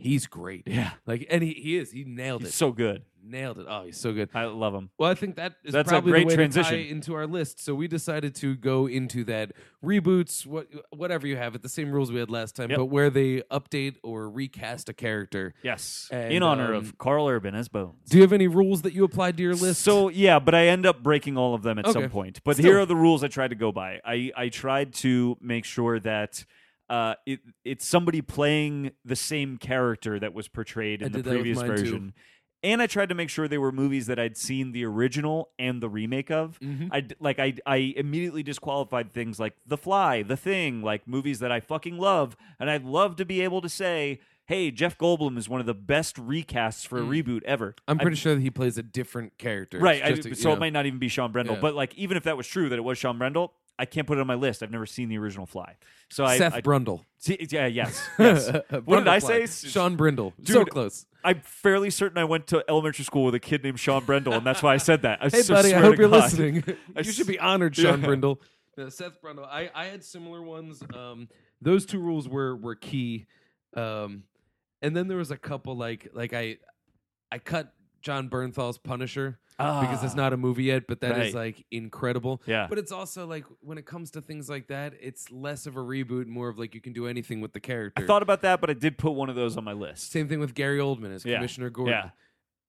[SPEAKER 3] he's great."
[SPEAKER 2] Yeah.
[SPEAKER 3] like and he, he is. He nailed
[SPEAKER 2] He's
[SPEAKER 3] it.
[SPEAKER 2] so good.
[SPEAKER 3] nailed it. Oh, he's so good.
[SPEAKER 2] I love him.
[SPEAKER 3] Well, I think that is
[SPEAKER 2] That's a
[SPEAKER 3] probably
[SPEAKER 2] great
[SPEAKER 3] the way
[SPEAKER 2] transition.
[SPEAKER 3] to tie into our list. So we decided to go into that reboots, what whatever you have, at the same rules we had last time,
[SPEAKER 2] Yep.
[SPEAKER 3] but where they update or recast a character.
[SPEAKER 2] Yes,
[SPEAKER 3] And,
[SPEAKER 2] in honor
[SPEAKER 3] um,
[SPEAKER 2] of Carl Urban as Bones.
[SPEAKER 3] Do you have any rules that you applied to your list?
[SPEAKER 2] So yeah, but I end up breaking all of them at
[SPEAKER 3] Okay.
[SPEAKER 2] some point. But
[SPEAKER 3] Still.
[SPEAKER 2] here are the rules I tried to go by. I I tried to make sure that. Uh, it it's somebody playing the same character that was portrayed
[SPEAKER 3] I
[SPEAKER 2] in the
[SPEAKER 3] did that with
[SPEAKER 2] previous
[SPEAKER 3] mine, too.
[SPEAKER 2] version, and I tried to make sure they were movies that I'd seen the original and the remake of.
[SPEAKER 3] Mm-hmm.
[SPEAKER 2] I d- like I I immediately disqualified things like The Fly, The Thing, like movies that I fucking love, and I'd love to be able to say, "Hey, Jeff Goldblum is one of the best recasts for a reboot ever."
[SPEAKER 3] Mm. I'm
[SPEAKER 2] I-
[SPEAKER 3] pretty sure that he plays a different character.
[SPEAKER 2] right. I-
[SPEAKER 3] Just to- you
[SPEAKER 2] so
[SPEAKER 3] know.
[SPEAKER 2] it might not even be Sean Brendel,
[SPEAKER 3] Yeah.
[SPEAKER 2] but like even if that was true that it was Sean Brendel, I can't put it on my list. I've never seen the original Fly, so I,
[SPEAKER 3] Seth
[SPEAKER 2] I
[SPEAKER 3] Brundle.
[SPEAKER 2] see- yeah, yes, yes. what did
[SPEAKER 3] Brundle
[SPEAKER 2] I
[SPEAKER 3] Fly.
[SPEAKER 2] say?
[SPEAKER 3] Sean Brindle. so
[SPEAKER 2] Dude,
[SPEAKER 3] close.
[SPEAKER 2] I'm fairly certain I went to elementary school with a kid named Sean Brendel, and that's why I said that. I
[SPEAKER 3] Hey,
[SPEAKER 2] so
[SPEAKER 3] buddy, I
[SPEAKER 2] swear
[SPEAKER 3] hope
[SPEAKER 2] to
[SPEAKER 3] you're
[SPEAKER 2] God.
[SPEAKER 3] listening.
[SPEAKER 2] I
[SPEAKER 3] you should
[SPEAKER 2] s-
[SPEAKER 3] be honored, Sean
[SPEAKER 2] Yeah.
[SPEAKER 3] Brindle. No, Seth Brundle. I, I had similar ones. Um, those two rules were were key. Um, and then there was a couple like like I I cut John Bernthal's Punisher because it's
[SPEAKER 2] Ah.
[SPEAKER 3] not a movie yet, but that is
[SPEAKER 2] Right.
[SPEAKER 3] like incredible.
[SPEAKER 2] Yeah.
[SPEAKER 3] But it's also like when it comes to things like that, it's less of a reboot, more of like you can do anything with the character.
[SPEAKER 2] I thought about that, but I did put one of those on my list.
[SPEAKER 3] Same thing with Gary Oldman as
[SPEAKER 2] Yeah.
[SPEAKER 3] Commissioner Gordon.
[SPEAKER 2] Yeah.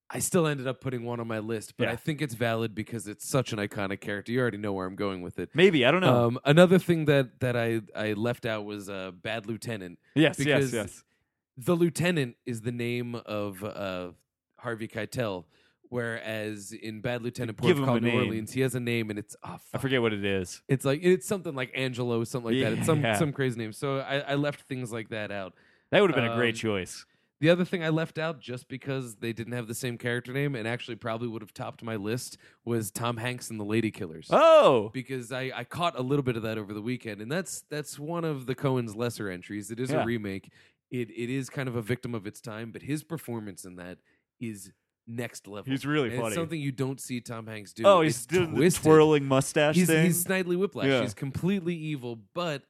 [SPEAKER 3] I still ended up putting one on my list, but
[SPEAKER 2] Yeah.
[SPEAKER 3] I think it's valid because it's such an iconic character. You already know where I'm going with it.
[SPEAKER 2] Maybe I don't know.
[SPEAKER 3] Um, another thing that that I I left out was uh, Bad Lieutenant.
[SPEAKER 2] yes, yes,
[SPEAKER 3] because
[SPEAKER 2] yes.
[SPEAKER 3] The Lieutenant is the name of uh, Harvey Keitel, whereas in Bad Lieutenant Port
[SPEAKER 2] Give
[SPEAKER 3] of
[SPEAKER 2] him
[SPEAKER 3] Call
[SPEAKER 2] a
[SPEAKER 3] New
[SPEAKER 2] name.
[SPEAKER 3] Orleans, he has a name and it's oh,
[SPEAKER 2] I
[SPEAKER 3] fuck.
[SPEAKER 2] forget what it is.
[SPEAKER 3] It's like it's something like Angelo, something like that. It's some
[SPEAKER 2] Yeah.
[SPEAKER 3] some crazy name. So I, I left things like that out.
[SPEAKER 2] That would have been a great
[SPEAKER 3] Um,
[SPEAKER 2] choice.
[SPEAKER 3] The other thing I left out just because they didn't have the same character name and actually probably would have topped my list was Tom Hanks and the Lady Killers.
[SPEAKER 2] Oh,
[SPEAKER 3] Because I, I caught a little bit of that over the weekend, and that's that's one of the Cohen's lesser entries. It is
[SPEAKER 2] Yeah.
[SPEAKER 3] a remake. It it is kind of a victim of its time, but his performance in that is next level.
[SPEAKER 2] he's really
[SPEAKER 3] And
[SPEAKER 2] funny.
[SPEAKER 3] It's something you don't see Tom Hanks do.
[SPEAKER 2] oh, he's
[SPEAKER 3] It's
[SPEAKER 2] doing the
[SPEAKER 3] twisted.
[SPEAKER 2] twirling mustache
[SPEAKER 3] He's,
[SPEAKER 2] thing.
[SPEAKER 3] he's Snidely Whiplash.
[SPEAKER 2] Yeah.
[SPEAKER 3] He's completely evil, but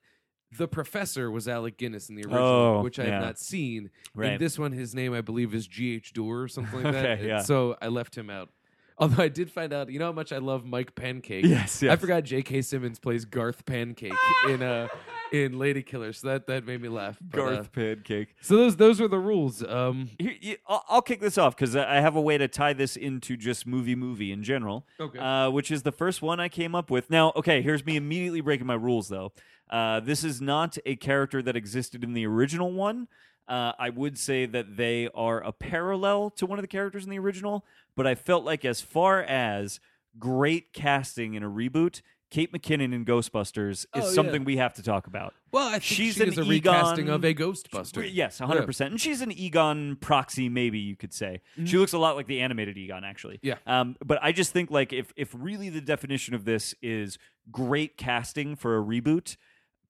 [SPEAKER 3] the professor was Alec Guinness in the original,
[SPEAKER 2] Oh,
[SPEAKER 3] which I
[SPEAKER 2] yeah.
[SPEAKER 3] have not seen.
[SPEAKER 2] Right.
[SPEAKER 3] In this one, his name I believe is G.H. Door or something like that.
[SPEAKER 2] Okay,
[SPEAKER 3] And
[SPEAKER 2] yeah.
[SPEAKER 3] So I left him out. Although I did find out, you know how much I love Mike Pancake.
[SPEAKER 2] Yes, yes.
[SPEAKER 3] I forgot J.K. Simmons plays Garth Pancake in uh in Lady Killer, so that that made me laugh. But, uh,
[SPEAKER 2] Garth Pancake.
[SPEAKER 3] so those those were the rules. Um,
[SPEAKER 2] Here, you- I'll, I'll kick this off because I I have a way to tie this into just movie movie in general.
[SPEAKER 3] Okay.
[SPEAKER 2] Uh, which is the first one I came up with. Now, okay, here's me immediately breaking my rules though. Uh, this is not a character that existed in the original one. Uh, I would say that they are a parallel to one of the characters in the original, but I felt like as far as great casting in a reboot, Kate McKinnon in Ghostbusters is
[SPEAKER 3] Oh, yeah.
[SPEAKER 2] something we have to talk about.
[SPEAKER 3] well, I think
[SPEAKER 2] She's
[SPEAKER 3] she
[SPEAKER 2] an
[SPEAKER 3] is a recasting
[SPEAKER 2] Egon-
[SPEAKER 3] of a Ghostbuster.
[SPEAKER 2] Yes, 100%. And she's an Egon proxy, maybe you could say. She looks a lot like the animated Egon, actually.
[SPEAKER 3] Mm-hmm. Yeah.
[SPEAKER 2] Um, but I just think, like, if, if really the definition of this is great casting for a reboot,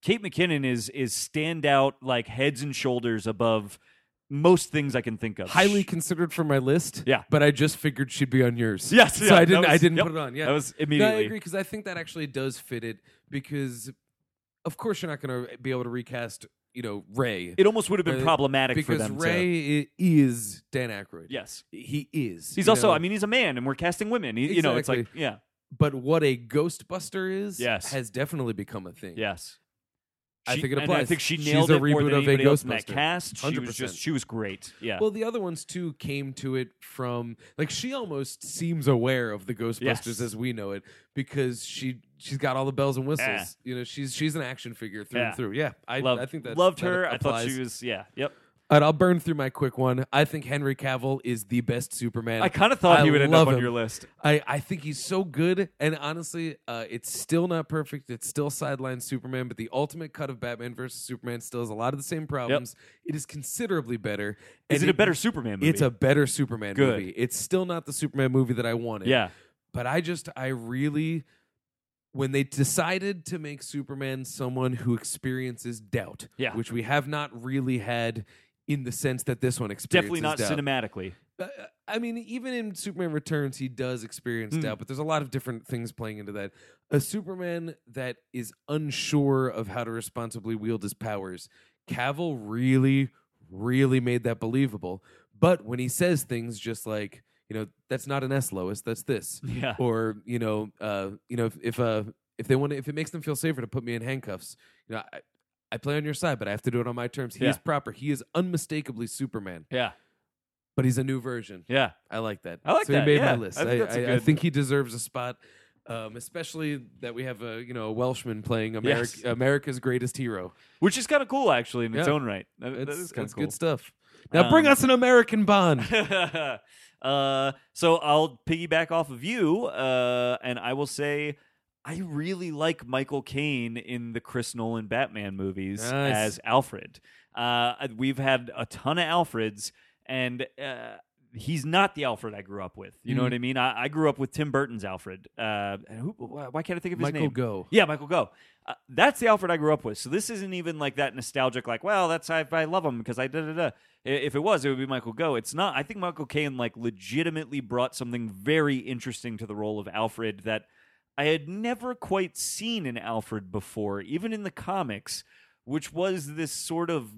[SPEAKER 2] Kate McKinnon is is standout, like, heads and shoulders above most things I can think of.
[SPEAKER 3] highly
[SPEAKER 2] Sh-
[SPEAKER 3] considered for my list.
[SPEAKER 2] Yeah.
[SPEAKER 3] but I just figured she'd be on yours.
[SPEAKER 2] Yes,
[SPEAKER 3] so
[SPEAKER 2] yeah,
[SPEAKER 3] I
[SPEAKER 2] that
[SPEAKER 3] didn't. I
[SPEAKER 2] was-
[SPEAKER 3] didn't
[SPEAKER 2] yep,
[SPEAKER 3] put it on. Yeah,
[SPEAKER 2] that was
[SPEAKER 3] No, I
[SPEAKER 2] immediately.
[SPEAKER 3] agree because I think that actually does fit it because, of course, you're not going to be able to recast you know, Ray.
[SPEAKER 2] It almost would have been
[SPEAKER 3] Uh,
[SPEAKER 2] problematic for
[SPEAKER 3] because
[SPEAKER 2] them. to-
[SPEAKER 3] Ray i is Dan Aykroyd.
[SPEAKER 2] yes,
[SPEAKER 3] He is.
[SPEAKER 2] he's
[SPEAKER 3] you
[SPEAKER 2] also.
[SPEAKER 3] know?
[SPEAKER 2] I mean, he's a man, and we're casting women. He- You know, it's like yeah,
[SPEAKER 3] but what a Ghostbuster is
[SPEAKER 2] Yes.
[SPEAKER 3] has definitely become a thing.
[SPEAKER 2] yes.
[SPEAKER 3] I
[SPEAKER 2] She-
[SPEAKER 3] think it
[SPEAKER 2] and I
[SPEAKER 3] applies.
[SPEAKER 2] think she
[SPEAKER 3] She's
[SPEAKER 2] nailed
[SPEAKER 3] a
[SPEAKER 2] it more
[SPEAKER 3] reboot
[SPEAKER 2] than
[SPEAKER 3] of a
[SPEAKER 2] anybody else in that
[SPEAKER 3] Ghostbuster.
[SPEAKER 2] cast. She was
[SPEAKER 3] 100%.
[SPEAKER 2] just she was great. Yeah.
[SPEAKER 3] Well, the other ones too came to it from like she almost seems aware of the Ghostbusters
[SPEAKER 2] Yes.
[SPEAKER 3] as we know it because she she's got all the bells and whistles.
[SPEAKER 2] Yeah.
[SPEAKER 3] You know, she's she's an action figure through
[SPEAKER 2] Yeah.
[SPEAKER 3] and through. Yeah, I
[SPEAKER 2] loved,
[SPEAKER 3] I think that
[SPEAKER 2] loved
[SPEAKER 3] that
[SPEAKER 2] her. I
[SPEAKER 3] Applies.
[SPEAKER 2] thought she was yeah. Yep.
[SPEAKER 3] All right, I'll burn through my quick one. I think Henry Cavill is the best Superman.
[SPEAKER 2] I kind of thought
[SPEAKER 3] I
[SPEAKER 2] he would end up
[SPEAKER 3] love
[SPEAKER 2] on
[SPEAKER 3] him.
[SPEAKER 2] your list.
[SPEAKER 3] I, I think he's so good, and honestly, uh, it's still not perfect. It's still sideline Superman, but the ultimate cut of Batman versus Superman still has a lot of the same problems. It is considerably better.
[SPEAKER 2] Is
[SPEAKER 3] and
[SPEAKER 2] it a better Superman movie?
[SPEAKER 3] It's a better Superman
[SPEAKER 2] Good.
[SPEAKER 3] movie. It's still not the Superman movie that I wanted.
[SPEAKER 2] yeah.
[SPEAKER 3] but I just I really, when they decided to make Superman someone who experiences doubt,
[SPEAKER 2] Yeah.
[SPEAKER 3] which we have not really had in the sense that this one
[SPEAKER 2] Definitely
[SPEAKER 3] experiences
[SPEAKER 2] not
[SPEAKER 3] doubt.
[SPEAKER 2] cinematically.
[SPEAKER 3] Uh, I mean, even in Superman Returns, he does experience
[SPEAKER 2] Mm.
[SPEAKER 3] doubt, but there's a lot of different things playing into that. A Superman that is unsure of how to responsibly wield his powers, Cavill really, really made that believable. But when he says things just like, you know, that's not an S, Lois, that's this,
[SPEAKER 2] Yeah.
[SPEAKER 3] or you know, uh, you know, if if, uh, if they want, to, if it makes them feel safer to put me in handcuffs, you know, I, I play on your side, but I have to do it on my terms. He
[SPEAKER 2] Yeah.
[SPEAKER 3] is proper. He is unmistakably Superman,
[SPEAKER 2] Yeah.
[SPEAKER 3] but he's a new version.
[SPEAKER 2] Yeah.
[SPEAKER 3] I like that.
[SPEAKER 2] I like
[SPEAKER 3] so
[SPEAKER 2] that,
[SPEAKER 3] He made
[SPEAKER 2] yeah.
[SPEAKER 3] my list.
[SPEAKER 2] I
[SPEAKER 3] I
[SPEAKER 2] think that's a
[SPEAKER 3] I- I
[SPEAKER 2] good-
[SPEAKER 3] think he deserves a spot, um, especially that we have a you know a Welshman playing Ameri-
[SPEAKER 2] Yes.
[SPEAKER 3] America's greatest hero.
[SPEAKER 2] Which is kind of cool actually in its
[SPEAKER 3] Yeah.
[SPEAKER 2] own right. That- that
[SPEAKER 3] It's,
[SPEAKER 2] is kind
[SPEAKER 3] it's
[SPEAKER 2] of cool.
[SPEAKER 3] good stuff. Now bring
[SPEAKER 2] Um,
[SPEAKER 3] us an American Bond.
[SPEAKER 2] uh, so I'll piggyback off of you, uh, and I will say I really like Michael Caine in the Chris Nolan Batman movies
[SPEAKER 3] Nice.
[SPEAKER 2] as Alfred. Uh, we've had a ton of Alfreds, and uh, he's not the Alfred I grew up with. You know
[SPEAKER 3] Mhm.
[SPEAKER 2] what I mean? I, I grew up with Tim Burton's Alfred. Uh, and who, wh- why can't I think of his
[SPEAKER 3] Michael
[SPEAKER 2] name?
[SPEAKER 3] Go.
[SPEAKER 2] Yeah, Michael Go. Uh, that's the Alfred I grew up with. So this isn't even like that nostalgic, like, well, that's how I love him because I da da da. I- If it was, it would be Michael Go. It's not. I think Michael Caine like legitimately brought something very interesting to the role of Alfred that I had never quite seen in Alfred before, even in the comics, which was this sort of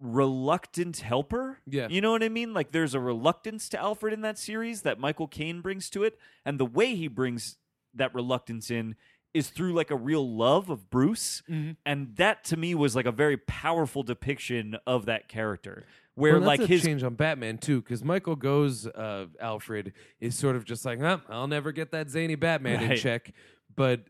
[SPEAKER 2] reluctant helper.
[SPEAKER 3] Yeah.
[SPEAKER 2] You know what I mean? Like there's a reluctance to Alfred in that series that Michael Caine brings to it, and the way he brings that reluctance in is through like a real love of Bruce,
[SPEAKER 3] Mhm.
[SPEAKER 2] and that to me was like a very powerful depiction of that character, where
[SPEAKER 3] Well,
[SPEAKER 2] like
[SPEAKER 3] that's a
[SPEAKER 2] his
[SPEAKER 3] change on Batman too, because Michael Go's uh, Alfred is sort of just like, "Huh, I'll never get that zany Batman in
[SPEAKER 2] Right.
[SPEAKER 3] check, but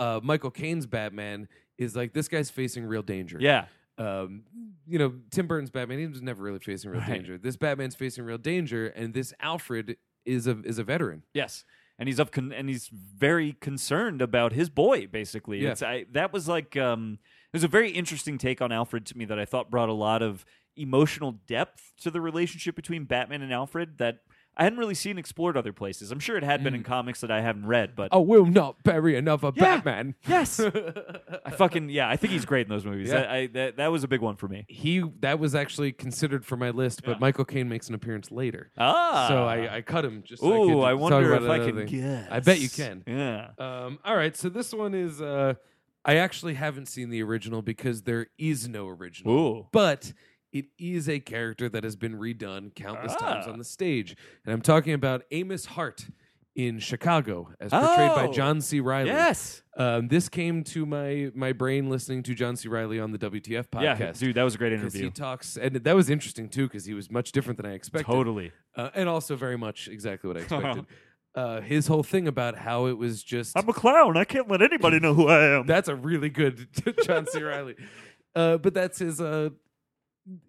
[SPEAKER 3] uh, Michael Caine's Batman is like this guy's facing real danger.
[SPEAKER 2] yeah
[SPEAKER 3] um, you know, Tim Burton's Batman, he was never really facing real
[SPEAKER 2] Right.
[SPEAKER 3] danger. This Batman's facing real danger, and this Alfred is a is a veteran.
[SPEAKER 2] Yes, and he's up con- and he's very concerned about his boy. Basically,
[SPEAKER 3] Yeah.
[SPEAKER 2] it's I, that was like um, it was a very interesting take on Alfred to me that I thought brought a lot of emotional depth to the relationship between Batman and Alfred that I hadn't really seen explored other places. I'm sure it had been
[SPEAKER 3] Mm.
[SPEAKER 2] in comics that I haven't read, but
[SPEAKER 3] I will not bury another
[SPEAKER 2] Yeah.
[SPEAKER 3] Batman.
[SPEAKER 2] yes, I fucking yeah, I think he's great in those movies.
[SPEAKER 3] Yeah.
[SPEAKER 2] I, I, that that was a big one for me.
[SPEAKER 3] He that was actually considered for my list, but
[SPEAKER 2] Yeah.
[SPEAKER 3] Michael Caine makes an appearance later,
[SPEAKER 2] Ah,
[SPEAKER 3] so I, I cut him. Just so
[SPEAKER 2] Ooh,
[SPEAKER 3] I, could
[SPEAKER 2] I
[SPEAKER 3] talk
[SPEAKER 2] wonder
[SPEAKER 3] about
[SPEAKER 2] if I
[SPEAKER 3] another
[SPEAKER 2] can
[SPEAKER 3] thing.
[SPEAKER 2] guess.
[SPEAKER 3] I bet you can.
[SPEAKER 2] Yeah.
[SPEAKER 3] Um, all right, so this one is uh, I actually haven't seen the original because there is no original.
[SPEAKER 2] Ooh.
[SPEAKER 3] but it is a character that has been redone countless times
[SPEAKER 2] Ah.
[SPEAKER 3] on the stage. And I'm talking about Amos Hart in Chicago, as portrayed by
[SPEAKER 2] Oh.
[SPEAKER 3] John C. Riley.
[SPEAKER 2] Yes.
[SPEAKER 3] Um, this came to my my brain listening to John C. Riley on the WTF
[SPEAKER 2] Yeah,
[SPEAKER 3] podcast.
[SPEAKER 2] dude, that was a great
[SPEAKER 3] because he
[SPEAKER 2] interview.
[SPEAKER 3] talks, and that was interesting too, because he was much different than I expected
[SPEAKER 2] Totally.
[SPEAKER 3] uh, and also very much exactly what I expected. uh, his whole thing about how it was just
[SPEAKER 2] a clown. I can't let anybody know who I am.
[SPEAKER 3] that's a really good John C. Riley. Uh, but that's his. Uh,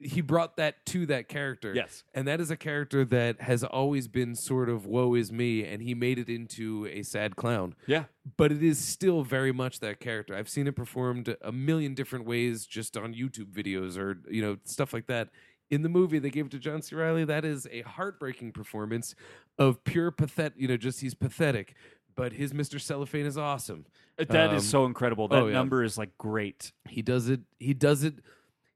[SPEAKER 3] he brought that to that character.
[SPEAKER 2] Yes.
[SPEAKER 3] and that is a character that has always been sort of "woe is me," and he made it into a sad clown.
[SPEAKER 2] Yeah.
[SPEAKER 3] But it is still very much that character. I've seen it performed a million different ways, just on YouTube videos or you know stuff like that. In the movie, they gave it to John C. Riley. That is a heartbreaking performance of pure pathetic. You know, just he's pathetic. But his Mr. Cellophane is awesome.
[SPEAKER 2] That is
[SPEAKER 3] Um,
[SPEAKER 2] so incredible. That
[SPEAKER 3] oh, yeah.
[SPEAKER 2] number is like great.
[SPEAKER 3] He does it. He does it.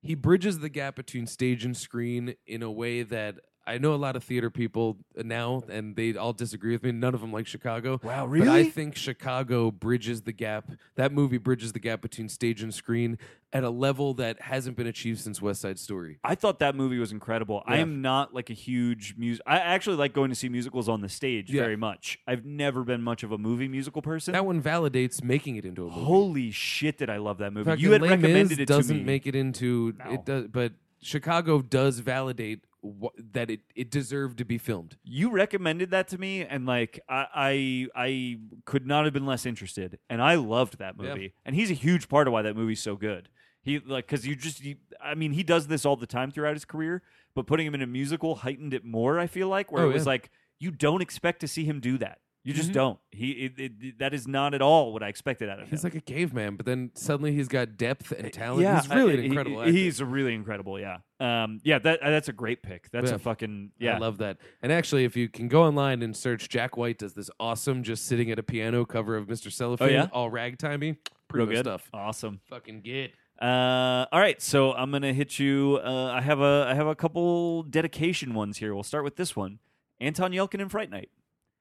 [SPEAKER 3] He bridges the gap between stage and screen in a way that I know a lot of theater people now, and they all disagree with me. None of them like Chicago.
[SPEAKER 2] Wow,
[SPEAKER 3] But I
[SPEAKER 2] really?
[SPEAKER 3] think Chicago bridges the gap. That movie bridges the gap between stage and screen at a level that hasn't been achieved since West Side Story.
[SPEAKER 2] I thought that movie was incredible. I
[SPEAKER 3] Yeah.
[SPEAKER 2] am not like a huge music. I actually like going to see musicals on the stage
[SPEAKER 3] Yeah.
[SPEAKER 2] very much. I've never been much of a movie musical person.
[SPEAKER 3] That one validates making it into a movie.
[SPEAKER 2] Holy shit! Did I love that movie? Oh,
[SPEAKER 3] Fucking
[SPEAKER 2] You had
[SPEAKER 3] Les
[SPEAKER 2] recommended
[SPEAKER 3] Mis
[SPEAKER 2] it
[SPEAKER 3] doesn't
[SPEAKER 2] to me.
[SPEAKER 3] make it into it does, but Chicago does validate wha- that it it deserved to be filmed.
[SPEAKER 2] you recommended that to me, and like I, I, I could not have been less interested. And I loved that
[SPEAKER 3] Yeah.
[SPEAKER 2] movie. And he's a huge part of why that movie's so good. He like because you just, you, I mean, he does this all the time throughout his career, but putting him in a musical heightened it more. I feel like where
[SPEAKER 3] Oh,
[SPEAKER 2] it was
[SPEAKER 3] yeah. Mm-hmm.
[SPEAKER 2] like you don't expect to see him do that. You just don't. He it, it, that is not at all what I expected out of him.
[SPEAKER 3] He's like a caveman, but then suddenly he's got depth and talent. he's
[SPEAKER 2] I-
[SPEAKER 3] really an
[SPEAKER 2] Eh, he-
[SPEAKER 3] incredible
[SPEAKER 2] he-
[SPEAKER 3] actor.
[SPEAKER 2] He's a really incredible. Yeah. Um. Yeah. That that's a great pick. That's
[SPEAKER 3] Yeah.
[SPEAKER 2] a fucking yeah.
[SPEAKER 3] I love that. And actually, if you can go online and search Jack White does this awesome just sitting at a piano cover of Mr. Cellophane,
[SPEAKER 2] Oh, yeah?
[SPEAKER 3] all ragtimey,
[SPEAKER 2] Real
[SPEAKER 3] pretty good
[SPEAKER 2] good
[SPEAKER 3] stuff.
[SPEAKER 2] Awesome.
[SPEAKER 3] Fucking good.
[SPEAKER 2] Uh, all right, so I'm gonna hit you. Uh, I have a I have a couple dedication ones here. We'll start with this one, Anton Yelkin and Fright Night.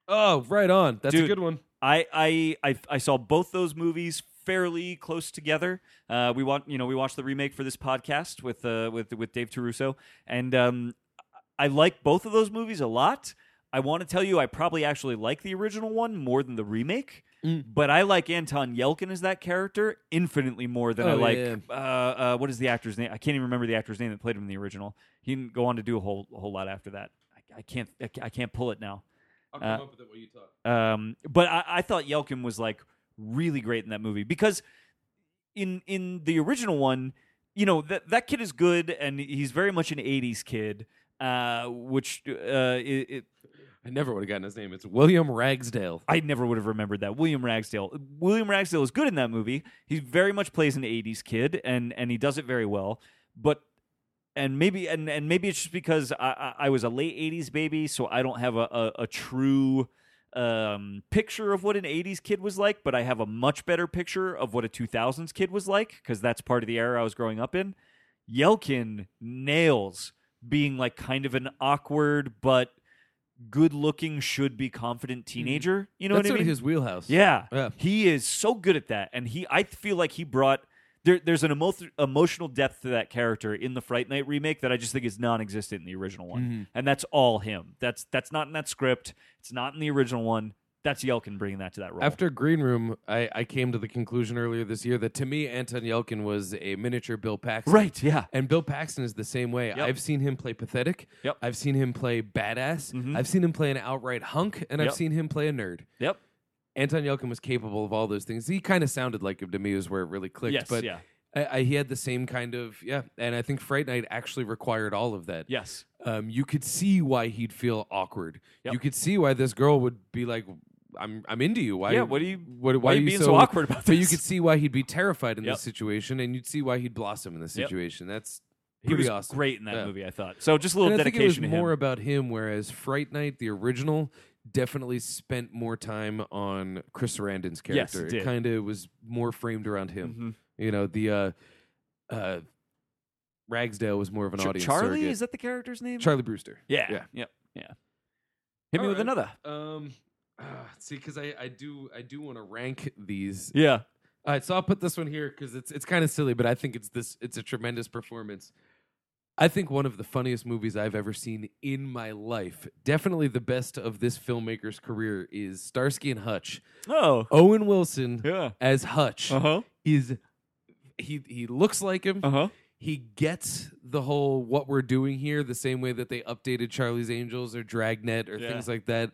[SPEAKER 3] Oh, right on. That's a
[SPEAKER 2] Dude.
[SPEAKER 3] good one.
[SPEAKER 2] I I I, I saw both those movies fairly close together. Uh, we want you know we watched the remake for this podcast with uh, with with Dave Taruso, and um, I like both of those movies a lot. I want to tell you, I probably actually like the original one more than the remake.
[SPEAKER 3] Mm.
[SPEAKER 2] But I like Anton Yelkin as that character infinitely more than I
[SPEAKER 3] Oh,
[SPEAKER 2] like
[SPEAKER 3] yeah.
[SPEAKER 2] uh, uh, what is the actor's name? I can't even remember the actor's name that played him in the original. He didn't go on to do a whole a whole lot after that. I, I can't I ca- I can't pull it now.
[SPEAKER 3] I'll
[SPEAKER 2] come Uh,
[SPEAKER 3] up with it while you talk.
[SPEAKER 2] Um, but I, I thought Yelkin was like really great in that movie because in in the original one, you know that that kid is good and he's very much an '80s kid, uh, which uh, it, it,
[SPEAKER 3] I never would have gotten his name. It's William Ragsdale.
[SPEAKER 2] I never would have remembered that. William Ragsdale. William Ragsdale is good in that movie. He very much plays an '80s kid, and and he does it very well. But and maybe and and maybe it's just because I I, I was a late '80s baby, so I don't have a a, a true um picture of what an 80s kid was like but i have a much better picture of what a 2000s kid was like because that's part of the era i was growing up in yelkin nails being like kind of an awkward but good looking should be confident teenager you know what
[SPEAKER 3] That's
[SPEAKER 2] i
[SPEAKER 3] sort
[SPEAKER 2] mean
[SPEAKER 3] of his wheelhouse.
[SPEAKER 2] yeah.
[SPEAKER 3] Yeah.
[SPEAKER 2] He is so good at that. And he I feel like he brought there, there's an emo- emotional depth to that character in the Fright Night remake that I just think is non-existent in the original one.
[SPEAKER 3] Mm-hmm.
[SPEAKER 2] And that's all him. That's that's not in that script. It's not in the original one. That's Yelkin bringing that to that role.
[SPEAKER 3] After Green Room, I, I came to the conclusion earlier this year that to me, Anton Yelkin was a miniature Bill Paxton.
[SPEAKER 2] right, yeah.
[SPEAKER 3] And Bill Paxton is the same way. I've seen him play pathetic.
[SPEAKER 2] Yep. Mm-hmm.
[SPEAKER 3] I've seen him play badass. I've seen him play an outright hunk, and I've
[SPEAKER 2] Yep.
[SPEAKER 3] seen him play a nerd.
[SPEAKER 2] Yep.
[SPEAKER 3] Anton Yelkin was capable of all those things. He kind of sounded like him to me, is where it really clicked.
[SPEAKER 2] Yes,
[SPEAKER 3] but
[SPEAKER 2] yeah.
[SPEAKER 3] I, I, he had the same kind of yeah, and I think Fright Night actually required all of that.
[SPEAKER 2] Yes.
[SPEAKER 3] um, you could see why he'd feel awkward.
[SPEAKER 2] Yep.
[SPEAKER 3] You could see why this girl would be like, "I'm I'm into you. Why?
[SPEAKER 2] Yeah, what are you-
[SPEAKER 3] What,
[SPEAKER 2] why are you being so awkward about
[SPEAKER 3] But you
[SPEAKER 2] this?
[SPEAKER 3] could see why he'd be terrified in this
[SPEAKER 2] Yep.
[SPEAKER 3] situation, and you'd see why he'd blossom in this
[SPEAKER 2] Yep.
[SPEAKER 3] situation. That's
[SPEAKER 2] He
[SPEAKER 3] pretty
[SPEAKER 2] was
[SPEAKER 3] awesome.
[SPEAKER 2] great in that
[SPEAKER 3] Yeah.
[SPEAKER 2] movie, I thought. So just a little
[SPEAKER 3] And I think it was
[SPEAKER 2] dedication to him.
[SPEAKER 3] more about him, whereas Fright Night, the original, definitely spent more time on Chris Sarandon's
[SPEAKER 2] Yes, it
[SPEAKER 3] character.
[SPEAKER 2] did.
[SPEAKER 3] kind of was more framed around him.
[SPEAKER 2] Mhm.
[SPEAKER 3] You know, the uh, uh, Ragsdale was more of an
[SPEAKER 2] Ch-
[SPEAKER 3] audience.
[SPEAKER 2] Charlie
[SPEAKER 3] surrogate.
[SPEAKER 2] is that the character's name?
[SPEAKER 3] Charlie Brewster.
[SPEAKER 2] yeah.
[SPEAKER 3] Yeah.
[SPEAKER 2] Yeah. Yeah. Hit me
[SPEAKER 3] All
[SPEAKER 2] with
[SPEAKER 3] right.
[SPEAKER 2] another.
[SPEAKER 3] Um, uh, see, because I, I do I do want to rank these.
[SPEAKER 2] Yeah.
[SPEAKER 3] All right, so I'll put this one here because it's it's kind of silly, but I think it's this it's a tremendous performance. I think one of the funniest movies I've ever seen in my life, definitely the best of this filmmaker's career, is Starsky and Hutch.
[SPEAKER 2] Oh.
[SPEAKER 3] Owen Wilson
[SPEAKER 2] Yeah.
[SPEAKER 3] as Hutch
[SPEAKER 2] Uh-huh.
[SPEAKER 3] is he he looks like him.
[SPEAKER 2] Uh-huh.
[SPEAKER 3] He gets the whole what we're doing here the same way that they updated Charlie's Angels or Dragnet or
[SPEAKER 2] Yeah.
[SPEAKER 3] things like that.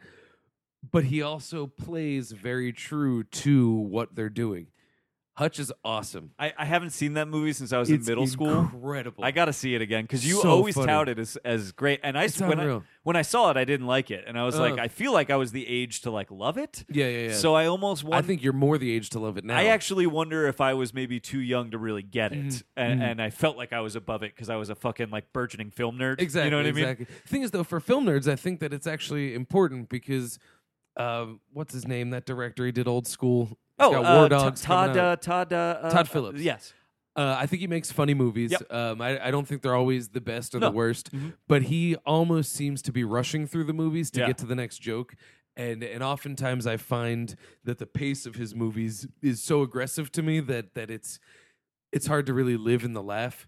[SPEAKER 3] But he also plays very true to what they're doing. Hutch is awesome.
[SPEAKER 2] I, I haven't seen that movie since I was
[SPEAKER 3] It's
[SPEAKER 2] in middle school.
[SPEAKER 3] Incredible.
[SPEAKER 2] I got to see it again because you
[SPEAKER 3] So
[SPEAKER 2] always
[SPEAKER 3] funny.
[SPEAKER 2] tout it as, as great. And I
[SPEAKER 3] It's
[SPEAKER 2] when I,
[SPEAKER 3] unreal.
[SPEAKER 2] when I saw it, I didn't like it, and I was like,
[SPEAKER 3] Ugh.
[SPEAKER 2] I feel like I was the age to like love it.
[SPEAKER 3] Yeah, yeah, yeah.
[SPEAKER 2] So I almost
[SPEAKER 3] I
[SPEAKER 2] want.
[SPEAKER 3] think you're more the age to love it now. Mm-hmm.
[SPEAKER 2] I actually wonder if I was maybe too young to really get it, and, and I felt like I was above it because I was a fucking like burgeoning film nerd.
[SPEAKER 3] Exactly.
[SPEAKER 2] You know what I mean?
[SPEAKER 3] exactly. Thing is, though, for film nerds, I think that it's actually important because uh, what's his name? That director, he did Old School. He's
[SPEAKER 2] Oh,
[SPEAKER 3] got
[SPEAKER 2] uh,
[SPEAKER 3] War
[SPEAKER 2] T-
[SPEAKER 3] Dogs. coming
[SPEAKER 2] Todd,
[SPEAKER 3] out.
[SPEAKER 2] uh, Todd, uh, uh,
[SPEAKER 3] Todd Phillips.
[SPEAKER 2] yes,
[SPEAKER 3] Uh, I think he makes funny movies.
[SPEAKER 2] Yep.
[SPEAKER 3] Um, I, I don't think they're always the best or
[SPEAKER 2] No. Mm-hmm.
[SPEAKER 3] the worst, but he almost seems to be rushing through the movies to
[SPEAKER 2] Yeah.
[SPEAKER 3] get to the next joke. And and oftentimes I find that the pace of his movies is so aggressive to me that that it's it's hard to really live in the laugh.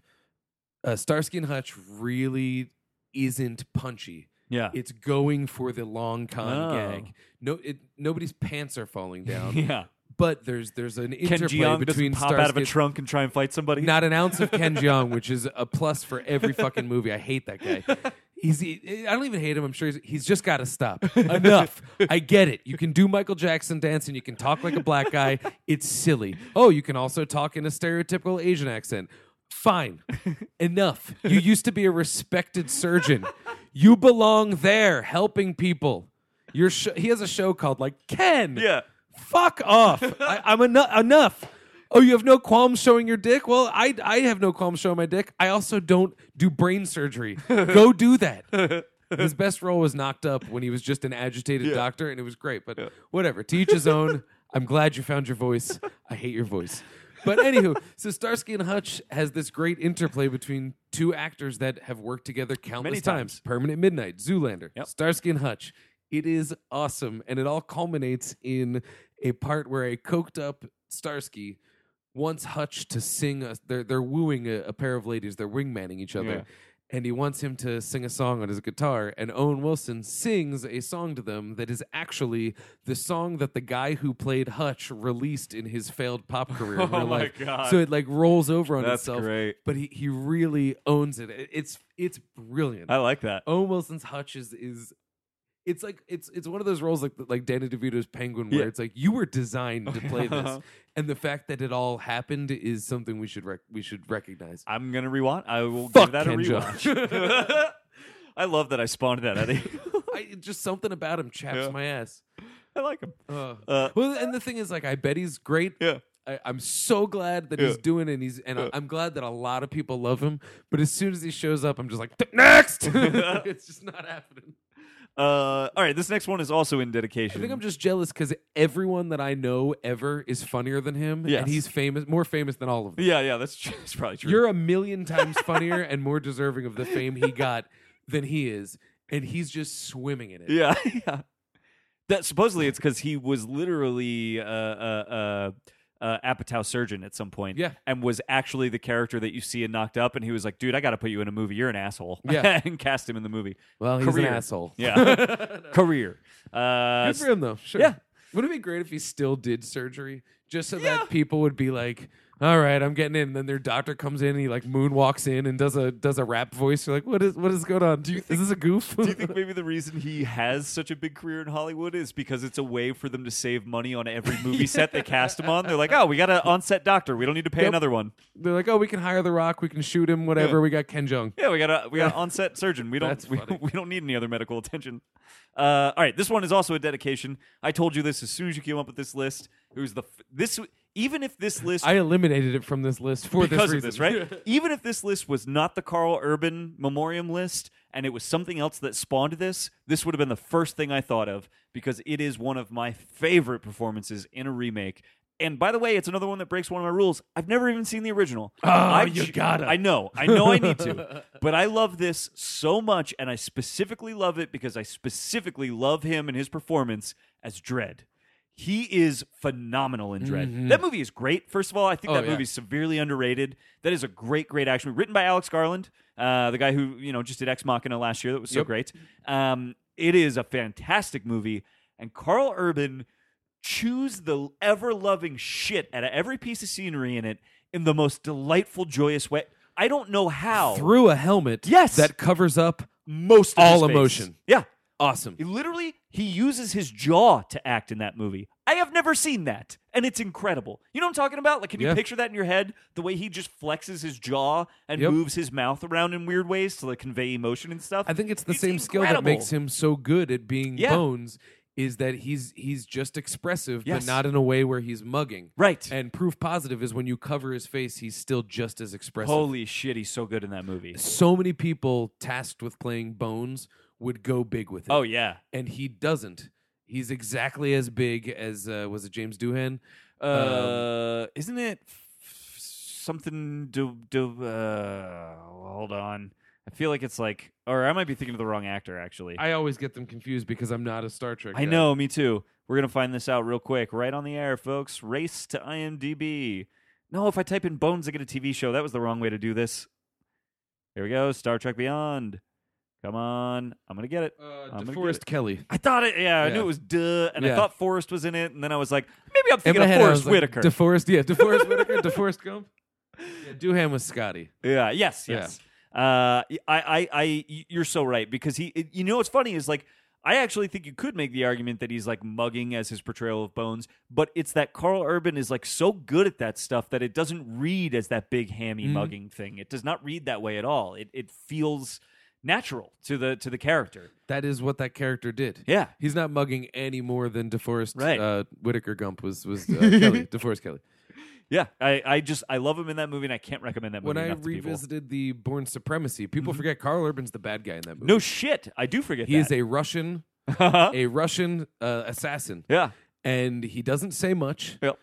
[SPEAKER 3] Uh, Starsky and Hutch really isn't punchy.
[SPEAKER 2] Yeah.
[SPEAKER 3] It's going for the long con
[SPEAKER 2] Oh.
[SPEAKER 3] gag. No, it, nobody's pants are falling down,
[SPEAKER 2] yeah.
[SPEAKER 3] but there's there's an
[SPEAKER 2] Ken
[SPEAKER 3] interplay
[SPEAKER 2] Jeong
[SPEAKER 3] between
[SPEAKER 2] doesn't pop out of a
[SPEAKER 3] Starsky-
[SPEAKER 2] trunk and try and fight somebody.
[SPEAKER 3] not an ounce of Ken Jeong, which is a plus for every fucking movie. I hate that guy. He's, he- I don't even hate him. I'm sure he's, he's just got to stop. Enough. I get it. You can do Michael Jackson dance and you can talk like a black guy. It's silly. Oh, you can also talk in a stereotypical Asian accent. Fine. Enough. You used to be a respected surgeon. You belong there helping people. Your sh- he has a show called like Ken.
[SPEAKER 2] Yeah.
[SPEAKER 3] Fuck off. I, I'm enough. Enough. Oh, you have no qualms showing your dick? Well, I, I have no qualms showing my dick. I also don't do brain surgery. Go do that. His best role was knocked up when he was just an agitated doctor, and it was great. But whatever. To each his own. I'm glad you found your voice. I hate your voice. But anywho, so Starsky and Hutch has this great interplay between two actors that have worked together countless
[SPEAKER 2] Many times.
[SPEAKER 3] Permanent Midnight, Zoolander,
[SPEAKER 2] Yep.
[SPEAKER 3] Starsky and Hutch. It is awesome, and it all culminates in a part where a coked up Starsky wants Hutch to sing. A, they're they're wooing a, a pair of ladies. They're wingmanning each other,
[SPEAKER 2] Yeah.
[SPEAKER 3] and he wants him to sing a song on his guitar. And Owen Wilson sings a song to them that is actually the song that the guy who played Hutch released in his failed pop career. in
[SPEAKER 2] Oh
[SPEAKER 3] real
[SPEAKER 2] my
[SPEAKER 3] life.
[SPEAKER 2] God.
[SPEAKER 3] So it like rolls over on
[SPEAKER 2] That's
[SPEAKER 3] itself.
[SPEAKER 2] great.
[SPEAKER 3] But he, he really owns it. It- It's it's brilliant.
[SPEAKER 2] I like that.
[SPEAKER 3] Owen Wilson's Hutch is is it's like it's it's one of those roles like like Danny DeVito's Penguin where
[SPEAKER 2] Yeah.
[SPEAKER 3] it's like you were designed to play this,
[SPEAKER 2] Uh-huh.
[SPEAKER 3] and the fact that it all happened is something we should rec- we should recognize.
[SPEAKER 2] I'm gonna rewatch. I will give
[SPEAKER 3] Fuck
[SPEAKER 2] that
[SPEAKER 3] Ken
[SPEAKER 2] a rewatch. I love that I spawned that. Eddie.
[SPEAKER 3] I, it- just something about him chaps
[SPEAKER 2] Yeah.
[SPEAKER 3] my ass.
[SPEAKER 2] I like him.
[SPEAKER 3] Ugh.
[SPEAKER 2] Uh,
[SPEAKER 3] well, and the thing is, like, I bet he's great.
[SPEAKER 2] yeah.
[SPEAKER 3] I, I'm so glad that
[SPEAKER 2] Yeah.
[SPEAKER 3] he's doing it, and he's and I, I'm glad that a lot of people love him. But as soon as he shows up, I'm just like, next. it's just not happening.
[SPEAKER 2] Uh, all right. This next one is also in dedication.
[SPEAKER 3] I think I'm just jealous because everyone that I know ever is funnier than him,
[SPEAKER 2] Yes.
[SPEAKER 3] and he's famous, more famous than all of them.
[SPEAKER 2] yeah, yeah. That's, tr- that's probably true.
[SPEAKER 3] You're a million times funnier and more deserving of the fame he got than he is, and he's just swimming in it.
[SPEAKER 2] yeah, yeah. That supposedly it's because he was literally uh, uh, uh, uh, Apatow surgeon at some point.
[SPEAKER 3] Yeah.
[SPEAKER 2] and was actually the character that you see in Knocked Up, and he was like, "Dude, I got to put you in a movie. You're an asshole."
[SPEAKER 3] Yeah.
[SPEAKER 2] and cast him in the movie.
[SPEAKER 3] Well, he's
[SPEAKER 2] Career.
[SPEAKER 3] an asshole.
[SPEAKER 2] Yeah, career. Uh,
[SPEAKER 3] Good for him though. Sure.
[SPEAKER 2] yeah.
[SPEAKER 3] Wouldn't it be great if he still did surgery just so
[SPEAKER 2] Yeah.
[SPEAKER 3] that people would be like, "All right, I'm getting in." And then their doctor comes in and he like moonwalks in and does a does a rap voice. You're like, "What is what is going on? Do you think, is this a goof?"
[SPEAKER 2] Do you think maybe the reason he has such a big career in Hollywood is because it's a way for them to save money on every movie set they cast him on? They're like, oh, we got an on-set doctor. We don't need to pay
[SPEAKER 3] Yep.
[SPEAKER 2] another one.
[SPEAKER 3] They're like, "Oh, we can hire The Rock. We can shoot him. Whatever. We got Ken Jeong."
[SPEAKER 2] Yeah, we got a we got an on-set surgeon. We don't
[SPEAKER 3] That's
[SPEAKER 2] we,
[SPEAKER 3] funny.
[SPEAKER 2] we don't need any other medical attention. Uh, all right, this one is also a dedication. I told you this as soon as you came up with this list. It was the f- this even if this list
[SPEAKER 3] I eliminated it from this list for
[SPEAKER 2] because
[SPEAKER 3] this
[SPEAKER 2] of
[SPEAKER 3] reason.
[SPEAKER 2] this, right? Even if this list was not the Carl Urban memoriam list and it was something else that spawned this, this would have been the first thing I thought of because it is one of my favorite performances in a remake. And by the way, it's another one that breaks one of my rules. I've never even seen the original. Oh, I
[SPEAKER 3] you
[SPEAKER 2] ju-
[SPEAKER 3] gotta.
[SPEAKER 2] I know. I know I need to. But I love this so much, and I specifically love it because I specifically love him and his performance as Dread. He is phenomenal in Dread. That movie is great. First of all, I think
[SPEAKER 3] Mm-hmm. Oh,
[SPEAKER 2] that
[SPEAKER 3] yeah.
[SPEAKER 2] movie is severely underrated. That is a great, great action movie written by Alex Garland, uh, the guy who you know just did Ex Machina last year. That was so
[SPEAKER 3] Yep.
[SPEAKER 2] great. Um, it is a fantastic movie, and Carl Urban chews the ever loving shit out of every piece of scenery in it in the most delightful, joyous way. I don't know how
[SPEAKER 3] Through a helmet
[SPEAKER 2] Yes.
[SPEAKER 3] that covers up
[SPEAKER 2] most of
[SPEAKER 3] all
[SPEAKER 2] his face.
[SPEAKER 3] emotion.
[SPEAKER 2] Yeah,
[SPEAKER 3] awesome.
[SPEAKER 2] he literally he uses his jaw to act in that movie. I have never seen that, and it's incredible. You know what I'm talking about? Like, can you
[SPEAKER 3] Yeah.
[SPEAKER 2] picture that in your head? The way he just flexes his jaw and
[SPEAKER 3] Yep.
[SPEAKER 2] moves his mouth around in weird ways to like convey emotion and stuff.
[SPEAKER 3] I think it's the
[SPEAKER 2] He's
[SPEAKER 3] same skill that
[SPEAKER 2] incredible.
[SPEAKER 3] makes him so good at being
[SPEAKER 2] Yeah.
[SPEAKER 3] Bones is that he's he's just expressive,
[SPEAKER 2] Yes.
[SPEAKER 3] but not in a way where he's mugging.
[SPEAKER 2] Right.
[SPEAKER 3] And proof positive is when you cover his face, he's still just as expressive.
[SPEAKER 2] Holy shit, he's so good in that movie.
[SPEAKER 3] So many people tasked with playing Bones would go big with it.
[SPEAKER 2] Oh yeah,
[SPEAKER 3] and he doesn't. He's exactly as big as uh, was it James Doohan?
[SPEAKER 2] Uh, isn't it? f- something do do. Uh, hold on, I feel like it's like, or I might be thinking of the wrong actor actually. I,
[SPEAKER 3] I always get them confused because I'm not a Star Trek. guy.
[SPEAKER 2] know, me too. We're gonna find this out real quick, right on the air, folks. Race to IMDb. No, if I type in Bones, I get a TV show. That was the wrong way to do this. Here we go, Star Trek Beyond. Come on, I'm gonna get it.
[SPEAKER 3] Uh,
[SPEAKER 2] I'm gonna get
[SPEAKER 3] DeForest
[SPEAKER 2] it.
[SPEAKER 3] Kelly.
[SPEAKER 2] I thought it. Yeah, I knew
[SPEAKER 3] Yeah.
[SPEAKER 2] it was duh, and I
[SPEAKER 3] Yeah.
[SPEAKER 2] thought Forrest was in it, and then I was like, maybe I'm
[SPEAKER 3] In
[SPEAKER 2] thinking
[SPEAKER 3] my
[SPEAKER 2] of
[SPEAKER 3] head, I
[SPEAKER 2] Forrest
[SPEAKER 3] was like,
[SPEAKER 2] Whitaker.
[SPEAKER 3] DeForest, yeah, DeForest Whitaker, DeForest Gump. Yeah, Doohan was Scotty.
[SPEAKER 2] yeah. Yes.
[SPEAKER 3] Yeah.
[SPEAKER 2] Yes. Uh, I, I, I, y- you're so right because he. it- you know what's funny is like I actually think you could make the argument that he's like mugging as his portrayal of Bones, but it's that Carl Urban is like so good at that stuff that it doesn't read as that big hammy
[SPEAKER 3] Mhm.
[SPEAKER 2] mugging thing. It does not read that way at all. It it feels natural to the to the character.
[SPEAKER 3] That is what that character did.
[SPEAKER 2] Yeah.
[SPEAKER 3] He's not mugging any more than DeForest
[SPEAKER 2] Right.
[SPEAKER 3] uh, Whitaker Gump was was uh, Kelly, DeForest Kelly.
[SPEAKER 2] Yeah. I, I just I love him in that movie, and I can't recommend that movie
[SPEAKER 3] When I
[SPEAKER 2] enough to people. Mm-hmm.
[SPEAKER 3] revisited the Born Supremacy, people forget Carl Urban's the bad guy in that movie.
[SPEAKER 2] No shit, I do forget
[SPEAKER 3] he
[SPEAKER 2] that.
[SPEAKER 3] is a Russian
[SPEAKER 2] Uh-huh.
[SPEAKER 3] a Russian uh, assassin,
[SPEAKER 2] yeah.
[SPEAKER 3] and he doesn't say much.
[SPEAKER 2] Yep.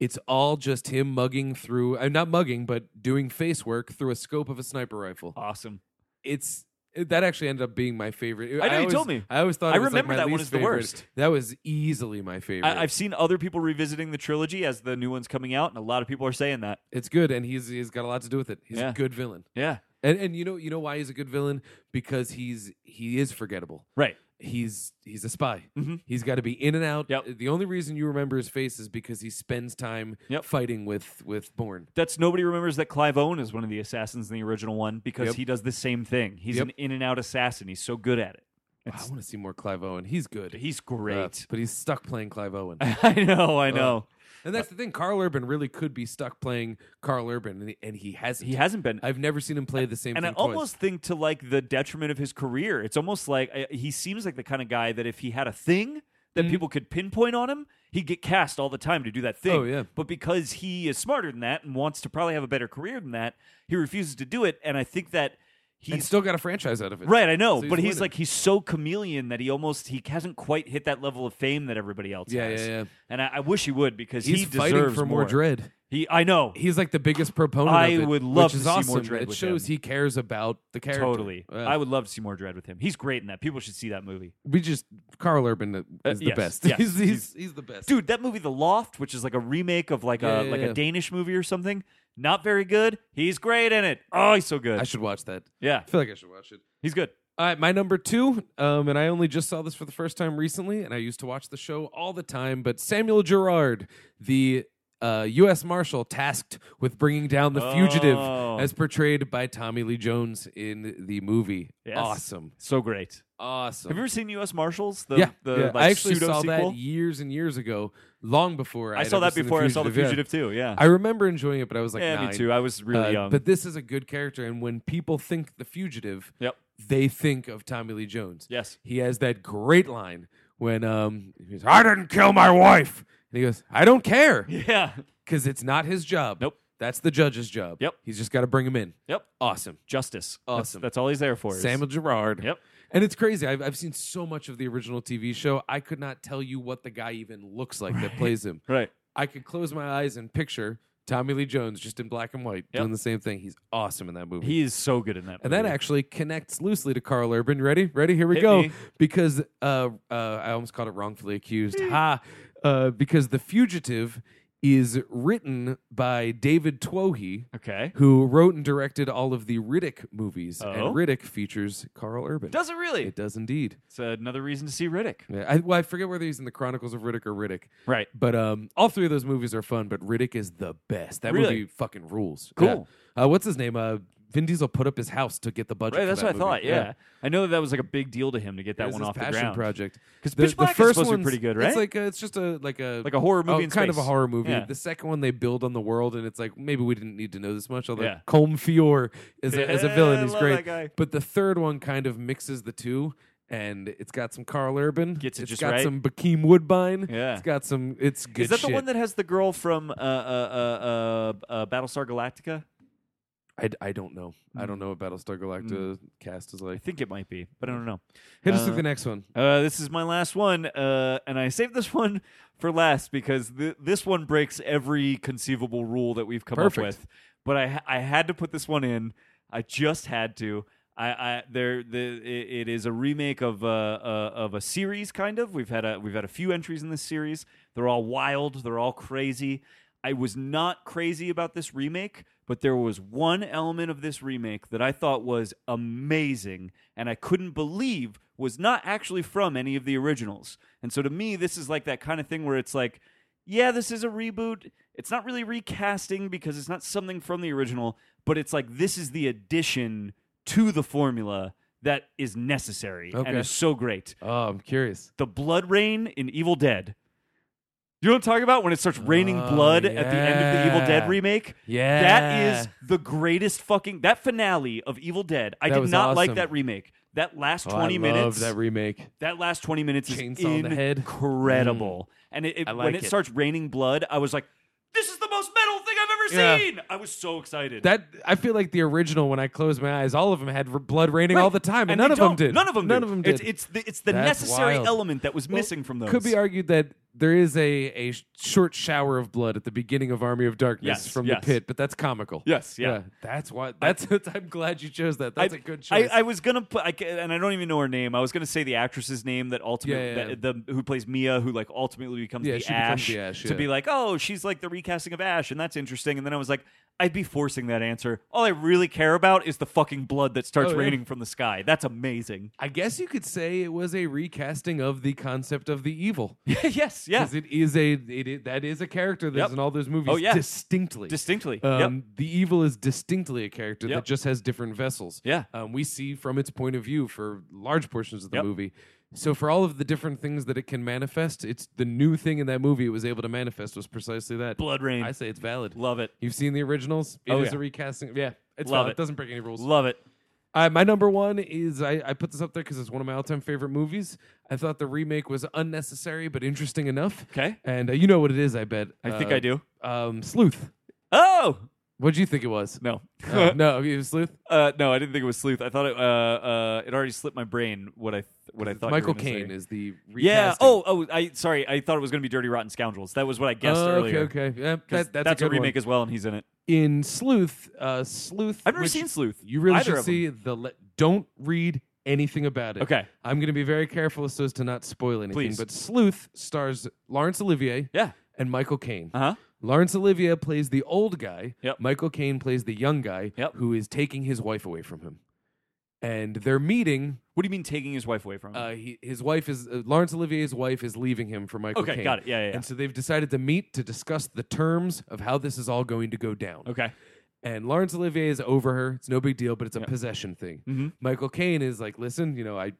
[SPEAKER 3] It's all just him mugging through, uh, not mugging, but doing face work through a scope of a sniper rifle.
[SPEAKER 2] Awesome.
[SPEAKER 3] It's it- that actually ended up being my favorite.
[SPEAKER 2] I know, you
[SPEAKER 3] always-
[SPEAKER 2] told me.
[SPEAKER 3] I always thought
[SPEAKER 2] I
[SPEAKER 3] it was, like,
[SPEAKER 2] remember
[SPEAKER 3] my
[SPEAKER 2] that one
[SPEAKER 3] least
[SPEAKER 2] is the
[SPEAKER 3] favorite.
[SPEAKER 2] worst.
[SPEAKER 3] That was easily my favorite.
[SPEAKER 2] I, I've seen other people revisiting the trilogy as the new one's coming out, and a lot of people are saying that.
[SPEAKER 3] it's good, and he's he's got a lot to do with it. He's
[SPEAKER 2] Yeah.
[SPEAKER 3] a good villain,
[SPEAKER 2] Yeah.
[SPEAKER 3] and and you know you know why he's a good villain because he's he is forgettable.
[SPEAKER 2] Right.
[SPEAKER 3] he's he's a spy.
[SPEAKER 2] Mhm.
[SPEAKER 3] He's got to be in and out.
[SPEAKER 2] Yep.
[SPEAKER 3] The only reason you remember his face is because he spends time
[SPEAKER 2] Yep.
[SPEAKER 3] fighting with with Bourne.
[SPEAKER 2] That's nobody remembers that Clive Owen is one of the assassins in the original one because
[SPEAKER 3] Yep.
[SPEAKER 2] he does the same thing. He's
[SPEAKER 3] Yep.
[SPEAKER 2] an in and out assassin. He's so good at it.
[SPEAKER 3] Wow, I want to see more Clive Owen. He's good.
[SPEAKER 2] He's
[SPEAKER 3] Uh,
[SPEAKER 2] great.
[SPEAKER 3] but he's stuck playing Clive Owen.
[SPEAKER 2] I know. I know.
[SPEAKER 3] and that's the thing. Carl Urban really could be stuck playing Carl Urban, and he, and he hasn't.
[SPEAKER 2] he hasn't been.
[SPEAKER 3] I've never seen him play the same
[SPEAKER 2] and I
[SPEAKER 3] thing.
[SPEAKER 2] almost think to like the detriment of his career. It's almost like I, he seems like the kind of guy that if he had a thing that people could pinpoint on him, he'd get cast all the time to do that thing.
[SPEAKER 3] Oh, yeah.
[SPEAKER 2] But because he is smarter than that and wants to probably have a better career than that, he refuses to do it. And I think that
[SPEAKER 3] he's
[SPEAKER 2] he's
[SPEAKER 3] still got a franchise out of it.
[SPEAKER 2] right. I know,
[SPEAKER 3] so he's
[SPEAKER 2] but he's
[SPEAKER 3] winning.
[SPEAKER 2] like he's so chameleon that he almost he hasn't quite hit that level of fame that everybody else
[SPEAKER 3] Yeah,
[SPEAKER 2] has.
[SPEAKER 3] yeah, yeah.
[SPEAKER 2] And I, I wish he would because
[SPEAKER 3] He's
[SPEAKER 2] he
[SPEAKER 3] fighting
[SPEAKER 2] deserves
[SPEAKER 3] for more, dread.
[SPEAKER 2] He, I know.
[SPEAKER 3] He's like the biggest proponent.
[SPEAKER 2] I
[SPEAKER 3] of it,
[SPEAKER 2] would love
[SPEAKER 3] which is
[SPEAKER 2] to see more
[SPEAKER 3] awesome.
[SPEAKER 2] Dredd
[SPEAKER 3] It
[SPEAKER 2] with
[SPEAKER 3] shows
[SPEAKER 2] him.
[SPEAKER 3] he cares about the character. Uh,
[SPEAKER 2] Totally,
[SPEAKER 3] Yeah.
[SPEAKER 2] I would love to see more Dread with him. He's great in that. People should see that movie.
[SPEAKER 3] we just Carl Urban is
[SPEAKER 2] Uh,
[SPEAKER 3] the
[SPEAKER 2] yes,
[SPEAKER 3] best.
[SPEAKER 2] yes.
[SPEAKER 3] he's,
[SPEAKER 2] He's-
[SPEAKER 3] he's he's the best.
[SPEAKER 2] dude that movie the loft which is like a remake of like
[SPEAKER 3] Yeah,
[SPEAKER 2] a
[SPEAKER 3] yeah,
[SPEAKER 2] like
[SPEAKER 3] yeah.
[SPEAKER 2] a danish movie or something not very good he's great in it oh he's so good
[SPEAKER 3] I should watch that.
[SPEAKER 2] yeah
[SPEAKER 3] I feel like I should watch it.
[SPEAKER 2] he's good
[SPEAKER 3] All right, my number two, um, and I only just saw this for the first time recently, and I used to watch the show all the time. But Samuel Gerard, the uh, U.S. Marshal tasked with bringing down the fugitive,
[SPEAKER 2] Oh.
[SPEAKER 3] as portrayed by Tommy Lee Jones in the movie.
[SPEAKER 2] Yes.
[SPEAKER 3] Awesome,
[SPEAKER 2] so great
[SPEAKER 3] awesome.
[SPEAKER 2] have you ever seen us marshals the
[SPEAKER 3] yeah,
[SPEAKER 2] the
[SPEAKER 3] yeah.
[SPEAKER 2] like
[SPEAKER 3] I actually
[SPEAKER 2] pseudo
[SPEAKER 3] saw
[SPEAKER 2] sequel
[SPEAKER 3] that years and years ago, long before
[SPEAKER 2] i
[SPEAKER 3] I'd
[SPEAKER 2] saw
[SPEAKER 3] ever
[SPEAKER 2] that
[SPEAKER 3] seen
[SPEAKER 2] before i saw the
[SPEAKER 3] yeah.
[SPEAKER 2] fugitive too yeah
[SPEAKER 3] I remember enjoying it, but I was like,
[SPEAKER 2] yeah
[SPEAKER 3] nine.
[SPEAKER 2] me too i was really um,
[SPEAKER 3] Uh,
[SPEAKER 2] young
[SPEAKER 3] But this is a good character, and when people think the fugitive,
[SPEAKER 2] Yep.
[SPEAKER 3] they think of Tommy Lee Jones.
[SPEAKER 2] yes
[SPEAKER 3] He has that great line when um, he goes, "I didn't kill my wife," and he goes, "I don't care,"
[SPEAKER 2] yeah
[SPEAKER 3] because it's not his job.
[SPEAKER 2] Nope.
[SPEAKER 3] that's the judge's job.
[SPEAKER 2] Yep.
[SPEAKER 3] he's just got to bring him in.
[SPEAKER 2] yep
[SPEAKER 3] Awesome,
[SPEAKER 2] justice That's-
[SPEAKER 3] Awesome.
[SPEAKER 2] that's, all he's there for is-
[SPEAKER 3] Samuel Gerard.
[SPEAKER 2] Yep.
[SPEAKER 3] And it's crazy. I've, I've seen so much of the original TV show. I could not tell you what the guy even looks like that plays him.
[SPEAKER 2] right
[SPEAKER 3] I could close my eyes and picture Tommy Lee Jones just in black and white
[SPEAKER 2] Yep.
[SPEAKER 3] doing the same thing. He's awesome in that movie.
[SPEAKER 2] he is so good in that
[SPEAKER 3] And that
[SPEAKER 2] movie.
[SPEAKER 3] actually connects loosely to Carl Urban. Ready? Ready? Here we
[SPEAKER 2] Hit
[SPEAKER 3] go.
[SPEAKER 2] me.
[SPEAKER 3] Because uh, uh, I almost called it wrongfully accused.
[SPEAKER 2] Hmm.
[SPEAKER 3] ha! Uh, because The Fugitive is written by David Twohy,
[SPEAKER 2] okay
[SPEAKER 3] who wrote and directed all of the Riddick movies.
[SPEAKER 2] Oh.
[SPEAKER 3] And Riddick features Carl Urban.
[SPEAKER 2] does it really
[SPEAKER 3] it does indeed.
[SPEAKER 2] it's another reason to see riddick
[SPEAKER 3] Yeah, I, well, I forget whether he's in the Chronicles of Riddick or Riddick,
[SPEAKER 2] right
[SPEAKER 3] but um, all three of those movies are fun. But Riddick is the best. That
[SPEAKER 2] Really?
[SPEAKER 3] movie fucking rules.
[SPEAKER 2] Cool.
[SPEAKER 3] Yeah. Uh, what's his name? Uh, Vin Diesel put up his house to get the budget.
[SPEAKER 2] Right,
[SPEAKER 3] for
[SPEAKER 2] that's
[SPEAKER 3] that
[SPEAKER 2] what I thought.
[SPEAKER 3] movie.
[SPEAKER 2] Yeah. I know that that was like a big deal to him to get that
[SPEAKER 3] It was
[SPEAKER 2] one
[SPEAKER 3] his
[SPEAKER 2] off the
[SPEAKER 3] passion
[SPEAKER 2] ground.
[SPEAKER 3] project.
[SPEAKER 2] 'Cause Pitch Black is
[SPEAKER 3] first
[SPEAKER 2] supposed to be
[SPEAKER 3] one's-
[SPEAKER 2] pretty good,
[SPEAKER 3] It's
[SPEAKER 2] right?
[SPEAKER 3] like a, it's just a like a
[SPEAKER 2] Like a horror movie
[SPEAKER 3] oh,
[SPEAKER 2] in
[SPEAKER 3] kind of a
[SPEAKER 2] space.
[SPEAKER 3] horror movie.
[SPEAKER 2] Yeah.
[SPEAKER 3] The second one they build on the world, and it's like maybe we didn't need to know this much. Although
[SPEAKER 2] Yeah.
[SPEAKER 3] Colm Feore is a, as a villain,
[SPEAKER 2] Yeah, I
[SPEAKER 3] he's
[SPEAKER 2] love
[SPEAKER 3] great.
[SPEAKER 2] that guy.
[SPEAKER 3] But the third one kind of mixes the two. And it's got some Carl Urban.
[SPEAKER 2] Gets it
[SPEAKER 3] It's
[SPEAKER 2] just
[SPEAKER 3] got
[SPEAKER 2] right.
[SPEAKER 3] some Bakeem Woodbine.
[SPEAKER 2] Yeah.
[SPEAKER 3] It's got some. It's good.
[SPEAKER 2] Is that
[SPEAKER 3] shit.
[SPEAKER 2] the one that has the girl from uh, uh, uh, uh, uh, Battlestar Galactica?
[SPEAKER 3] I, I don't know.
[SPEAKER 2] Mm.
[SPEAKER 3] I don't know what Battlestar Galactica cast is
[SPEAKER 2] I
[SPEAKER 3] like.
[SPEAKER 2] think it might be, but I don't know.
[SPEAKER 3] Hit us
[SPEAKER 2] Mm. Uh,
[SPEAKER 3] with the next one.
[SPEAKER 2] Uh, this is my last one, uh, and I saved this one for last because th- this one breaks every conceivable rule that we've come
[SPEAKER 3] Perfect.
[SPEAKER 2] up with. but I I had to put this one in. I just had to. I, I there the it, it is a remake of a, a of a series kind of. We've had a we've had a few entries in this series. They're all wild. They're all crazy. I was not crazy about this remake, but there was one element of this remake that I thought was amazing, and I couldn't believe was not actually from any of the originals. And so to me, this is like that kind of thing where it's like, yeah, this is a reboot. It's not really recasting because it's not something from the original, but it's like this is the addition to the formula that is necessary and
[SPEAKER 3] Okay.
[SPEAKER 2] is so great.
[SPEAKER 3] Oh, I'm curious.
[SPEAKER 2] The blood rain in Evil Dead. You know what I'm talking about when it starts raining blood at the end of the Evil Dead
[SPEAKER 3] Oh, yeah.
[SPEAKER 2] remake?
[SPEAKER 3] Yeah.
[SPEAKER 2] That is the greatest fucking that finale of Evil Dead. I
[SPEAKER 3] That
[SPEAKER 2] did
[SPEAKER 3] was
[SPEAKER 2] not like
[SPEAKER 3] awesome.
[SPEAKER 2] that remake. That last
[SPEAKER 3] Oh,
[SPEAKER 2] 20
[SPEAKER 3] I
[SPEAKER 2] minutes
[SPEAKER 3] Love that remake.
[SPEAKER 2] that last 20 minutes is
[SPEAKER 3] Chainsaw in the head. Mm.
[SPEAKER 2] incredible. And it, it-
[SPEAKER 3] I
[SPEAKER 2] when
[SPEAKER 3] like
[SPEAKER 2] it,
[SPEAKER 3] it.
[SPEAKER 2] starts raining blood, I was like, this is the most metal thing I've ever
[SPEAKER 3] Yeah.
[SPEAKER 2] seen. I was so excited.
[SPEAKER 3] That I feel like the original. When I closed my eyes, all of them had r- blood raining all the time, and,
[SPEAKER 2] they
[SPEAKER 3] none of them
[SPEAKER 2] don't.
[SPEAKER 3] did.
[SPEAKER 2] None of them.
[SPEAKER 3] None
[SPEAKER 2] do.
[SPEAKER 3] of them did.
[SPEAKER 2] It's, it's the, it's the
[SPEAKER 3] That's
[SPEAKER 2] necessary
[SPEAKER 3] wild.
[SPEAKER 2] element that was
[SPEAKER 3] Well,
[SPEAKER 2] missing from those.
[SPEAKER 3] Could be argued that there is a a sh- short shower of blood at the beginning of Army of Darkness
[SPEAKER 2] Yes,
[SPEAKER 3] from
[SPEAKER 2] yes.
[SPEAKER 3] the pit, but that's comical.
[SPEAKER 2] Yes, yeah.
[SPEAKER 3] that's why. That's. I'm glad you chose that. That's
[SPEAKER 2] I-
[SPEAKER 3] a good
[SPEAKER 2] I,
[SPEAKER 3] choice.
[SPEAKER 2] I was gonna put, I, ca- and I don't even know her name. I was gonna say the actress's name that ultimately,
[SPEAKER 3] Yeah, yeah, yeah.
[SPEAKER 2] That, the who plays Mia, who like ultimately becomes,
[SPEAKER 3] Yeah,
[SPEAKER 2] the,
[SPEAKER 3] she becomes
[SPEAKER 2] Ash,
[SPEAKER 3] the Ash,
[SPEAKER 2] to
[SPEAKER 3] yeah.
[SPEAKER 2] be like, oh, she's like the recasting of Ash, and that's interesting. And then I was like, I'd be forcing that answer. All I really care about is the fucking blood that starts
[SPEAKER 3] Oh, yeah.
[SPEAKER 2] raining from the sky. That's amazing.
[SPEAKER 3] I guess you could say it was a recasting of the concept of the evil.
[SPEAKER 2] yes, yeah,
[SPEAKER 3] Because it is a it, i- that is a character that's
[SPEAKER 2] Yep.
[SPEAKER 3] in all those movies
[SPEAKER 2] Oh, yeah.
[SPEAKER 3] distinctly.
[SPEAKER 2] distinctly.
[SPEAKER 3] um,
[SPEAKER 2] yep.
[SPEAKER 3] The evil is distinctly a character
[SPEAKER 2] Yep.
[SPEAKER 3] that just has different vessels.
[SPEAKER 2] Yeah.
[SPEAKER 3] um, we see from its point of view for large portions of the
[SPEAKER 2] Yep.
[SPEAKER 3] movie. So for all of the different things that it can manifest, it's the new thing in that movie it was able to manifest was precisely that
[SPEAKER 2] Blood rain.
[SPEAKER 3] I say it's valid.
[SPEAKER 2] Love it.
[SPEAKER 3] You've seen the originals. It is
[SPEAKER 2] Oh, yeah.
[SPEAKER 3] a recasting. Yeah, it's
[SPEAKER 2] Love
[SPEAKER 3] valid.
[SPEAKER 2] it.
[SPEAKER 3] Doesn't break any rules.
[SPEAKER 2] Love it.
[SPEAKER 3] Uh, my number one is I, I put this up there because it's one of my all-time favorite movies. I thought the remake was unnecessary but interesting enough.
[SPEAKER 2] Okay.
[SPEAKER 3] and uh, you know what it is, I bet.
[SPEAKER 2] I think
[SPEAKER 3] Uh,
[SPEAKER 2] I do.
[SPEAKER 3] Um, Sleuth.
[SPEAKER 2] Oh
[SPEAKER 3] What do you think it was?
[SPEAKER 2] no.
[SPEAKER 3] Uh, no, it was Sleuth.
[SPEAKER 2] Uh, no, I didn't think it was sleuth. I thought it. Uh, uh, it already slipped my brain. What I th- what I thought. you were
[SPEAKER 3] Michael
[SPEAKER 2] gonna say.
[SPEAKER 3] Caine is the recasting.
[SPEAKER 2] Yeah. Oh. Oh. I sorry. I thought it was going to be Dirty Rotten Scoundrels. That was what I guessed
[SPEAKER 3] Oh,
[SPEAKER 2] earlier.
[SPEAKER 3] Okay, okay. Yeah,
[SPEAKER 2] 'Cause
[SPEAKER 3] that, that's, a, good
[SPEAKER 2] remake
[SPEAKER 3] One.
[SPEAKER 2] as well, and he's in it.
[SPEAKER 3] In Sleuth, uh, Sleuth.
[SPEAKER 2] I've never
[SPEAKER 3] which
[SPEAKER 2] seen Sleuth.
[SPEAKER 3] You really
[SPEAKER 2] either
[SPEAKER 3] should
[SPEAKER 2] of
[SPEAKER 3] see the. Le- don't read anything about it.
[SPEAKER 2] Okay.
[SPEAKER 3] I'm going to be very careful so as to not spoil anything.
[SPEAKER 2] Please.
[SPEAKER 3] But Sleuth stars Laurence Olivier.
[SPEAKER 2] Yeah.
[SPEAKER 3] And Michael Caine.
[SPEAKER 2] Uh huh.
[SPEAKER 3] Laurence Olivier plays the old guy.
[SPEAKER 2] Yep.
[SPEAKER 3] Michael Caine plays the young guy
[SPEAKER 2] Yep.
[SPEAKER 3] who is taking his wife away from him. And they're meeting.
[SPEAKER 2] What do you mean taking his wife away from him?
[SPEAKER 3] Uh, he, his wife is uh, Laurence Olivier's wife is leaving him for Michael.
[SPEAKER 2] Okay,
[SPEAKER 3] Caine.
[SPEAKER 2] got it. Yeah, yeah, yeah.
[SPEAKER 3] And so they've decided to meet to discuss the terms of how this is all going to go down.
[SPEAKER 2] Uh, okay.
[SPEAKER 3] And Laurence Olivier is over her. It's no big deal, but it's a possession thing.
[SPEAKER 2] Mhm.
[SPEAKER 3] Michael Caine is like, listen, you know, I,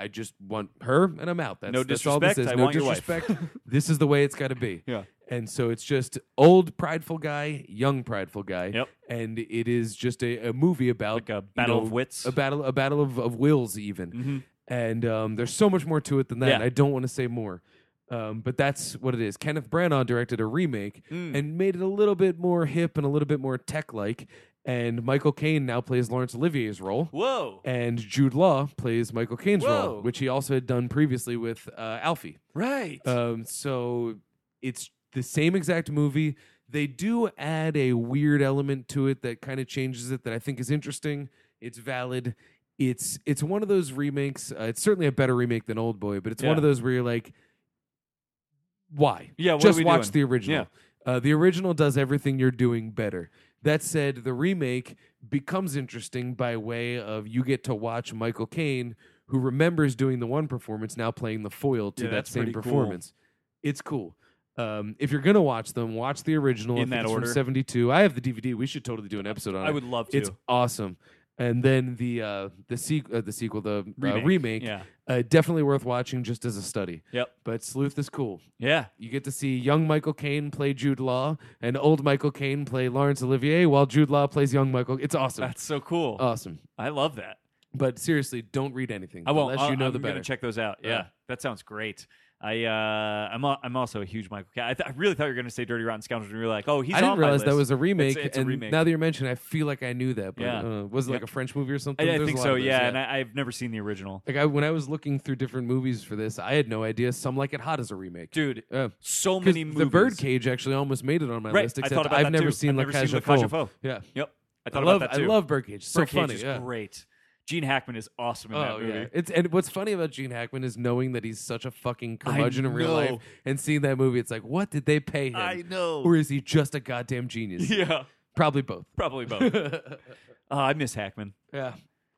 [SPEAKER 3] I just want her, and I'm out. That's,
[SPEAKER 2] No
[SPEAKER 3] that's all this is.
[SPEAKER 2] disrespect. I
[SPEAKER 3] no
[SPEAKER 2] want your wife.
[SPEAKER 3] disrespect. this is the way it's got to be.
[SPEAKER 2] Yeah.
[SPEAKER 3] And so it's just old prideful guy, young prideful guy.
[SPEAKER 2] Yep.
[SPEAKER 3] And it is just a, a movie
[SPEAKER 2] Like
[SPEAKER 3] about
[SPEAKER 2] a
[SPEAKER 3] you
[SPEAKER 2] battle
[SPEAKER 3] know,
[SPEAKER 2] of wits. Mm-hmm.
[SPEAKER 3] a battle, a battle of, of wills, even. And um, there's so much more to it than that.
[SPEAKER 2] Yeah.
[SPEAKER 3] and I don't want to say more. Um, but that's what it is. Kenneth Branagh directed a remake
[SPEAKER 2] Hmm.
[SPEAKER 3] and made it a little bit more hip and a little bit more tech like. And Michael Caine now plays Laurence Olivier's role.
[SPEAKER 2] Whoa.
[SPEAKER 3] And Jude Law plays Michael Caine's
[SPEAKER 2] Whoa.
[SPEAKER 3] role, which he also had done previously with uh, Alfie.
[SPEAKER 2] Right.
[SPEAKER 3] Um, so it's the same exact movie. They do add a weird element to it that kind of changes it that I think is interesting. It's valid. It's it's one of those remakes. Uh, it's certainly a better remake than Old Boy, but it's
[SPEAKER 2] Yeah.
[SPEAKER 3] one of those where you're like, why?
[SPEAKER 2] Yeah, what are
[SPEAKER 3] just
[SPEAKER 2] we
[SPEAKER 3] watch
[SPEAKER 2] doing?
[SPEAKER 3] the original. Uh, the original does everything you're doing better. That said, the remake becomes interesting by way of you get to watch Michael Caine, who remembers doing the one performance, now playing the foil to
[SPEAKER 2] Yeah,
[SPEAKER 3] that
[SPEAKER 2] that's
[SPEAKER 3] same
[SPEAKER 2] pretty cool.
[SPEAKER 3] performance. It's cool. Um, if you're gonna watch them, watch the original
[SPEAKER 2] In
[SPEAKER 3] I think
[SPEAKER 2] that
[SPEAKER 3] it's
[SPEAKER 2] order.
[SPEAKER 3] From '72, I have the DVD. We should totally do an episode on it.
[SPEAKER 2] I would love to.
[SPEAKER 3] It's awesome. And then the uh, the sequ- uh, the sequel, the
[SPEAKER 2] Remake,
[SPEAKER 3] remake, uh, remake
[SPEAKER 2] yeah.
[SPEAKER 3] uh, definitely worth watching just as a study.
[SPEAKER 2] Yep.
[SPEAKER 3] But Sleuth is cool.
[SPEAKER 2] Yeah.
[SPEAKER 3] You get to see young Michael Caine play Jude Law and old Michael Caine play Laurence Olivier while Jude Law plays young Michael. It's awesome.
[SPEAKER 2] That's so cool.
[SPEAKER 3] awesome.
[SPEAKER 2] I love that.
[SPEAKER 3] But seriously, don't read anything.
[SPEAKER 2] I won't.
[SPEAKER 3] Unless you know
[SPEAKER 2] I'm
[SPEAKER 3] the
[SPEAKER 2] gonna
[SPEAKER 3] better. Uh-huh.
[SPEAKER 2] check those out. Yeah,
[SPEAKER 3] Yeah.
[SPEAKER 2] that sounds great. I uh, I'm a, I'm also a huge Michael. Caine. I, th- I really thought you were going to say Dirty Rotten Scoundrels, and you were like, oh, he's.
[SPEAKER 3] I
[SPEAKER 2] on
[SPEAKER 3] didn't
[SPEAKER 2] my
[SPEAKER 3] realize that
[SPEAKER 2] list.
[SPEAKER 3] was a remake.
[SPEAKER 2] It's, it's
[SPEAKER 3] and
[SPEAKER 2] a remake.
[SPEAKER 3] now that you're mentioning, it, I feel like I knew that. But
[SPEAKER 2] Yeah.
[SPEAKER 3] uh, was it like
[SPEAKER 2] Yep.
[SPEAKER 3] a French movie or something?
[SPEAKER 2] I, I
[SPEAKER 3] There's
[SPEAKER 2] think
[SPEAKER 3] a lot
[SPEAKER 2] so.
[SPEAKER 3] of those,
[SPEAKER 2] yeah, and I, I've never seen the original.
[SPEAKER 3] like I, when I was looking through different movies for this, I had no idea. Some like it hot as a remake.
[SPEAKER 2] Dude,
[SPEAKER 3] Uh,
[SPEAKER 2] so
[SPEAKER 3] 'cause
[SPEAKER 2] many movies.
[SPEAKER 3] the Birdcage actually almost made it on my
[SPEAKER 2] Right,
[SPEAKER 3] list.
[SPEAKER 2] I
[SPEAKER 3] Except
[SPEAKER 2] thought about
[SPEAKER 3] I've
[SPEAKER 2] that
[SPEAKER 3] never
[SPEAKER 2] too.
[SPEAKER 3] seen
[SPEAKER 2] I've
[SPEAKER 3] La
[SPEAKER 2] never
[SPEAKER 3] Cage
[SPEAKER 2] seen
[SPEAKER 3] aux
[SPEAKER 2] La Cage aux
[SPEAKER 3] Folles.
[SPEAKER 2] Folles.
[SPEAKER 3] Yeah,
[SPEAKER 2] Yep, I
[SPEAKER 3] I
[SPEAKER 2] thought
[SPEAKER 3] love
[SPEAKER 2] about that too.
[SPEAKER 3] I love Birdcage. It's so
[SPEAKER 2] Birdcage
[SPEAKER 3] funny.
[SPEAKER 2] is
[SPEAKER 3] yeah.
[SPEAKER 2] great. Gene Hackman is awesome in
[SPEAKER 3] Oh
[SPEAKER 2] that movie.
[SPEAKER 3] yeah, it's and what's funny about Gene Hackman is knowing that he's such a fucking curmudgeon in real
[SPEAKER 2] know.
[SPEAKER 3] life, and seeing that movie, it's like, what did they pay him?
[SPEAKER 2] I know.
[SPEAKER 3] or is he just a goddamn genius?
[SPEAKER 2] Yeah,
[SPEAKER 3] Probably both.
[SPEAKER 2] probably both. uh, I miss Hackman.
[SPEAKER 3] Yeah,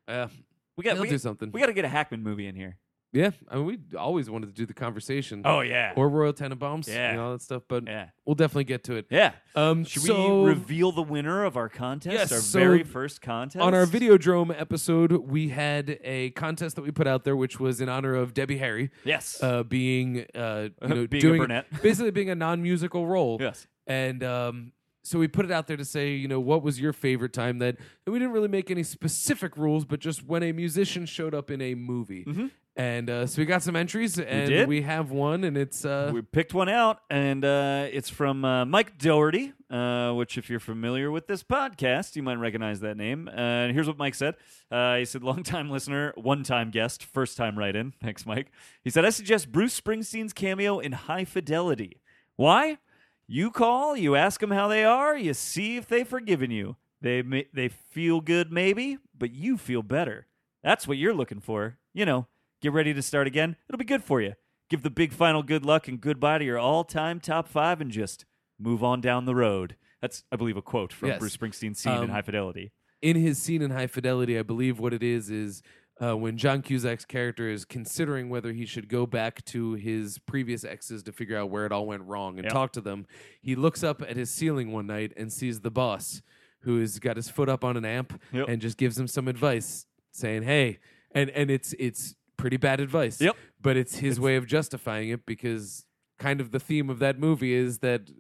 [SPEAKER 3] yeah.
[SPEAKER 2] We got
[SPEAKER 3] He'll
[SPEAKER 2] we,
[SPEAKER 3] do something.
[SPEAKER 2] We got to get a Hackman movie in here.
[SPEAKER 3] Yeah, I mean, we always wanted to do the conversation.
[SPEAKER 2] Oh yeah,
[SPEAKER 3] or Royal Tenenbaums
[SPEAKER 2] Yeah.
[SPEAKER 3] and all that stuff, but
[SPEAKER 2] yeah,
[SPEAKER 3] we'll definitely get to it.
[SPEAKER 2] yeah.
[SPEAKER 3] Um,
[SPEAKER 2] Should
[SPEAKER 3] so
[SPEAKER 2] we reveal the winner of our contest?
[SPEAKER 3] Yes,
[SPEAKER 2] our
[SPEAKER 3] so
[SPEAKER 2] very first contest
[SPEAKER 3] on our Videodrome episode, we had a contest that we put out there, which was in honor of Debbie Harry
[SPEAKER 2] Yes.
[SPEAKER 3] uh, being, uh, you know,
[SPEAKER 2] Being a
[SPEAKER 3] doing
[SPEAKER 2] brunette.
[SPEAKER 3] basically being a non-musical role.
[SPEAKER 2] yes.
[SPEAKER 3] and um, so we put it out there to say, you know, what was your favorite time that? And we didn't really make any specific rules, but just when a musician showed up in a movie. And uh, so we got some entries, and
[SPEAKER 2] Mm-hmm. did?
[SPEAKER 3] have one, and it's uh,
[SPEAKER 2] we picked one out, and uh, it's from uh, Mike Doherty, uh, which, if you're familiar with this podcast, you might recognize that name. Uh, and here's what Mike said uh, He said, Longtime listener, one time guest, first time write in. Thanks, Mike. He said, I suggest Bruce Springsteen's cameo in High Fidelity. Why? You call, you ask them how they are, you see if they've forgiven you. They, ma- they feel good, maybe, but you feel better. That's what you're looking for. You know, get ready to start again. It'll be good for you. Give the big final good luck and goodbye to your all time top five and just move on down the road. That's, I believe, a quote from
[SPEAKER 3] Yes.
[SPEAKER 2] Bruce Springsteen's scene
[SPEAKER 3] Um,
[SPEAKER 2] in High Fidelity.
[SPEAKER 3] in his scene in High Fidelity, I believe what it is is uh, when John Cusack's character is considering whether he should go back to his previous exes to figure out where it all went wrong and
[SPEAKER 2] Yeah.
[SPEAKER 3] talk to them, he looks up at his ceiling one night and sees the boss who has got his foot up on an amp
[SPEAKER 2] Yep.
[SPEAKER 3] and just gives him some advice, saying, "Hey," and and it's it's pretty bad advice.
[SPEAKER 2] Yep.
[SPEAKER 3] But it's his way of justifying it because kind of the theme of that movie is that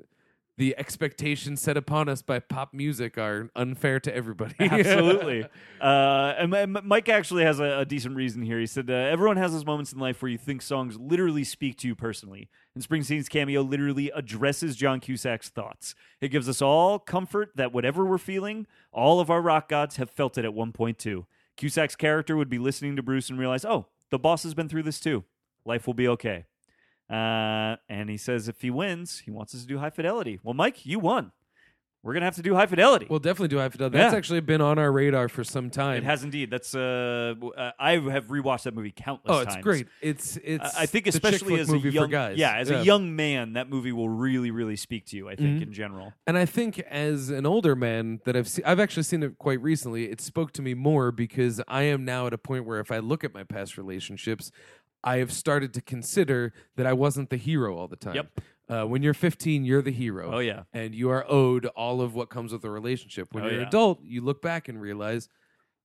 [SPEAKER 3] the expectations set upon us by pop music are unfair to everybody.
[SPEAKER 2] Absolutely. uh, and M- M- Mike actually has a, a decent reason here. He said, uh, Everyone has those moments in life where you think songs literally speak to you personally. And Springsteen's cameo literally addresses John Cusack's thoughts. It gives us all comfort that whatever we're feeling, all of our rock gods have felt it at one point too. Cusack's character would be listening to Bruce and realize, oh, the boss has been through this too. Life will be okay. Uh, and he says if he wins, he wants us to do high fidelity. Well, Mike, you won. We're going to have to do high fidelity.
[SPEAKER 3] Well, definitely do have to. That's
[SPEAKER 2] Yeah.
[SPEAKER 3] actually been on our radar for some time.
[SPEAKER 2] It has indeed. That's uh, w- uh, I have rewatched that movie countless.
[SPEAKER 3] oh, it's
[SPEAKER 2] times.
[SPEAKER 3] great. It's it's.
[SPEAKER 2] I I think
[SPEAKER 3] the chick
[SPEAKER 2] especially
[SPEAKER 3] flick
[SPEAKER 2] as
[SPEAKER 3] movie
[SPEAKER 2] a young
[SPEAKER 3] for guys.
[SPEAKER 2] yeah, Mm-hmm. as a young man, that movie will really, really speak to you. I think in general.
[SPEAKER 3] and I think as an older man that I've seen, I've actually seen it quite recently. It spoke to me more because I am now at a point where if I look at my past relationships, I have started to consider that I wasn't the hero all the time.
[SPEAKER 2] Yep.
[SPEAKER 3] Uh, when you're 15, you're the hero.
[SPEAKER 2] Oh, yeah.
[SPEAKER 3] And you are owed all of what comes with a relationship. When
[SPEAKER 2] Oh,
[SPEAKER 3] you're an
[SPEAKER 2] yeah.
[SPEAKER 3] adult, you look back and realize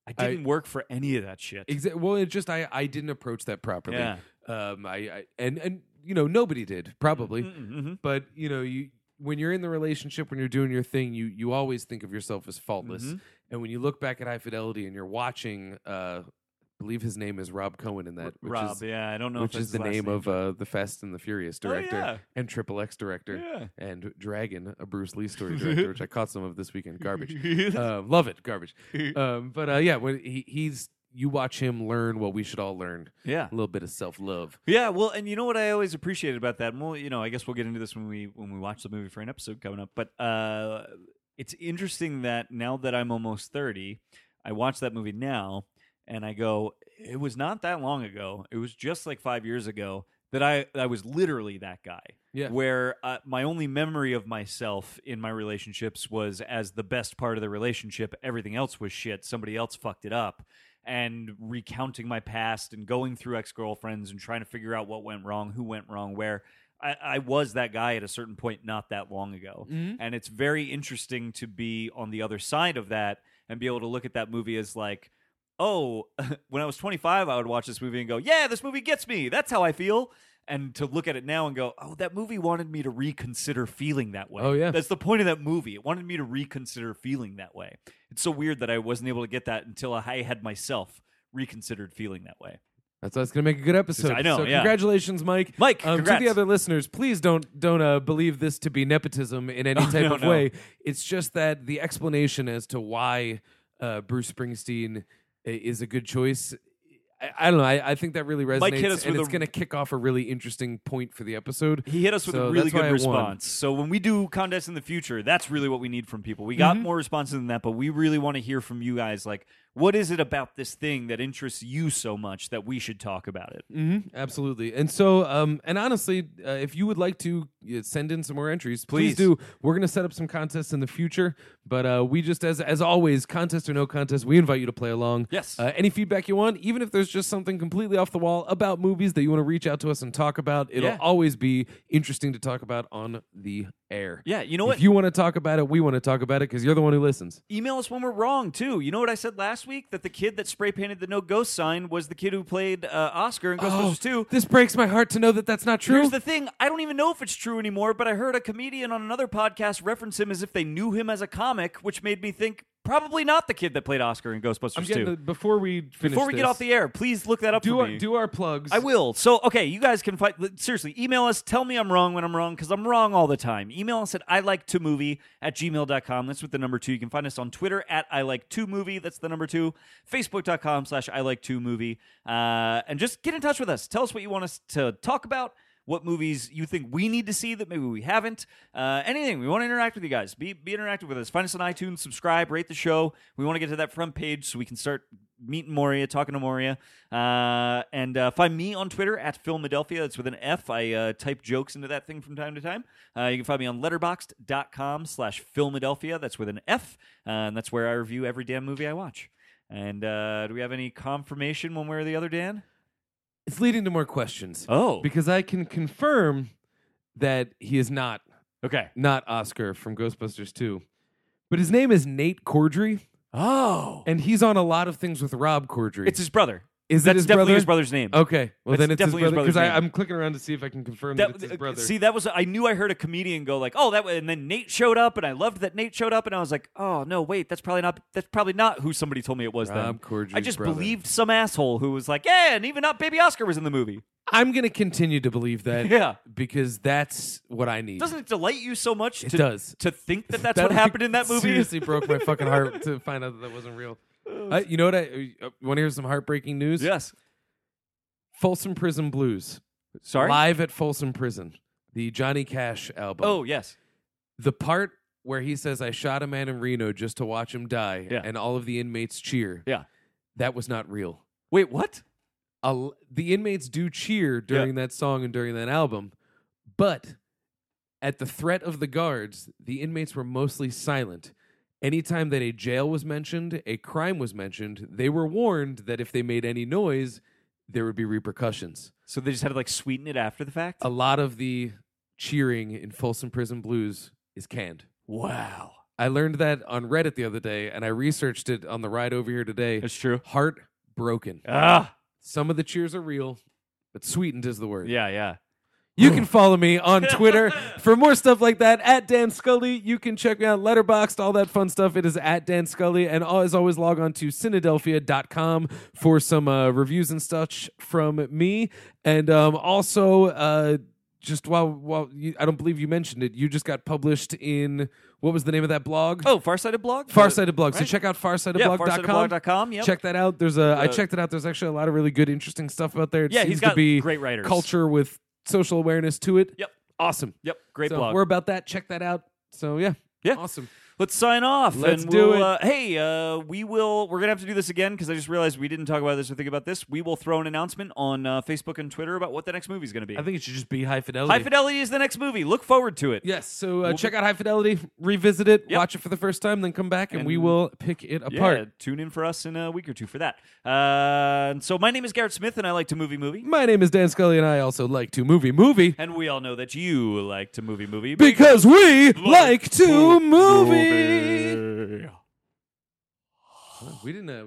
[SPEAKER 2] I
[SPEAKER 3] I-
[SPEAKER 2] didn't work for any of that shit.
[SPEAKER 3] Exactly. Well, it just I I didn't approach that properly.
[SPEAKER 2] Yeah.
[SPEAKER 3] Um. I, I and and you know nobody did probably,
[SPEAKER 2] Mm-hmm.
[SPEAKER 3] but you know you when you're in the relationship when you're doing your thing you you always think of yourself as faultless,
[SPEAKER 2] Mhm.
[SPEAKER 3] and when you look back at High Fidelity and you're watching, uh, I believe his name is Rob Cohen in that. Which
[SPEAKER 2] Rob,
[SPEAKER 3] Is,
[SPEAKER 2] yeah, I don't know.
[SPEAKER 3] Which
[SPEAKER 2] if
[SPEAKER 3] is the name, of uh, the Fast and the Furious
[SPEAKER 2] Oh,
[SPEAKER 3] director
[SPEAKER 2] yeah.
[SPEAKER 3] and Triple X director
[SPEAKER 2] Yeah.
[SPEAKER 3] and Dragon, a Bruce Lee story director, which I caught some of this weekend. Garbage.
[SPEAKER 2] Uh,
[SPEAKER 3] Um, love it, garbage. Um, but uh, yeah, when he, he's you watch him learn what we should all learn
[SPEAKER 2] yeah.
[SPEAKER 3] a little bit of self love.
[SPEAKER 2] Yeah, well, and you know what I always appreciated about that. And we'll, you know, I guess we'll get into this when we when we watch the movie for an episode coming up. But uh, it's interesting that now that I'm almost thirty, I watch that movie now, and I go, it was not that long ago. It was just like five years ago that I I was literally that guy.
[SPEAKER 3] Yeah.
[SPEAKER 2] Where uh, my only memory of myself in my relationships was as the best part of the relationship. Everything else was shit. Somebody else fucked it up and recounting my past and going through ex girlfriends and trying to figure out what went wrong, who went wrong, where. I, I was that guy at a certain point not that long ago.
[SPEAKER 3] Mm-hmm.
[SPEAKER 2] And it's very interesting to be on the other side of that and be able to look at that movie as like, oh, when I was 25, I would watch this movie and go, yeah, this movie gets me. That's how I feel. And to look at it now and go, oh, that movie wanted me to reconsider feeling that way.
[SPEAKER 3] Oh, yeah.
[SPEAKER 2] That's the point of that movie. It wanted me to reconsider feeling that way. It's so weird that I wasn't able to get that until I had myself reconsidered feeling that way.
[SPEAKER 3] That's that's gonna make a good episode.
[SPEAKER 2] I know,
[SPEAKER 3] So
[SPEAKER 2] yeah.
[SPEAKER 3] congratulations, Mike.
[SPEAKER 2] Mike,
[SPEAKER 3] um, to
[SPEAKER 2] congrats.
[SPEAKER 3] the other listeners, please don't don't uh, believe this to be nepotism in any
[SPEAKER 2] No,
[SPEAKER 3] type
[SPEAKER 2] Oh, no,
[SPEAKER 3] of
[SPEAKER 2] no.
[SPEAKER 3] way. It's just that the explanation as to why uh, Bruce Springsteen i- is a good choice. I, I don't know. I, I think that really resonates,
[SPEAKER 2] Mike hit us
[SPEAKER 3] and
[SPEAKER 2] with
[SPEAKER 3] it's
[SPEAKER 2] a-
[SPEAKER 3] going to kick off a really interesting point for the episode.
[SPEAKER 2] He hit us with
[SPEAKER 3] So
[SPEAKER 2] a really
[SPEAKER 3] that's why
[SPEAKER 2] good
[SPEAKER 3] I won.
[SPEAKER 2] response. So when we do contests in the future, that's really what we need from people. We
[SPEAKER 3] Mm-hmm.
[SPEAKER 2] got more responses than that, but we really want to hear from you guys. Like, what is it about this thing that interests you so much that we should talk about it?
[SPEAKER 3] hmm absolutely. And so, um, and honestly, uh, if you would like to uh, send in some more entries, please,
[SPEAKER 2] Please.
[SPEAKER 3] do. We're going to set up some contests in the future, but uh, we just, as as always, contest or no contest, we invite you to play along.
[SPEAKER 2] Yes.
[SPEAKER 3] Uh, any feedback you want, even if there's just something completely off the wall about movies that you want to reach out to us and talk about, it'll
[SPEAKER 2] Yeah.
[SPEAKER 3] always be interesting to talk about on the air.
[SPEAKER 2] Yeah, you know what?
[SPEAKER 3] If you want to talk about it, we want to talk about it because you're the one who listens.
[SPEAKER 2] Email us when we're wrong too. You know what I said last week? That the kid that spray painted the no ghost sign was the kid who played uh, Oscar in Ghostbusters Two.
[SPEAKER 3] this breaks my heart to know that that's not Oh, true.
[SPEAKER 2] Here's the thing. I don't even know if it's true anymore, but I heard a comedian on another podcast reference him as if they knew him as a comic, which made me think probably not the kid that played Oscar in Ghostbusters
[SPEAKER 3] I'm
[SPEAKER 2] 2.
[SPEAKER 3] getting the, before we finish
[SPEAKER 2] Before we get
[SPEAKER 3] this,
[SPEAKER 2] off the air, please look that up
[SPEAKER 3] do
[SPEAKER 2] for
[SPEAKER 3] our,
[SPEAKER 2] me.
[SPEAKER 3] do our plugs.
[SPEAKER 2] I will. So, okay, you guys can fight. Seriously, email us. Tell me I'm wrong when I'm wrong because I'm wrong all the time. Email us at I like to movie at gmail.com. That's with the number two. You can find us on Twitter at I like to movie. That's the number two. Facebook.com slash I like to movie. Uh, and just get in touch with us. Tell us what you want us to talk about. What movies you think we need to see that maybe we haven't? Uh, anything we want to interact with you guys. Be be interactive with us. Find us on iTunes. Subscribe. Rate the show. We want to get to that front page so we can start meeting Moria, talking to Moria, uh, and uh, find me on Twitter at Philadelphia. That's with an F. I uh, type jokes into that thing from time to time. Uh, you can find me on letterboxd.com slash Philadelphia. That's with an F, uh, and that's where I review every damn movie I watch. And uh, do we have any confirmation one way or the other, Dan?
[SPEAKER 3] It's leading to more questions.
[SPEAKER 2] Oh,
[SPEAKER 3] Because I can confirm that he is not
[SPEAKER 2] okay.
[SPEAKER 3] not Oscar from Ghostbusters 2. But his name is Nate Cordry,
[SPEAKER 2] Oh,
[SPEAKER 3] and he's on a lot of things with Rob Cordry.
[SPEAKER 2] it's his brother.
[SPEAKER 3] is it
[SPEAKER 2] That's
[SPEAKER 3] his
[SPEAKER 2] definitely
[SPEAKER 3] brother? Oh,
[SPEAKER 2] his brother's name.
[SPEAKER 3] Okay, well
[SPEAKER 2] That's
[SPEAKER 3] then it's his
[SPEAKER 2] definitely his
[SPEAKER 3] brother because
[SPEAKER 2] brother's name.
[SPEAKER 3] I'm clicking around to see if I can confirm that,
[SPEAKER 2] That- uh,
[SPEAKER 3] it's his brother.
[SPEAKER 2] See, that was I knew I heard a comedian go like, "Oh, that," wa- and then Nate showed up, and I loved that Nate showed up, and I was like, "Oh no, wait, that's probably not that's probably not who somebody told me it was."
[SPEAKER 3] Rob
[SPEAKER 2] then
[SPEAKER 3] Corddry's
[SPEAKER 2] I just
[SPEAKER 3] brother.
[SPEAKER 2] believed some asshole who was like, "Yeah," and even not Baby Oscar was in the movie.
[SPEAKER 3] I'm going to continue to believe that
[SPEAKER 2] Yeah.
[SPEAKER 3] because that's what I need.
[SPEAKER 2] Doesn't it delight you so much?
[SPEAKER 3] It
[SPEAKER 2] to,
[SPEAKER 3] does.
[SPEAKER 2] to think that that's
[SPEAKER 3] That,
[SPEAKER 2] what
[SPEAKER 3] like,
[SPEAKER 2] happened in that movie.
[SPEAKER 3] Seriously, broke my fucking heart to find out that that wasn't real.
[SPEAKER 2] Oh.
[SPEAKER 3] Uh, you know what? I uh, want to hear some heartbreaking news.
[SPEAKER 2] Yes.
[SPEAKER 3] Folsom Prison Blues.
[SPEAKER 2] Sorry.
[SPEAKER 3] Live at Folsom Prison, the Johnny Cash album.
[SPEAKER 2] Oh yes.
[SPEAKER 3] The part where he says, I shot a man in Reno just to watch him die,
[SPEAKER 2] Yeah.
[SPEAKER 3] and all of the inmates cheer.
[SPEAKER 2] Yeah.
[SPEAKER 3] That was not real.
[SPEAKER 2] Wait, what?
[SPEAKER 3] A l- the inmates do cheer during that song and during that album, but at the threat of the guards, the inmates were mostly silent. Anytime that a jail was mentioned, a crime was mentioned, they were warned that if they made any noise, there would be repercussions.
[SPEAKER 2] So they just had to like sweeten it after the fact.
[SPEAKER 3] a lot of the cheering in Folsom Prison Blues is canned.
[SPEAKER 2] wow.
[SPEAKER 3] I learned that on Reddit the other day, and I researched it on the ride over here today.
[SPEAKER 2] That's true.
[SPEAKER 3] Heart broken.
[SPEAKER 2] Ah.
[SPEAKER 3] Some of the cheers are real, but sweetened is the word.
[SPEAKER 2] Yeah. Yeah.
[SPEAKER 3] You can follow me on Twitter for more stuff like that at Dan Scully. You can check me out Letterboxd, all that fun stuff. It is at Dan Scully. And al- as always, log on to Cynadelphia.com for some uh, reviews and such from me. And um, also, uh, just while, while you, I don't believe you mentioned it, you just got published in what was the name of that blog?
[SPEAKER 2] Oh, Farsighted blog.
[SPEAKER 3] Farsighted blog. So
[SPEAKER 2] Right.
[SPEAKER 3] check out
[SPEAKER 2] Yeah,
[SPEAKER 3] farsightedblog.com.
[SPEAKER 2] farsightedblog.com. Yep.
[SPEAKER 3] Check that out. There's a. I
[SPEAKER 2] The-
[SPEAKER 3] checked it out. There's actually a lot of really good, interesting stuff out there. It
[SPEAKER 2] Yeah,
[SPEAKER 3] seems
[SPEAKER 2] he's got
[SPEAKER 3] to be
[SPEAKER 2] great writers.
[SPEAKER 3] culture with social awareness to it.
[SPEAKER 2] Yep.
[SPEAKER 3] Awesome.
[SPEAKER 2] Yep. Great
[SPEAKER 3] so
[SPEAKER 2] blog.
[SPEAKER 3] We're about that. Check that out. So yeah.
[SPEAKER 2] Yeah.
[SPEAKER 3] Awesome.
[SPEAKER 2] Let's sign off.
[SPEAKER 3] Let's
[SPEAKER 2] and
[SPEAKER 3] do
[SPEAKER 2] we'll,
[SPEAKER 3] it.
[SPEAKER 2] Uh, hey, uh, we will. We're gonna have to do this again because I just realized we didn't talk about this or think about this. We will throw an announcement on uh, Facebook and Twitter about what the next movie is gonna be.
[SPEAKER 3] I think it should just be high fidelity.
[SPEAKER 2] High Fidelity is the next movie. Look forward to it.
[SPEAKER 3] Yes. So uh,
[SPEAKER 2] We'll
[SPEAKER 3] check out high fidelity. Revisit it.
[SPEAKER 2] Yep.
[SPEAKER 3] Watch it for the first time. Then come back and, we
[SPEAKER 2] And-
[SPEAKER 3] will pick it
[SPEAKER 2] Yeah,
[SPEAKER 3] apart.
[SPEAKER 2] tune in for us in a week or two for that. Uh, and so my name is Garrett Smith, and I like to movie movie.
[SPEAKER 3] My name is Dan Scully, and I also like to movie movie
[SPEAKER 2] And we all know that you like to movie movie.
[SPEAKER 3] because we like to movie.
[SPEAKER 2] movie.
[SPEAKER 3] We didn't. Uh,